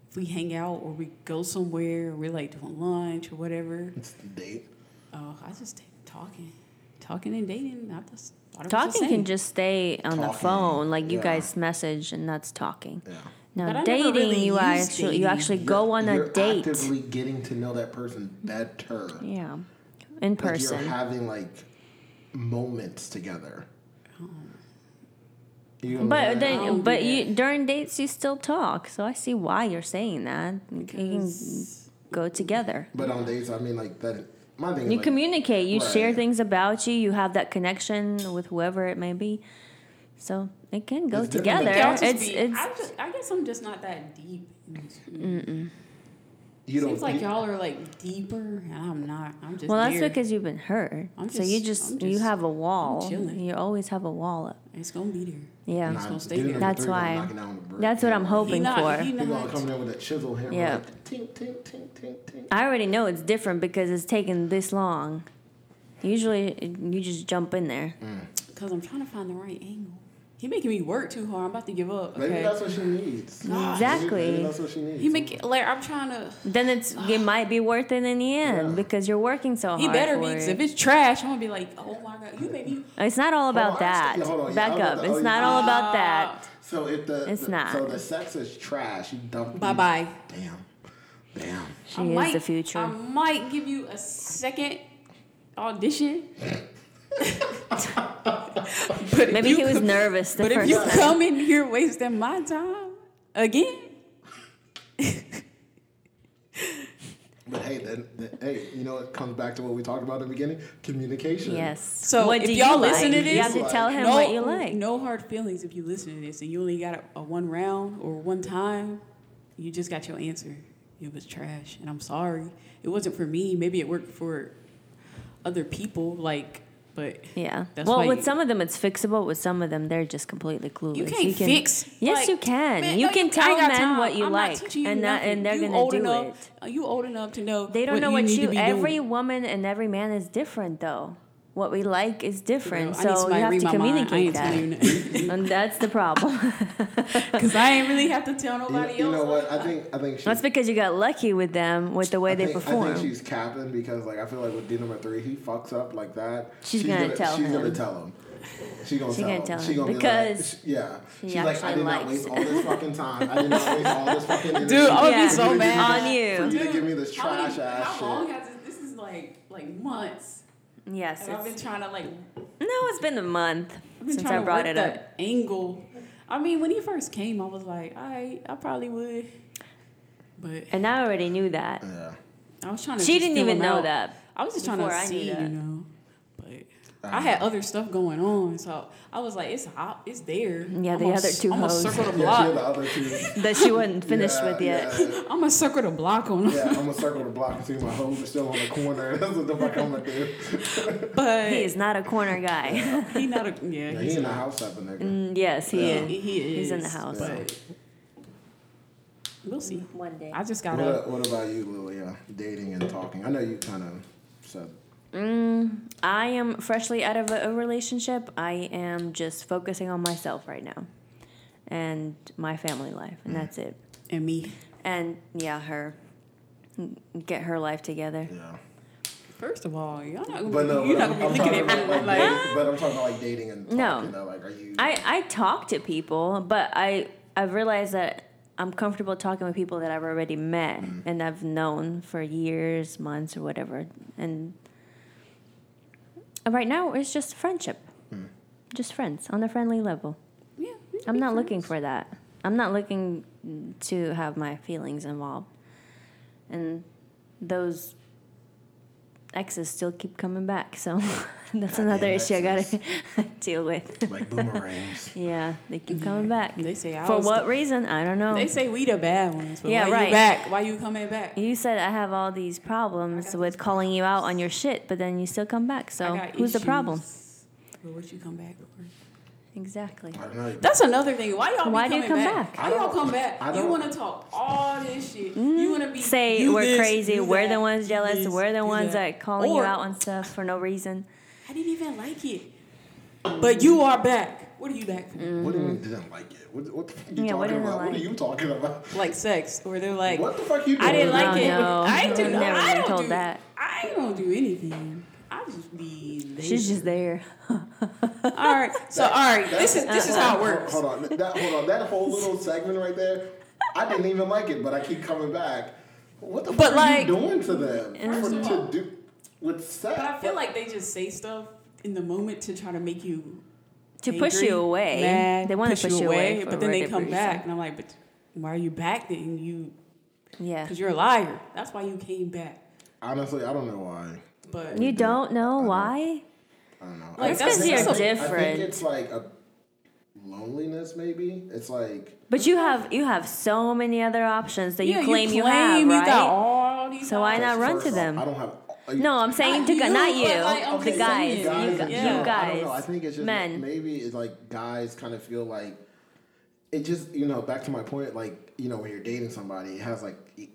if we hang out or we go somewhere, or we're like doing lunch or whatever.
It's the date.
Oh, I just take talking, talking and dating. I just thought it was the
Talking
same.
can just stay on the
Talking,
phone, like you
yeah.
guys message, and that's talking.
Yeah.
But I
Now
never
dating,
really
you
used
actually you
dating.
actually go on
You're
a date.
Actively getting to know that person better.
yeah, in
Like
person.
You're having like moments together. You know what I'm
but
saying?
I
then,
don't
but
do
you during dates you still talk. So I see why you're saying that. You can
Because-
go together.
But on dates, I mean, like that my thing. is
You
like,
communicate. You share
Right.
things about you. You have that connection with whoever it may be. So it can go
It's different than
together.
Yeah,
Y'all
It's
just
it's Mm.
be- I, just- I guess I'm just not that deep.
you
Seems like
you-
y'all are like deeper, and I'm not. I'm just
well. That's
there.
because you've been hurt.
I'm
so you
just-
just,
I'm
you
just-
have a wall.
I'm chilling.
You always have a wall up.
It's gonna be there.
Yeah.
Nah,
supposed to
dude,
stay
number
there.
That's
three's gonna
why.
knock it down with a brick.
That's what I'm hoping
he
for.
not.
He
He
gonna
not.
come in with a chisel hammer.
Yeah.
Like, tink, tink, tink, tink, tink.
I already know it's different because it's taken this long. Usually it- you just jump in there.
Because I'm trying to find the right angle. He making me work too hard. I'm about to give up.
Maybe
Okay.
that's what she needs. Maybe-
Exactly.
Maybe that's what she needs.
He make like I'm trying to.
Then it's it might be worth it in the end
Mm. Yeah.
because you're working so hard.
He better be.
for
'cause if
it.
it's trash, I'm gonna be like, oh my god, you made me.
It's not all
on,
about
I
that.
understand- yeah, hold on, yeah, I
Back
was about
up.
to- oh,
it's
you-
not all about that.
So if the
It's
the-
not.
So the sex is trash. You dump.
Bye bye.
Damn. Damn.
She is the future.
I might give you a second audition. but if
Maybe
you
he was
come-
nervous the
But if
first
you
time.
come in here wasting my time again,
But hey, then, then hey, you know it comes back to what we talked about in the beginning: communication.
Yes.
So
what
if
do
y'all
you
listen
like?
to
you
this,
have to
like-
tell him
no,
what you like.
no hard feelings if you listen to this and you only got a, a one round or one time. You just got your answer. It was trash, and I'm sorry. It wasn't for me. Maybe it worked for other people, like, but
Yeah.
That's
well,
why
with
you-
some of them it's fixable. With some of them, they're just completely clueless.
you can't
can-
fix.
Yes,
like,
you can.
man,
you
no,
can
I
tell
ain't got
men
time.
what you
I'm not
like,
teaching you
and that,
nothing.
and they're
You
gonna
old
do
enough,
it.
uh, You old enough to know.
They don't know
you
what
need to
you.
be
Every
doing.
woman and every man is different, though. What we like is different,
I need
so
somebody
you have
read
to
my mind. I
communicate
ain't telling
that,
you nothing.
and that's the problem.
Because I ain't really have to tell
You,
nobody
you
else.
know what? I think I think she.
that's because you got lucky with them with the way
I
they
think, I
perform.
think she's capping because, like, I feel like with D number three, he fucks up like that.
She's gonna tell
She's gonna
him.
tell him. She's gonna,
She
tell,
gonna
him.
tell
She
him
gonna be
because
like, sh- yeah.
she
she's like, I
actually
did not
likes
waste all this fucking time. I did not waste all this fucking energy.
Dude, I would be
for you
so
to give me
mad.
this-
On you.
For you to give me this
How many-
trash ass
How long
shit.
has this? This is like like months.
yes,
And I've been
it's,
trying to like
no, it's been a month
I've been
since
trying
I
to
brought
work
it
that
up.
angle. I mean, when he first came, I was like, all right, I probably would. But
And I already knew that.
Yeah.
I was trying to.
She
just
didn't
feel
even
him
know
out.
that.
I was just trying to
before I knew
see, you
that.
know. But I had other stuff going on, so I was like, it's out, it's there.
Yeah, the
I'ma
other
s-
two
I'ma
hoes.
circle the
Yeah, she had
block.
the other two.
That she wasn't finished
Yeah,
with yet.
Yeah.
I'm gonna circle the block on him.
Yeah, I'm gonna circle the block and see my hoes are still on the corner. That's what the fuck I'm gonna do.
But
He is not a corner guy.
he not a yeah.
Yeah,
he's
he in the house type of nigga.
Mm, yes, he
Yeah.
is.
He, he is.
He's in the house.
But we'll see.
One day.
I just
What,
gotta.
what about you, Lilia? Dating and talking. I know you kind of said
Mm, I am freshly out of a, a relationship. I am just focusing on myself right now and my family life,
Mm.
and that's it.
And me.
And yeah, her. Get her life together.
yeah.
First of all, y'all not gonna,
But no,
you're
but
not
I'm,
gonna
I'm
be
talking
looking
about
at me
like,
like,
dating, but I'm talking about like dating and
No.
talking. Though. Like, are you?
I, I talk to people, but I, I've realized that I'm comfortable talking with people that I've already met
Mm-hmm.
and I've known for years, months, or whatever. And right now, it's just friendship. Just friends on a friendly level.
yeah. Mm. we can
I'm
be
not
friends.
looking for that. I'm not looking to have my feelings involved. And those exes still keep coming back, so that's another issue I gotta deal with.
like boomerangs.
Yeah, they keep coming back.
They say I
For
was-
what reason? I don't know.
They say we the bad ones. But
Yeah,
why
right.
You back? Why you coming back?
You said I have all these problems with calling you out on your shit, but then you still come back. So
I got
who's the problem?
issues. But what you come back for?
Exactly.
I don't know.
That's another thing. Why y'all? be
Why do you
coming
come
back?
back?
I
Why y'all
don't-
come back?
I
You
don't-
want to talk all this shit. You want to be
Mm-hmm. Say
you
we're
this,
crazy.
you
We're
that,
the ones
you
jealous.
this,
we're the
you
ones that, calling
Or,
you out on stuff for no reason.
I didn't even like it, but you are back. What are you back for?
Mm.
What do you
Mm.
mean didn't like it? What, what the fuck you
Yeah,
talking
what didn't
about? What
like?
are you talking about?
Like sex, where they're like,
what the fuck you doing?
I didn't like
Oh,
it.
no.
I ain't do
I've never
I
been
don't
told
do,
that.
I don't do anything. I just be. lazy.
She's just there.
all right. So all right. This is this is how it
uh-uh.
works.
Hold on, that, hold on. That whole little segment right there, I didn't even like it, but I keep coming back. What the
But,
fuck
like-
are you doing to them? For,
First of all-
to do with sex?
But I feel like they just say stuff in the moment to try to make you
To push
angry,
you away.
mad,
they want to push you away, for
but then they
whatever
come
reason.
back, and I'm like, but why are you back then? You
Yeah.
because you're a liar. That's why you came back.
Honestly, I don't know why.
but
You don't know why?
I don't know.
Like,
I,
It's
that's-
because you're
that's a- I
I think
different.
it's like a loneliness, maybe. It's like
But you have you have so many other options that
Yeah,
you claim you,
claim
have,
you
right?
got all these
So why
options.
not run
first
to
off, I
them?
don't have. like,
No, I'm saying
Not
to gu-
you,
not
but,
you,
like, I'm
the
just
guys,
saying,
you, gu-
in
you
general.
I don't know. I
guys,
think it's just
men.
maybe it's like guys kind of feel like it just you know back to my point like you know when you're dating somebody it has like e-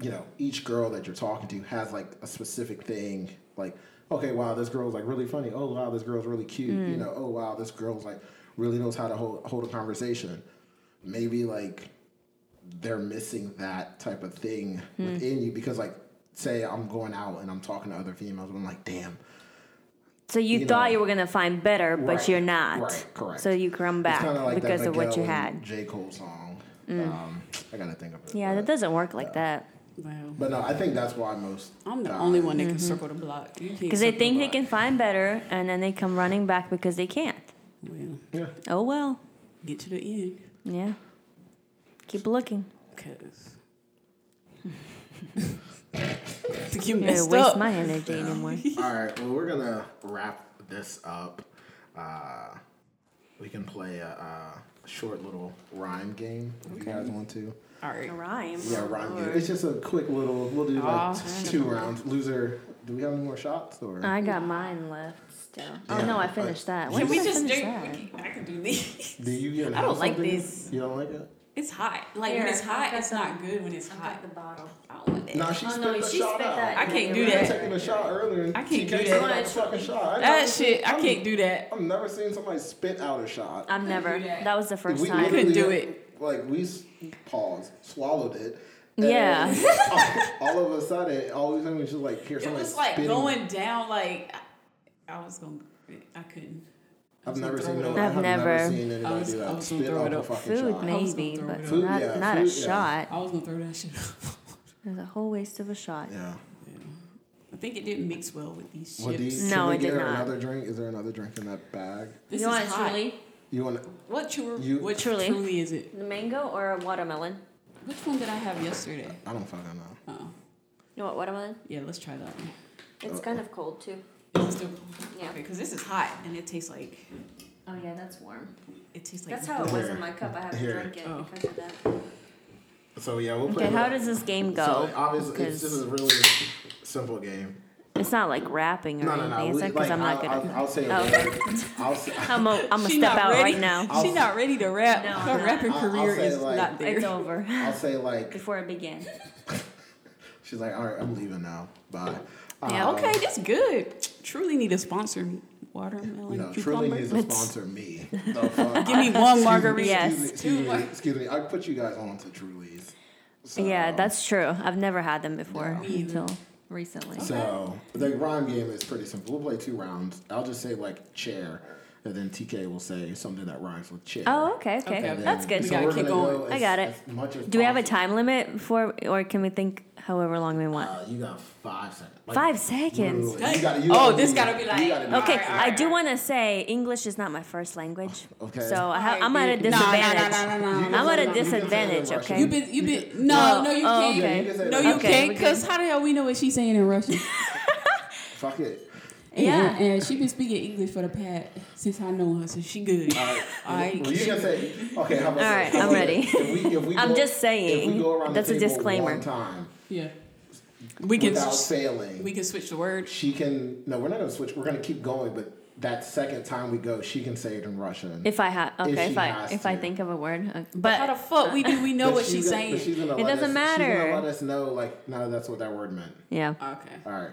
you know each girl that you're talking to has like a specific thing like okay wow this girl's like really funny oh wow this girl's really cute
Mm.
you know oh wow this girl's like really knows how to hold, hold a conversation maybe like they're missing that type of thing
Mm.
within you because like say i'm going out and i'm talking to other females and i'm like damn
So you,
you
thought
know.
you were gonna find better, but
Right,
you're not.
right, correct.
So you come back
kinda
because of what
Miguel
you
and
had.
J. Cole song.
Mm.
Um, I gotta think of it.
Yeah, that
but,
doesn't work like that.
Wow.
but no, I think that's why most. uh,
I'm the
guys-
only one that can circle the block.
Because they think they can find better, and then they come running back because they can't.
Well,
Yeah.
Oh well.
get to the end,
Yeah. Keep looking.
cause think you
I
messed
waste
up.
my energy anymore.
All right. Well, we're gonna wrap this up. Uh, we can play a, a short little rhyme game if you guys want to.
All right.
Rhyme.
Yeah, rhyme game. It's just a quick little. We'll do
Aw.
like t- two rounds. Loser. Do we have any more shots or?
I got mine left still. Oh
Yeah.
no, I finished that. When
Can we
did I
just
finish
drink?
that?
We can, I can do these.
do you? Even
I don't
have
like
something?
this.
You don't like it?
It's hot. Like
Here,
when it's hot,
I've
it's not good. When it's hot,
bottle.
I don't want that.
No, she
Oh,
spit
no,
the
she
shot
spit
out.
that.
I can't do
You were
that.
taking a shot earlier. and
I can't
she
do
kept
that.
taking a fucking shot. I
That
never seen-
shit, I
I'm-
can't do that.
I've never seen somebody spit out a shot.
I've never.
do that.
That was the first
We
time.
literally-
Couldn't do it.
Like we s- paused, swallowed it. and
Yeah.
all of a sudden, all of a sudden, we just like hear
It
somebody
was like
spitting.
going down. Like I, I was gonna, I couldn't.
I've never seen.
throwing
No,
up.
I've
I've
never
never.
seen
I
anybody
was-
do
I
that.
was gonna
Spit
throw
out
it
a
up.
fucking
Food
shot.
maybe,
gonna throw
up.
it
but not,
Food, yeah,
not a
food, yeah.
shot.
I was gonna throw that shit up.
It was a whole waste of a shot.
Yeah.
I think it didn't mix well with these
Well, do you,
chips.
can
No,
we
it
get
did
her
not.
another drink? Is there another drink in that bag?
This
you
is
want it
hot.
truly?
You want?
What truly?
You-
what
Truly.
truly. is it?
The mango or a watermelon?
Which one did I have yesterday?
I don't fucking know.
Oh,
You know what, watermelon?
yeah. Let's try that one.
Uh,
It's kind of cold too.
Is it still
Yeah.
because this is hot and it tastes like
Oh yeah, that's warm.
it tastes like.
That's how it was in my cup. I
to
haven't
Here.
drunk
drink
it
Oh.
because of that.
So yeah, we'll play.
Okay, how
that.
does this game
So uh,
go?
obviously, it's, this is a
Because
really simple game.
it's not like rapping or
No, no,
anything.
no.
Is
we-
that because
like,
I'm not
I'll,
good at
I'll, I'll say a
Oh, okay.
word. I'll say.
I'm gonna I'm
She
step
not
out
ready.
right now.
She's not ready to rap.
No, I'm
Her
not.
rapping
I'll- I'll
career
say,
is
like-
not there.
It's over.
I'll say like
Before it began.
she's like, all right, I'm leaving now. Bye.
Yeah,
Um,
Okay, that's good. Truly need to sponsor me.
You
Watermelon,
know, truly
cucumber.
needs to sponsor me. The fuck?
Give me one margarita.
Excuse me,
Yes.
excuse me, excuse me. I put you guys on to Truly's. So, uh,
Yeah, that's true. I've never had them before
Me either.
until recently.
So the rhyme game is pretty simple. We'll play two rounds. I'll just say like chair, and then TK will say something that rhymes with chair.
Oh, okay, okay.
Okay.
And then-
That's good.
We
So
gotta
we're
keep
gonna go
going.
as,
I got it.
As much as
Do we have a
possible.
time limit before, or can we think however long we want?
Uh, you got five seconds. Like,
Five
literally.
seconds.
You gotta- you
Oh,
do
this
that.
gotta be
You
like-
gotta do
All
Okay,
right, all
I
right,
do
all
want to say English is not my first language.
Okay.
So I ha-
All
I'm
right,
at a
dude. Nah, nah, nah,
disadvantage.
nah, nah, nah.
You
I'm at
can
a
say it in
disadvantage,
Russian.
okay?
You been, you been. No,
No.
no, you
Oh,
can't.
okay.
Yeah, you can say
No,
that.
you
Okay,
can't.
we
Cause how the hell we know what she's saying in Russian?
Fuck it.
And-
Yeah.
and, she been speaking English for the past since I know her, so she good.
All right.
All right.
Well, you can say. Okay, how about
All right,
this?
I'm ready.
If we, if we
I'm
go-
just saying.
If we go around
That's
the
a
table
disclaimer.
One time,
Yeah. We can
without
s-
failing,
we can switch the word.
she can. No, we're not gonna switch. We're gonna keep going, but that second time we go, she can say it in Russian.
If I have, okay,
she
if, I
has
if I
to.
think of a word, okay.
how the
but
fuck we do we know
But
what she's
gonna- but
saying?
she's gonna
It
let
doesn't
us, She's
matter.
gonna let us know, like, no, that's what that word meant.
yeah,
okay.
All right.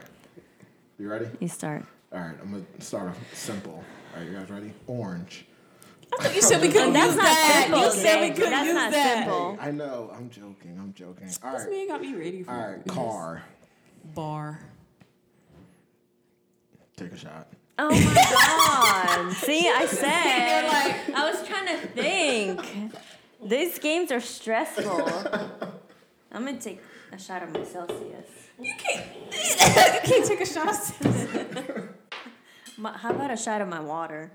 You ready?
you start.
All right. I'm gonna start off simple. All right, you guys ready? Orange.
You said we couldn't
That's
use
not
that.
simple,
You said we
Jake.
couldn't
That's
use
not
that.
simple. Oh.
I know. I'm joking. I'm joking. All
This
right.
man got me ready for
All right. Car.
bar.
Take a shot.
Oh my god! See, I said. I was trying to think. These games are stressful. I'm gonna take a shot of my Celsius.
You can't. you can't take a shot. of Celsius.
My, how about a shot of my water?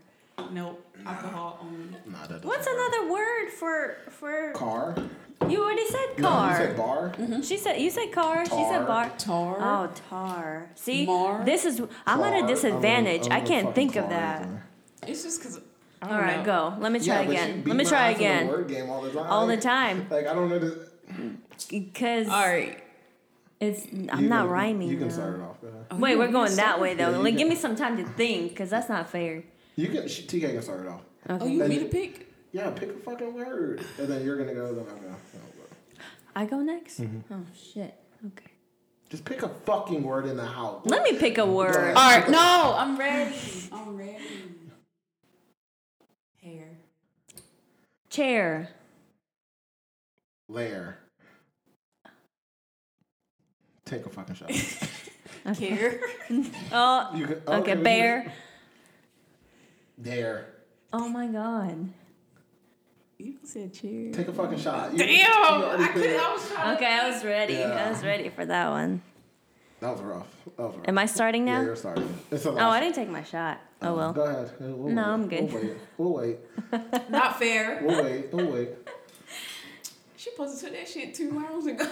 Nope. Alcohol only.
Nah, that doesn't
What's
work.
another word for for
Car.
You already said
No, you
car. Mm-hmm.
said bar?
She said you said car. She
Tar.
said bar.
Tar.
Oh, tar. See,
Mar.
this is I'm
Car.
at
I
a
would've-
disadvantage. I,
would've
can't
fucking
think of
carved
that.
her.
Oh.
It's just because.
All right, go. Let me try
Yeah, but she
again.
beat
Let me
my
try
ass in the
again.
word game all the time.
All the
Like-
time.
Like I don't know. The,
Because
All right.
it's I'm
you
not
can-
rhyming.
You can
now.
start it off.
Oh,
uh,
Wait, we're going that way
Yeah,
though.
you
Like,
can-
give me some time to think, cause that's not fair.
You can. She, TK can start it off.
Oh, you want me to pick?
Yeah, pick a fucking word, and then you're gonna go. Then I'm gonna. I'll go.
I go next.
Mm-hmm.
Oh shit. Okay.
Just pick a fucking word in the house.
Let me pick a word.
All
right. No, I'm ready. I'm ready. Hair.
Chair.
Lair. Take a fucking shot.
Care.
Oh.
You can,
Okay.
we
Bear.
can- Dare.
Oh my god.
you said chair.
Take a fucking shot. You-
Damn.
you already
I
did
could.
it.
I was trying.
Okay, I was ready.
Yeah.
I was ready for that one.
That was rough. That was rough.
Am I starting
yeah,
now?
you're starting. It's a
Oh, I didn't take my shot. Oh well.
Um, Go ahead. Uh, We'll wait.
No, I'm good.
We'll wait. We'll wait.
Not fair.
We'll wait. We'll wait.
She posted to that shit two hours ago.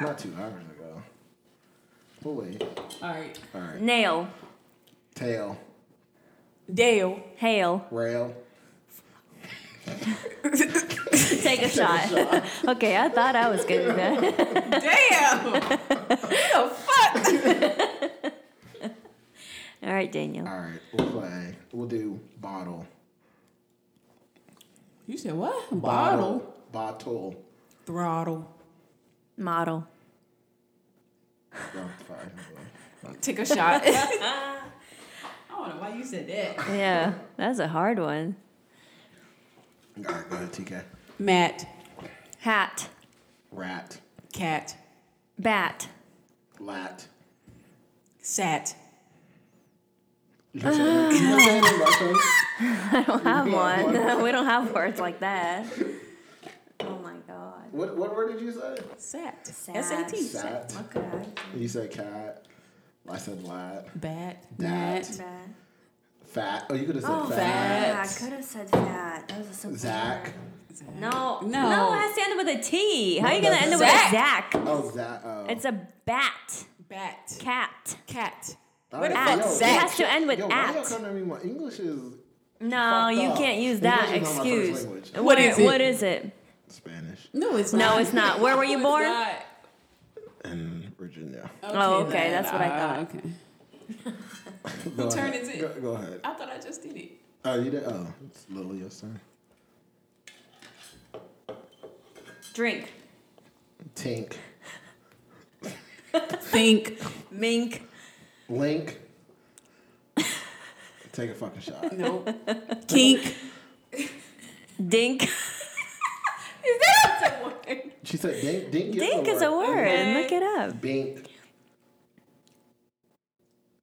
Not two hours ago. We'll wait.
All right.
All right.
Nail.
Tail.
Dale.
Hail.
Rail.
Take a shot. okay, I thought I was good at that.
Damn. what the fuck?
All right, Daniel.
All right. We'll play. We'll do bottle.
You said what?
Bottle.
Throttle.
Model.
Yeah, fine.
Take a shot. I don't know why you said that.
Yeah, that's a hard one.
All right. Go ahead, TK.
Matt.
Hat.
Rat.
Cat.
Bat.
Lat.
Sat.
You can say- you can say it in Russian.
I don't have one. we don't have words like that. Oh my god.
What what word did you say?
Sat.
Sat.
S-A-T.
Sat.
Okay.
You said cat. I said lat.
Bat.
Dat.
Nat.
Bat.
Fat. Oh, you could have said
Oh,
fat.
fat.
yeah, I could have said fat. That was a simple
Zach.
word. No.
No.
No, it has to end with a T. How are you
No,
going to end it with a Zach?
Oh, Zach. Oh.
It's a bat.
Bat.
Cat.
Cat.
All
What
right,
about
yo,
Zach? It has to end with
yo, why y'all
at.
come to me? My English is
No,
Fucked
you
up.
can't
English
use that
is not my first
excuse.
language.
What,
is
What
it?
is it?
Spanish
No, it's
No,
not.
it's not. Where were you
It's
born?
not.
and Virginia.
Uh,
Oh, okay, that's what I
nah, uh, Okay.
Go
turn
ahead.
is it?
Go, go ahead.
I thought I just did it.
Oh, you did. Oh, it's Lily, your son.
Drink.
Tink.
Think.
Mink.
Link. Take a fucking shot.
Nope. Kink.
Dink. is that a word?
She said dink. Dink,
Dink is a word. Look it up.
Bink.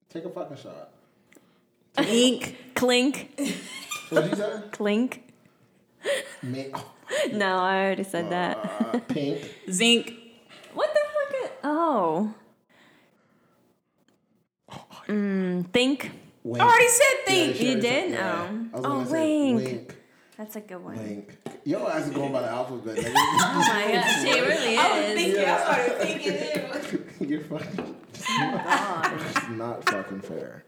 Take a fucking shot.
Ink.
Clink.
What'd you say? Oh,
Clink.
Mink.
No, I already said that.
Uh, pink.
Zinc.
What the fuck? Is, oh. Mm, think.
Wink.
I already said
Yeah,
think.
she
You
already said-
did?
yeah.
Oh.
I was gonna
Oh,
say
wink.
Wink.
That's a good one.
Link. Yo, ass is going by the alphabet. nigga.
Oh my gosh, it really
Oh,
is.
Thinking. I started thinking. it.
You're fucking.
Oh God,
It's not fucking fair.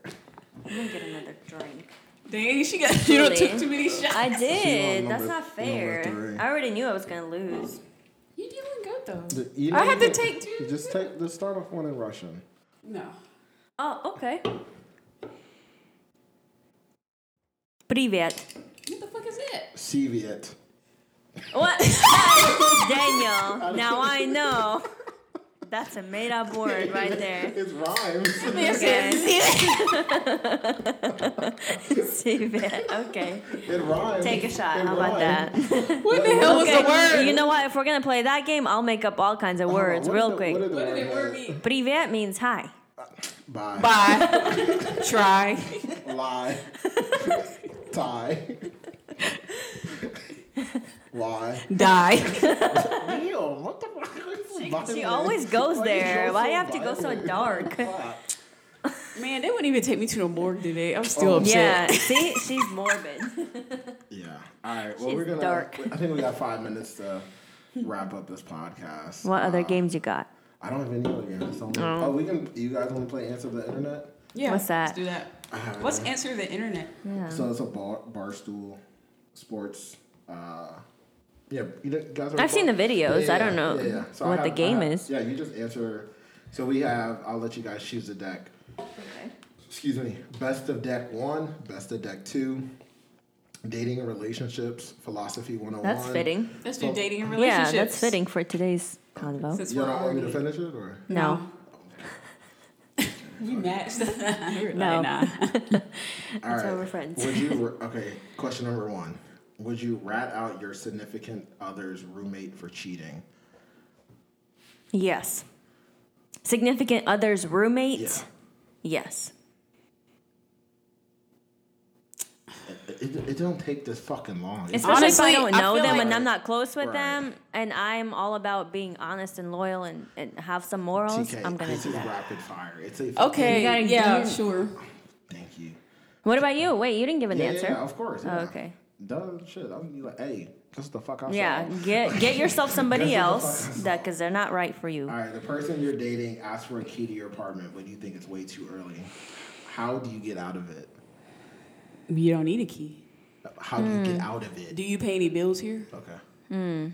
I'm gonna get another drink.
Dang, she got. You don't
Really?
took too many shots.
I did.
number-
That's not
number
fair.
three.
I already knew I was gonna lose.
you doing good though.
The- you
I
know
had
you
to
can-
take two.
Just take. Just start off one in Russian.
No.
Oh, okay. Привет.
What the fuck is it?
Soviet.
What? Daniel. Now I know. That's a made up word right there.
It rhymes.
Okay. Save it. Okay.
It rhymes.
Take a shot.
It
How about that?
rhymes.
What the hell was the
Okay.
word?
You know what? If we're gonna play that game, I'll make up all kinds of
Hold on,
words
Oh, what
real
did the-
quick.
What did the
What did
word
it word
mean?
mean?
Привет means hi.
Bye.
Bye. Try.
Lie. Tie. Lie.
Die.
Damn, what the fuck?
She always goes there. Why do you have to go so dark?
Man, they wouldn't even take me to the morgue today. I'm still
Oh.
Yeah.
upset.
See, she's morbid.
Yeah. All right. Well,
She's
we're gonna.
dark.
I think we got five minutes to wrap up this podcast.
What other
Uh,
games you got?
I don't have any other games. Only, Oh, we can. You guys want to play Answer the Internet?
Yeah.
What's that?
Let's do that. Let's answer the internet.
Yeah.
So it's a bar, bar stool, sports. Uh, yeah, you know- guys.
I've seen the videos. I don't know
I
what the
I
game is.
Yeah, you just answer. So we have. I'll let you guys choose the deck.
Okay.
Excuse me. Best of deck one. Best of deck two. Dating and relationships philosophy one hundred and one.
That's fitting.
Let's do dating and
Yeah,
relationships.
that's fitting for today's convo.
Since
You
we're
don't want me to
already,
finish it or?
No.
we matched. We're like,
No.
nah.
All
That's why we're friends.
Would you okay? Question number one: Would you rat out your significant other's roommate for cheating?
Yes. Significant other's roommate?
Yeah.
Yes.
It, it, it don't take this fucking long. It's,
Especially
Honestly,
if I don't
I
know
feel
them
like-
and I'm not close with
Right.
them and I'm all about being honest and loyal and, and have some morals,
TK,
I'm going to
this
do
is
that.
rapid fire. It's a fucking-
Okay.
gotta
yeah,
get-
sure.
Thank you.
What about you? Wait, you didn't give an
Yeah, yeah,
answer. Oh,
yeah, of course. yeah.
okay.
Duh, shit. I'm gonna be like, hey, this is the fuck I saw.
Yeah, get get yourself somebody
Guess what the
else
fuck I saw.
that because they're not right for you.
All right, the person you're dating asks for a key to your apartment when you think it's way too early. How do you get out of it?
You don't need a key.
How do you get
Hmm.
out of it?
Do you pay any bills here?
Okay.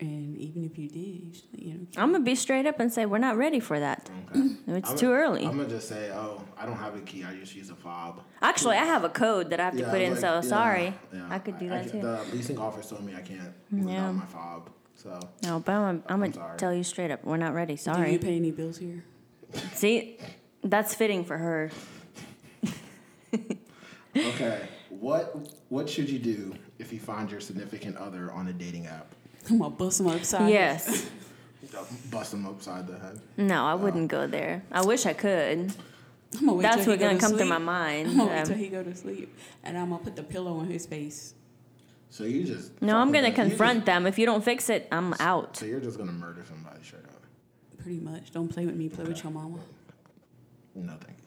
And even if you did, you should, you know,
I'm gonna be straight up and say we're not ready for that.
Okay.
It's
I'm-
too early.
I'm gonna just say, oh, I don't have a key. I just use a fob.
Actually, I have a code that I have to
Yeah,
put in,
like,
so
yeah,
sorry,
yeah.
I could do that
can't-
too. Mm,
The leasing office told me I can't
Yeah.
without my fob. So
no, but I'm, I'm
I'm
gonna
sorry.
tell you straight up, we're not ready.
do
Sorry.
you pay any bills here?
See, that's fitting for her.
okay, what what should you do if you find your significant other on a dating app?
I'm gonna bust them upside.
Yes.
Bust them upside the head.
No, I wouldn't go there. I wish I could.
I'm gonna wait
That's
till he
what's gonna
go
come
sleep.
through my mind.
I'm gonna wait till
Um,
he go to sleep, and I'm gonna put the pillow on his face.
So you just
no, I'm
fucking-
gonna
you just-
confront them. If you don't fix it, I'm out.
so you're just gonna murder somebody straight up.
Pretty much. Don't play with me. Play with your mama.
No, thank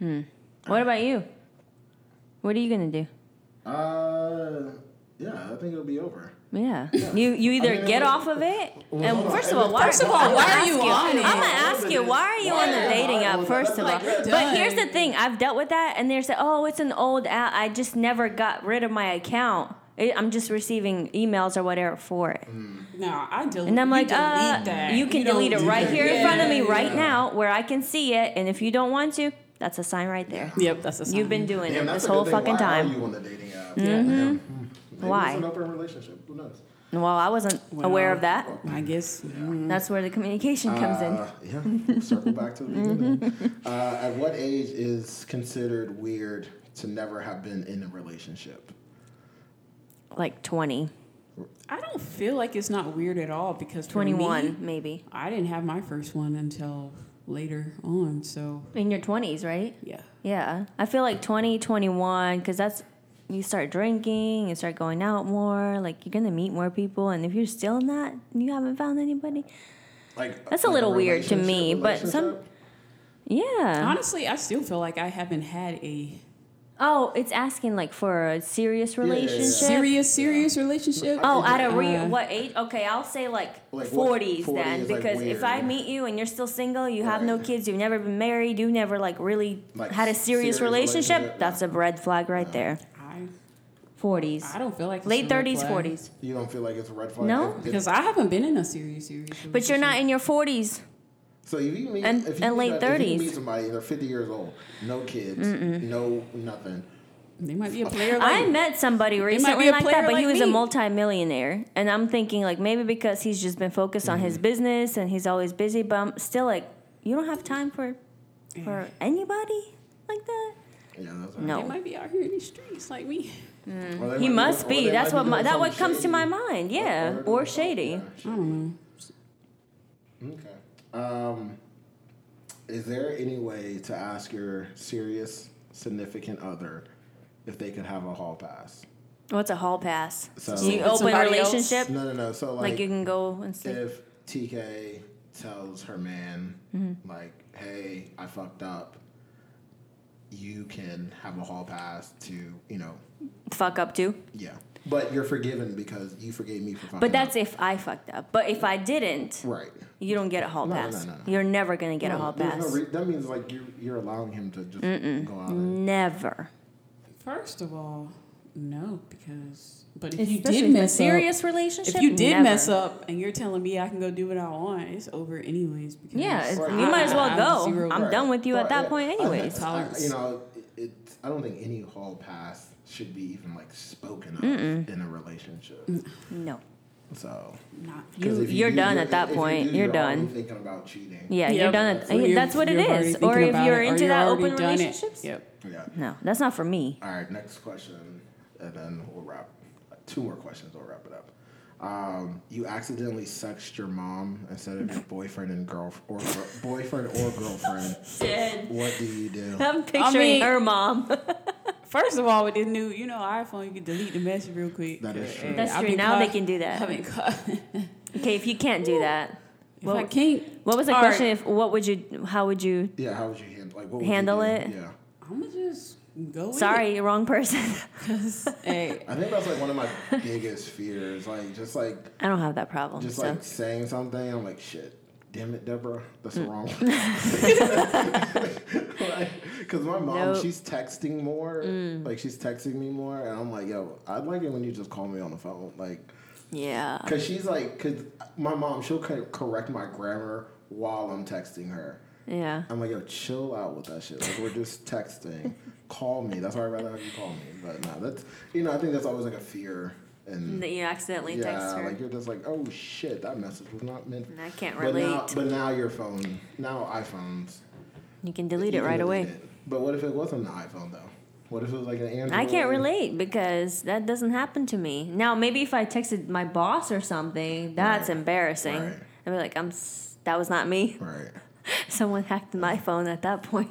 you. Okay.
What about you? What are you gonna do?
Uh, yeah, I think it'll be over.
Yeah. You you either
I mean,
get
it-
off of it,
Well,
and
hold on.
first of all, why,
First of all, why are you on it?
I'm gonna ask you, why are you on the
Why?
dating app?
Well,
First
that's
of all,
like we're
but here's the
done.
thing: I've dealt with that, and they say, "Oh, it's an old app. I just never got rid of my account. I- I'm just receiving emails or whatever for it."
Nah, I delete.
And I'm
you
like,
delete
uh,
that.
you can
don't
delete it
do
right
that.
here in front of me
Yeah.
right now, where I can see it. And if you don't want to, that's a sign right there.
Yep, that's a sign.
You've been doing
Damn,
it
that's
this
a good
whole
thing.
fucking
why
time. Mm-hmm.
Are you on the dating app?
Yeah.
Damn. Maybe
Why?
It's an open relationship. Who knows?
Well, I wasn't
Well,
aware of that.
I guess. mm,
That's where the communication comes in. Mm-hmm.
Uh, yeah, we'll circle back to the beginning. Uh, at what age is considered weird to never have been in a relationship?
like 20,
I don't feel like it's not weird at all because for me,
21, maybe.
I didn't have my first one until later on. So
In your 20s, right?
yeah.
Yeah. I feel like 20, 21, because that's, you start drinking, you start going out more, like you're going to meet more people. And if you're still not, you haven't found anybody.
Like
That's a little weird to
relationship-
me, but some-
relationship?
Yeah.
Honestly, I still feel like I haven't had a
Oh, it's asking like for a serious
yeah, yeah.
relationship.
serious, serious relationship.
Oh, at a re-
Uh,
what age? Okay, I'll say like,
Like, what-
40s
40
then,
is, like,
because if
weird.
I meet you and you're still single, you have no
Right.
kids, you've never been married, you've never like really
Like,
had a serious,
serious
relationship,
relationship,
that's a red flag right there.
I
40s.
I don't feel like it's
late
a red
30s,
flag.
40s.
You don't feel like it's a red flag.
No?
If- if-
Because I haven't been in a serious, serious.
But you're not
relationship.
in your 40s.
so if you meet
And-
if you
and
meet
late
a- if you
30s.
meet somebody and they're fifty years old, no kids, no nothing.
They might be a player. Like,
I met somebody
be
recently
a
like
player
that, but
like
he was a
me.
multimillionaire. And I'm thinking, like, maybe because he's just been focused on his business and he's always busy, but I'm still like, you don't have time for, for anybody like that?
Yeah, that's
No.
They might be out here in these streets like me.
Or they
He
might
must
doing- or
be.
they
That's
might
what
be
my,
doing
that what
something
comes to my
shady.
mind. Yeah,
doing
or
something-
shady.
yeah,
I don't know.
Okay. Um, is there any way to ask your serious significant other if they could have a hall pass?
What's a hall pass?
So-
you
With
open
somebody else?
relationship,
No, no, no. So
like,
like,
you can go and sleep.
if TK
Mm-hmm.
tells her man like, "Hey, I fucked up," you can have a hall pass to, you know,
Fuck up too.
yeah. But you're forgiven because you forgave me for fucking
But that's
up.
if I fucked up. But if I didn't,
Right.
you don't get a hall
No, no,
pass.
no, no.
You're never gonna get a
No,
hall
there's
pass.
no re- that means like you you're allowing him to just go out. And,
never.
First of all, no, because but if you
Especially
did
if it's a
mess up,
serious relationship.
if you did
never.
mess up, and you're telling me I can go do what I want, it's over anyways. Because
yeah, it's-
Right.
you might as
I-
well
I
go.
zero-
I'm
Right.
done with you
But,
at that
yeah,
point,
I-
anyways.
I-
Tolerance.
you know, it, it- I don't think any hall pass should be even like spoken of in a relationship.
No.
So
not
'cause
Mm. You-
if
you're
do-
done
if-
at that
if you
point.
do,
You're
already
done.
Thinking about cheating.
Yeah, you're
Yep.
done. At,
So you're-
that's what it
you're already
is. Or
thinking
if
about
you're
it, or
into that
already
open
done it.
relationships,
Yep.
Yeah.
no, that's not for me.
All right, next question, and then we'll wrap. Two more questions, we'll wrap it up. Um, you accidentally sexed your mom instead of your boyfriend and girl or gr- boyfriend or girlfriend. What do you do?
I'm picturing
mean-
her mom.
First of all, with this new, you know, iPhone, you can delete the message real quick.
That is true.
And
That's
I've
true.
been
Now they
caught-
can do that.
I've been caught.
okay, if you can't do that,
if
Well,
I can't,
what was the
All right.
question? If what would you? How would you?
Yeah, how would you handle like what would
Handle
you do?
it?
Yeah,
I'm gonna just go. with
Sorry, wrong person.
it. Hey,
I think that's like one of my biggest fears. Like just like
I don't have that problem.
just
so
like saying something, I'm like shit. Damn it, Deborah, that's
Mm.
the wrong. Because my mom,
Nope. Mm.
she's texting more. Like she's texting me more, and I'm like, yo, I'd like it when you just call me on the phone, like.
yeah,
Cause she's like, cause my mom, she'll co- correct my grammar while I'm texting her.
yeah.
I'm like, yo, chill out with that shit. Like we're just texting. call me. That's why I'd rather have you call me. But no, that's you know, I think that's always like a fear and
That you accidentally
yeah,
text her.
like you're just like, oh shit, that message was not meant.
And I can't
But now,
relate.
but now your phone, now iPhones,
you can delete
you
it
can
right
delete
away.
it. But what if it wasn't an iPhone though? What if it was like an Android?
I can't relate because that doesn't happen to me. Now, maybe if I texted my boss or something, that's
Right.
embarrassing.
Right.
I'd be like, I'm. s- That was not me.
Right.
Someone hacked my phone at that point.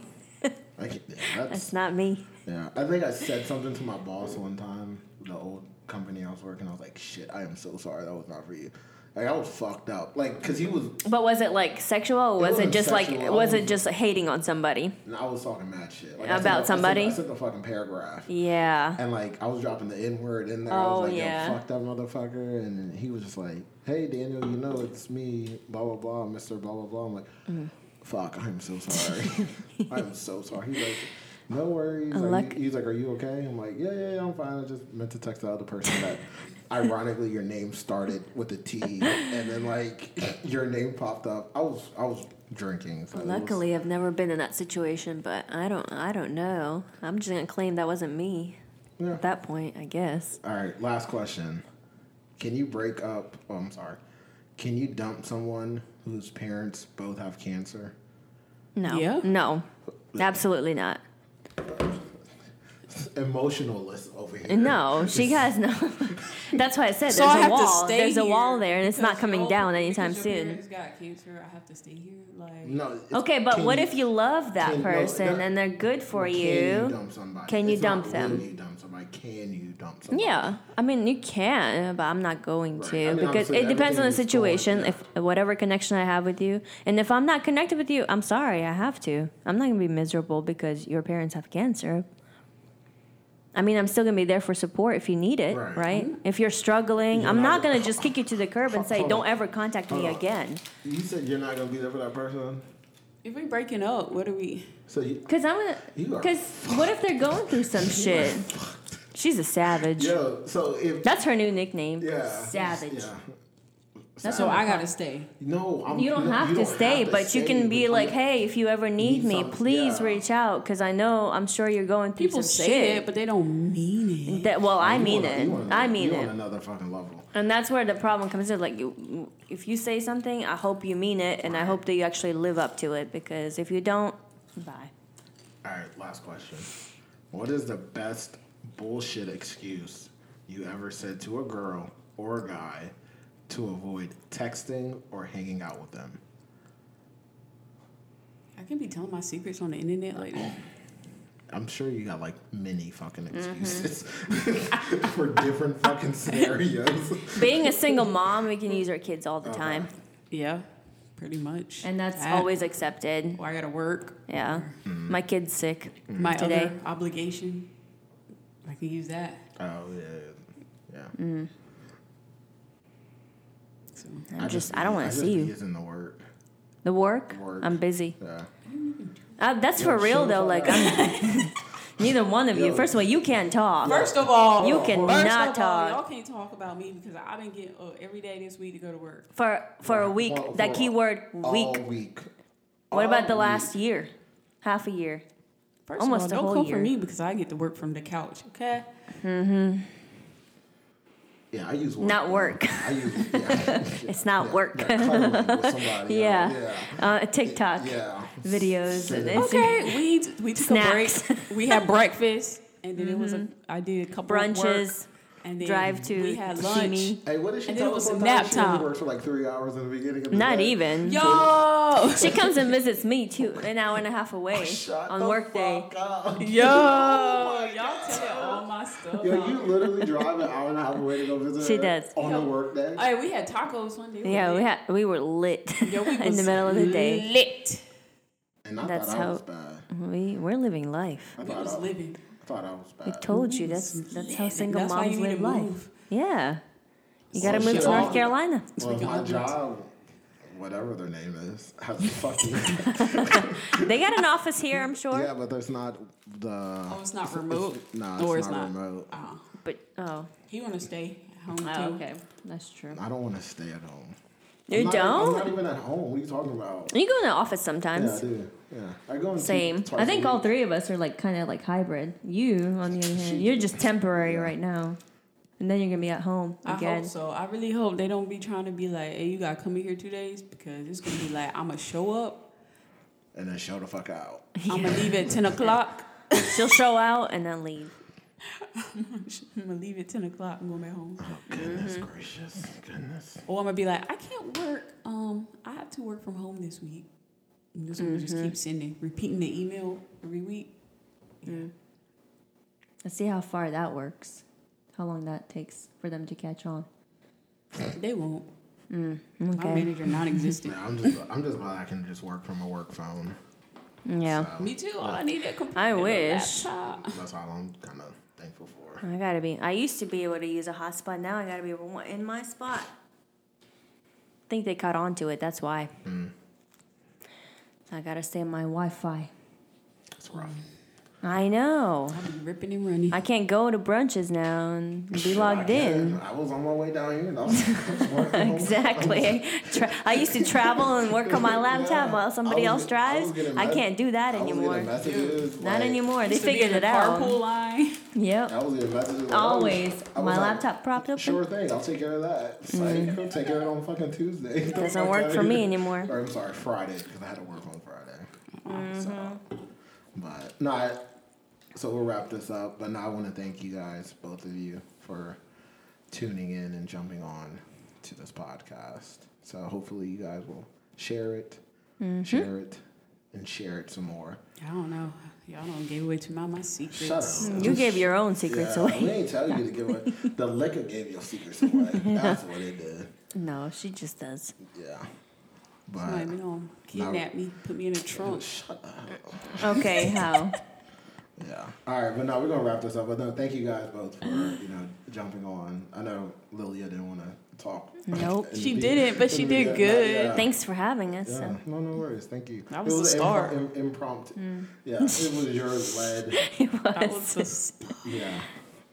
I can, yeah, that's,
That's not me.
Yeah, I think I said something to my boss one time, the old company I was working. I was like, "Shit, I am so sorry. That was not for you." Like I was fucked up. Like, cause he was,
But was it like sexual? Or was it,
wasn't
just like
sexual.
was it just hating on somebody?
and I was talking mad shit like, I
About
said-
somebody?
I said, I said the fucking paragraph,
Yeah.
and like I was dropping the n word in there. I
Oh,
was like,
yeah.
"Yo, fuck that motherfucker," and he was just like, "Hey, Daniel, you know it's me, blah blah blah, Mister blah blah blah." I'm like,
Mm-hmm.
"Fuck, I am so sorry. I am so sorry." He's like. No worries. Are
Luck-
you, he's like, "Are you okay?" I'm like, "Yeah, yeah, yeah, I'm fine. I just meant to text the other person that, ironically, your name started with a T, and then like your name popped up. I was, I was drinking. So it was-
Luckily, I've never been in that situation, but I don't. I don't know. I'm just gonna claim that wasn't me.
Yeah.
At that point, I guess.
All right, last question. Can you break up? Oh, I'm sorry. Can you dump someone whose parents both have cancer?
No.
Yeah.
No. Absolutely not.
Emotionalist over here.
No, she has no. That's why I said
So
there's
I
a
have to
wall.
stay
there's a
here
wall there, and it's not
because
coming
your-
down anytime
because your
soon.
parents got cancer. I have to stay here. Like,
No. it's-
Okay, but
can
what if you love that
can- no,
person
no.
and they're good for
can
you?
dump somebody?
Can you
It's not
dump them?
will you dump somebody? Can you dump somebody?
Yeah, I mean you can, but I'm not going
Right.
to
I mean,
because
obviously
it depends on the
everything is going-
situation. If whatever connection I have with you, and if I'm not connected with you, I'm sorry, I have to. I'm not gonna be miserable because your parents have cancer. I mean, I'm still gonna be there for support if you need it,
Right.
right? If you're struggling,
You're
I'm
not
not
gonna-
gonna just kick you to the curb and say,
Hold
"Don't
on.
ever contact me
Hold on.
again,"
You said you're not gonna be there for that person.
if we breaking up, what are we?
So you,
because I'm gonna.
You are
Because what if they're going through some shit? She's a savage.
yo, so if
That's her new nickname.
yeah,
Savage.
Yeah.
That's
So
what
I gotta stay.
No, I'm,
You don't
no,
have
you
to
don't
stay,
have to
but you
stay,
can be
but
like,
you-
"Hey, if you ever
need
need me,
some-
please
yeah.
reach out because I know I'm sure you're going through
People
some
say
shit."
that, but they don't mean it.
that, well, I
You on
mean
a-
it.
you on a-
I mean
you
it,
on another fucking level.
and that's where the problem comes in. Like, you, if you say something, I hope you mean it, and I hope that you actually live up to it. Because if you don't, bye.
All right, last question. What is the best bullshit excuse you ever said to a girl or a guy to avoid texting or hanging out with them?
I can be telling my secrets on the internet like that.
I'm sure you got like many fucking
Mm-hmm.
excuses for different fucking scenarios.
Being a single mom, we can use our kids all the time.
Yeah. pretty much.
And that's
That,
always accepted.
Or I gotta work.
Yeah. My kid's sick.
My
Mm-hmm. Today.
other obligation. I can use that.
Oh yeah, yeah.
So
I'm just, I don't want to see you.
Using the word.
The work?
Work.
I'm busy.
Yeah.
Uh, that's
Yo,
for real
shut the
though.
fuck
Like,
up.
I'm, neither one of you.
Yo.
First of all, you can't talk.
First of all,
Oh, You
first
cannot
of all,
talk.
Y'all can't talk about me because I've been getting up every day this week to go to work.
for for a week.
Well,
that
for
keyword
All
week.
week.
What about the
all
last year? Half a year.
First
Almost
of
a
all,
whole
don't come
year.
for me because I get to work from the couch. Okay.
Yeah, I use work.
Not work.
I use yeah.
It's not
Yeah,
work.
yeah, cuddling with somebody.
Yeah.
Yeah.
Uh, TikTok
Yeah.
videos. and
Okay.
it's-
Okay. we t- we took a
Snacks. Mm-hmm.
break. We had breakfast, and then it was a I did a couple of work,
Brunches,
and then
drive to
we had lunch.
sashimi.
Hey, what did she
And then
tell
it was
us?
nap
sometimes? She only
time.
works for like three hours in the beginning of the
Not
day.
even.
Yo,
She comes and visits me too, an hour and a half away
Shut
on
the
work day.
fuck up.
yo,
Oh my
y'all
God.
tell all my stuff.
Yo, you literally drive an hour and a half away to go visit
She
her
does.
on a work day.
Hey, we had tacos one day.
Yeah, we had we were lit
Yo, we
in the
was
middle of the day.
Lit.
and I
that's
thought I
how-
was bad.
We we're living life.
I
We
thought
was
I,
living.
I thought I was
I
bad.
told you that's that's how single
That's why
moms
you need
live
to
life.
move.
Yeah, you gotta
Oh,
move
shit.
to North Carolina.
Well,
Speaking
my
of-
job, whatever their name is, has a fucking
They got an office here, I'm sure.
yeah, but there's not the.
Oh, it's not remote.
No, it's,
Or it's
not,
not.
remote.
Oh,
But oh,
he want to stay home too.
oh okay, that's true.
I don't want to stay at home.
You
I'm not-
don't?
I'm not even at home. What are you talking about?
You go in the office
Yeah, I
sometimes.
do. Yeah, I go in two-
Same.
twice
I
a
think
week.
all three of us are like kind of like hybrid. You, on the other hand, you're just temporary right now, and then you're gonna be at home
I
again.
hope so. I really hope they don't be trying to be like, "Hey, you gotta come in here two days," because it's gonna be like, "I'm gonna show up,
and then show the fuck out.
I'm gonna leave at ten o'clock,
She'll show out and then leave.
I'm gonna leave at ten o'clock and go back home,"
Oh
Mm-hmm.
goodness gracious, goodness.
or I'm gonna be like, "I can't work. Um, I have to work from home this week." And this one just
Mm-hmm.
keep sending, repeating the email every week.
Let's see how far that works. How long that takes for them to catch on.
They won't. My
Okay.
manager non-existent.
Yeah, I'm just I'm just glad I can just work from a work phone.
Yeah.
Me too. All I need is a computer.
I
and a
wish.
laptop.
That's all I'm kind of thankful for.
I gotta be. I used to be able to use a hotspot. Now I gotta be able to- in my spot. I think they caught on to it. That's why.
Hmm.
I gotta stay on my Wi-Fi.
It's rough.
I know.
I'll be ripping and running.
I can't go to brunches now and be logged
I can.
in.
I was on my way down here. And I was, I was working on-
Exactly. I Tra- I used to travel and work on my laptop
Yeah.
while somebody
I was
else
get- I was
drives.
getting
I
mes-
can't do that
I was getting
anymore.
messages,
Not
like-
anymore. They
Used to be in
figured it
the Carpool
out.
line.
Yep.
I was getting messages. like, I
Always.
was
My
like,
laptop propped open.
Sure thing. I'll take care of that. It's like, I'll take care of it on fucking Tuesday. Get the
Mm-hmm. doesn't
fuck
work
outta
for me
here.
anymore.
Or I'm sorry, Friday because I had to work on Friday. So,
Mm-hmm.
but no, I, so we'll wrap this up. But no, I want to thank you guys, both of you, for tuning in and jumping on to this podcast. So hopefully you guys will share it,
Mm-hmm.
share it, and share it some more.
I don't know. Y'all don't give away to my my secrets.
Shut up.
You gave your own secrets
Yeah,
away.
We ain't tell you to give away. The liquor gave your secrets away. That's what it did.
No, she just does.
Yeah.
Somebody
But
been on kidnap me, put me in a trunk.
shut up.
Okay, how?
Yeah. All right, but no, we're gonna wrap this up. But no, thank you guys both for you know jumping on. I know Lilia didn't want to talk.
Nope.
in the
She
be-
didn't, but
in
she
the
did
beginning.
good.
Yeah.
Thanks for having us.
Yeah. No, no worries. Thank you.
That was the
an
start. Mm.
improm- im- impromptu. Yeah, it was your led.
It
That was
was.
just,
Yeah.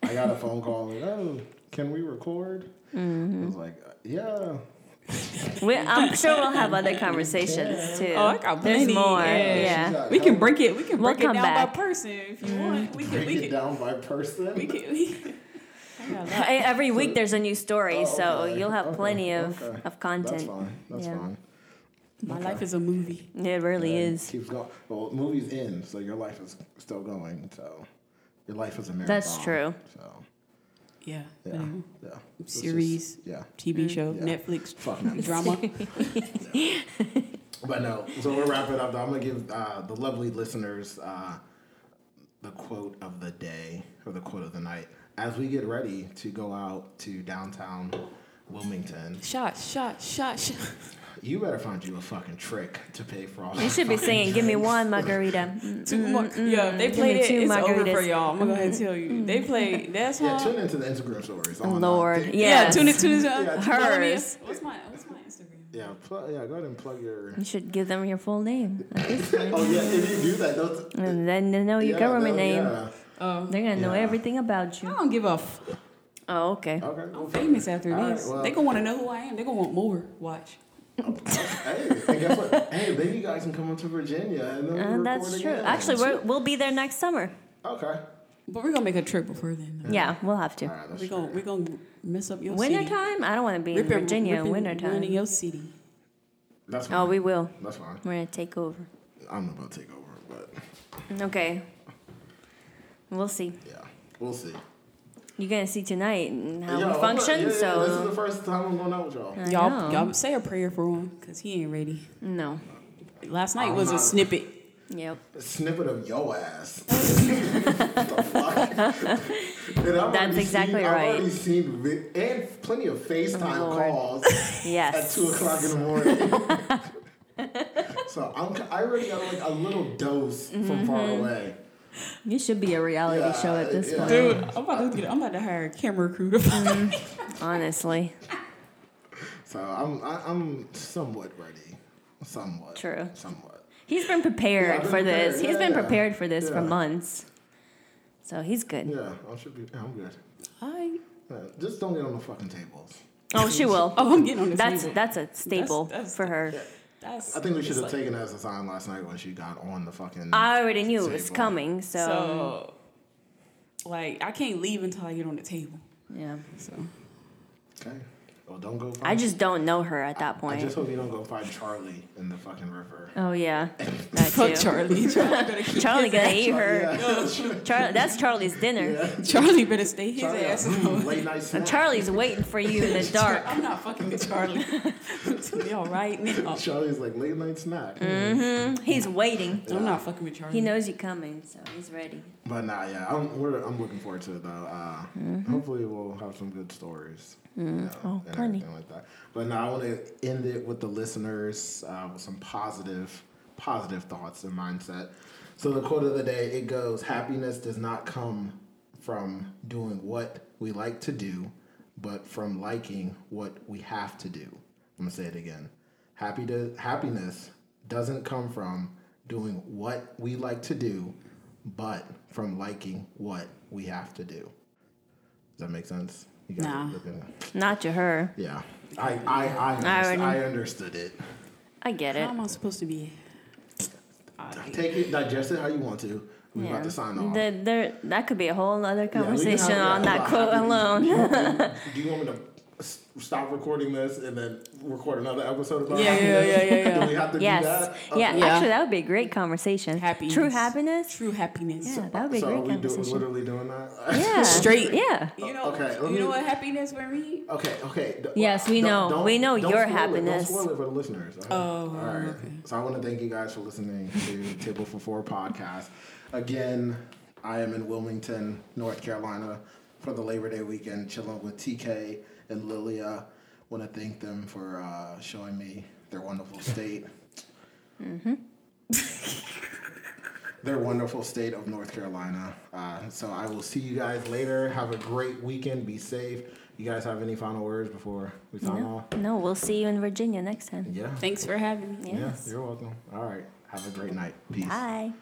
I got a phone call. Like, oh, can we record?
Mm-hmm.
I was like, yeah.
We, I'm sure we'll have other conversations too.
Oh, I got
There's
plenty,
more.
yeah.
Yeah.
She's got
we can
help. Mm-hmm.
break it. We can
We'll
break
come
it down
back.
by person if you want. We can.
break
We
it
can.
down by person.
We can. We can. I got a lot.
E- Every week there's a new story,
Oh,
so
okay.
you'll have
Okay.
plenty of,
Okay.
of content.
That's fine. That's
Yeah.
fine.
My life is a movie.
It really
and
is.
Keeps going. Well, movies end, so your life is still going. So your life is a marathon.
That's true.
So
Yeah.
yeah,
Mhm.
yeah. It's just-
Series,
yeah.
TV
Mm.
show,
Yeah.
Netflix,
Fuck no.
drama.
But no. So we'll wrap it up. I'm gonna give uh, the lovely listeners uh, the quote of the day or the quote of the night as we get ready to go out to downtown Wilmington.
Mm,
Shot, shot, shot, shot.
You better find you a fucking trick to pay for all.
You should be singing, "Give me one margarita." Mm.
Two mar- yeah, if they
Give
played
me
it.
two
It's over for
margaritas. Mm.
y'all. I'm gonna go ahead and tell you. They played that song.
Yeah, tune into the Instagram stories. uh, online.
Lord,
Yeah,
Yeah,
yes.
tune it, tune it.
Yeah,
follow me.
hers.
What's my What's my Instagram?
yeah, pl- yeah. Go ahead and plug your.
You should give them your full name,
oh yeah, if you do that, they'll,
and then they know Oh, your
yeah,
government
they'll-
name.
yeah.
Oh,
They're gonna know
Yeah.
everything
I
about you.
don't give a. F-
Oh, okay.
Okay. well,
I'm famous after
All right,
this.
well-
they gonna want to know who I am. They gonna want more. Watch.
Hey, and guess what? hey, then you guys can come up to Virginia and then we
Uh,
record
that's true.
again.
Actually, we're, we'll be there next summer.
okay.
But we're gonna make a trip before then. Though.
Yeah, we'll have
All
to.
right, that's
We're gonna We're gonna mess up your city.
Wintertime? I don't want to be in
Rip and-
Virginia
rip
in
and ruin
wintertime.
your city.
That's fine.
Oh, we will.
That's fine.
We're gonna take over.
I'm about to take over, but
Okay. We'll see.
yeah, we'll see.
You're gonna see tonight and how
Yeah,
Uh, we
I'm-
function.
yeah, yeah,
so
this is the first time I'm going out with y'all.
I
Y'all,
know.
y'all say a prayer for him because he ain't ready.
no.
Last night
I'm
was a
not-
snippet.
Yep.
A snippet of yo ass. The fuck? And I've
That's
already
exactly
seen,
right. Oh,
I've already seen vi- and plenty of FaceTime
Lord.
calls at
Yes.
two o'clock in the morning. so I'm, ki- I already got like a little dose from far
Mm-hmm.
away.
You should be a reality
Yeah,
show at this
yeah.
point.
Dude, I'm about to get, I'm about to hire a camera crew to
Mm-hmm.
follow me.
Honestly.
So I'm I, I'm somewhat ready. Somewhat.
True.
Somewhat.
He's been prepared
been
for
prepared.
this. He's been
Yeah, yeah.
prepared for this for
Yeah.
months. So he's good.
Yeah, I should be. yeah, I'm good.
Hi.
Yeah, just don't get on the fucking tables.
Oh, she will.
Oh, I'm getting on this.
That's
table.
that's a staple
that's-
for her.
That's.
I think we
it's
should have
like-
taken that as a sign last night when she got on the fucking.
I already knew it was
Table.
coming, so,
So, like, I can't leave until I get on the table.
yeah.
So,
okay. Well, don't go. Find,
I just don't know her at that
I
point.
just hope you don't go find Charlie in the fucking river.
oh yeah, that
fuck
too.
Charlie. Charlie better, keep
Charlie
his,
gonna eat her. Charlie, that's Charlie's dinner.
Charlie better stay his
Charlie,
ass
mm,
alone.
late night snack.
Charlie's waiting for you in the dark.
I'm not fucking with Charlie. Y'all right now.
Charlie's like late night snack.
Mm-hmm. He's waiting.
I'm not fucking with Charlie.
He knows you're coming, so he's ready.
But nah, yeah, I'm we're, I'm looking forward to it though. Uh, Hopefully, we'll have some good stories. you know,
Oh,
and
plenty.
everything like that. But now I want to end it with the listeners uh, with some positive, positive thoughts and mindset. So the quote of the day it goes: "Happiness does not come from doing what we like to do, but from liking what we have to do." I'm gonna say it again: Happy to, happiness doesn't come from doing what we like to do, but from liking what we have to do. Does that make sense? You guys
Nah.
looking-
Not to her.
yeah, I I I,
already-
understood, I understood it.
I get
How
it.
am I supposed to be? I-
Take it, digest it how you want to. We
Yeah.
about to sign off.
The- there, that could be a whole other
Yeah, we can have-
conversation
yeah,
on that
about
quote
happy-
alone.
Do you, want- do you want me to s- stop recording this and then record another episode about
Yeah, yeah,
happiness?
yeah, yeah, yeah.
Do we have to
Yes.
do that? Uh,
Yeah,
Yeah.
Actually, that would be a great conversation.
Happiness.
True happiness.
True happiness.
Yeah, that would be a
so are
great
we do,
conversation.
literally doing that?
yeah.
Straight.
Yeah.
You know,
Okay, let
you
me-
know what happiness for me?
Okay, okay. D-
Yes, we know. We know
don't
your
spoil
happiness.
It. Don't spoil it for the listeners. Oh, all right.
okay.
So I want to thank you guys for listening to Table for Four podcast. Again, I am in Wilmington, North Carolina, for the Labor Day weekend, chilling with TK and Lilia. Want to thank them for uh, showing me their wonderful state. their wonderful state of North Carolina. Uh, so I will see you guys later. Have a great weekend. Be safe. You guys have any final words before we sign off?
No, we'll see you in Virginia next time.
Yeah.
Thanks for having me.
yeah.
Yes.
You're welcome. All right. Have a great night. Peace.
Bye.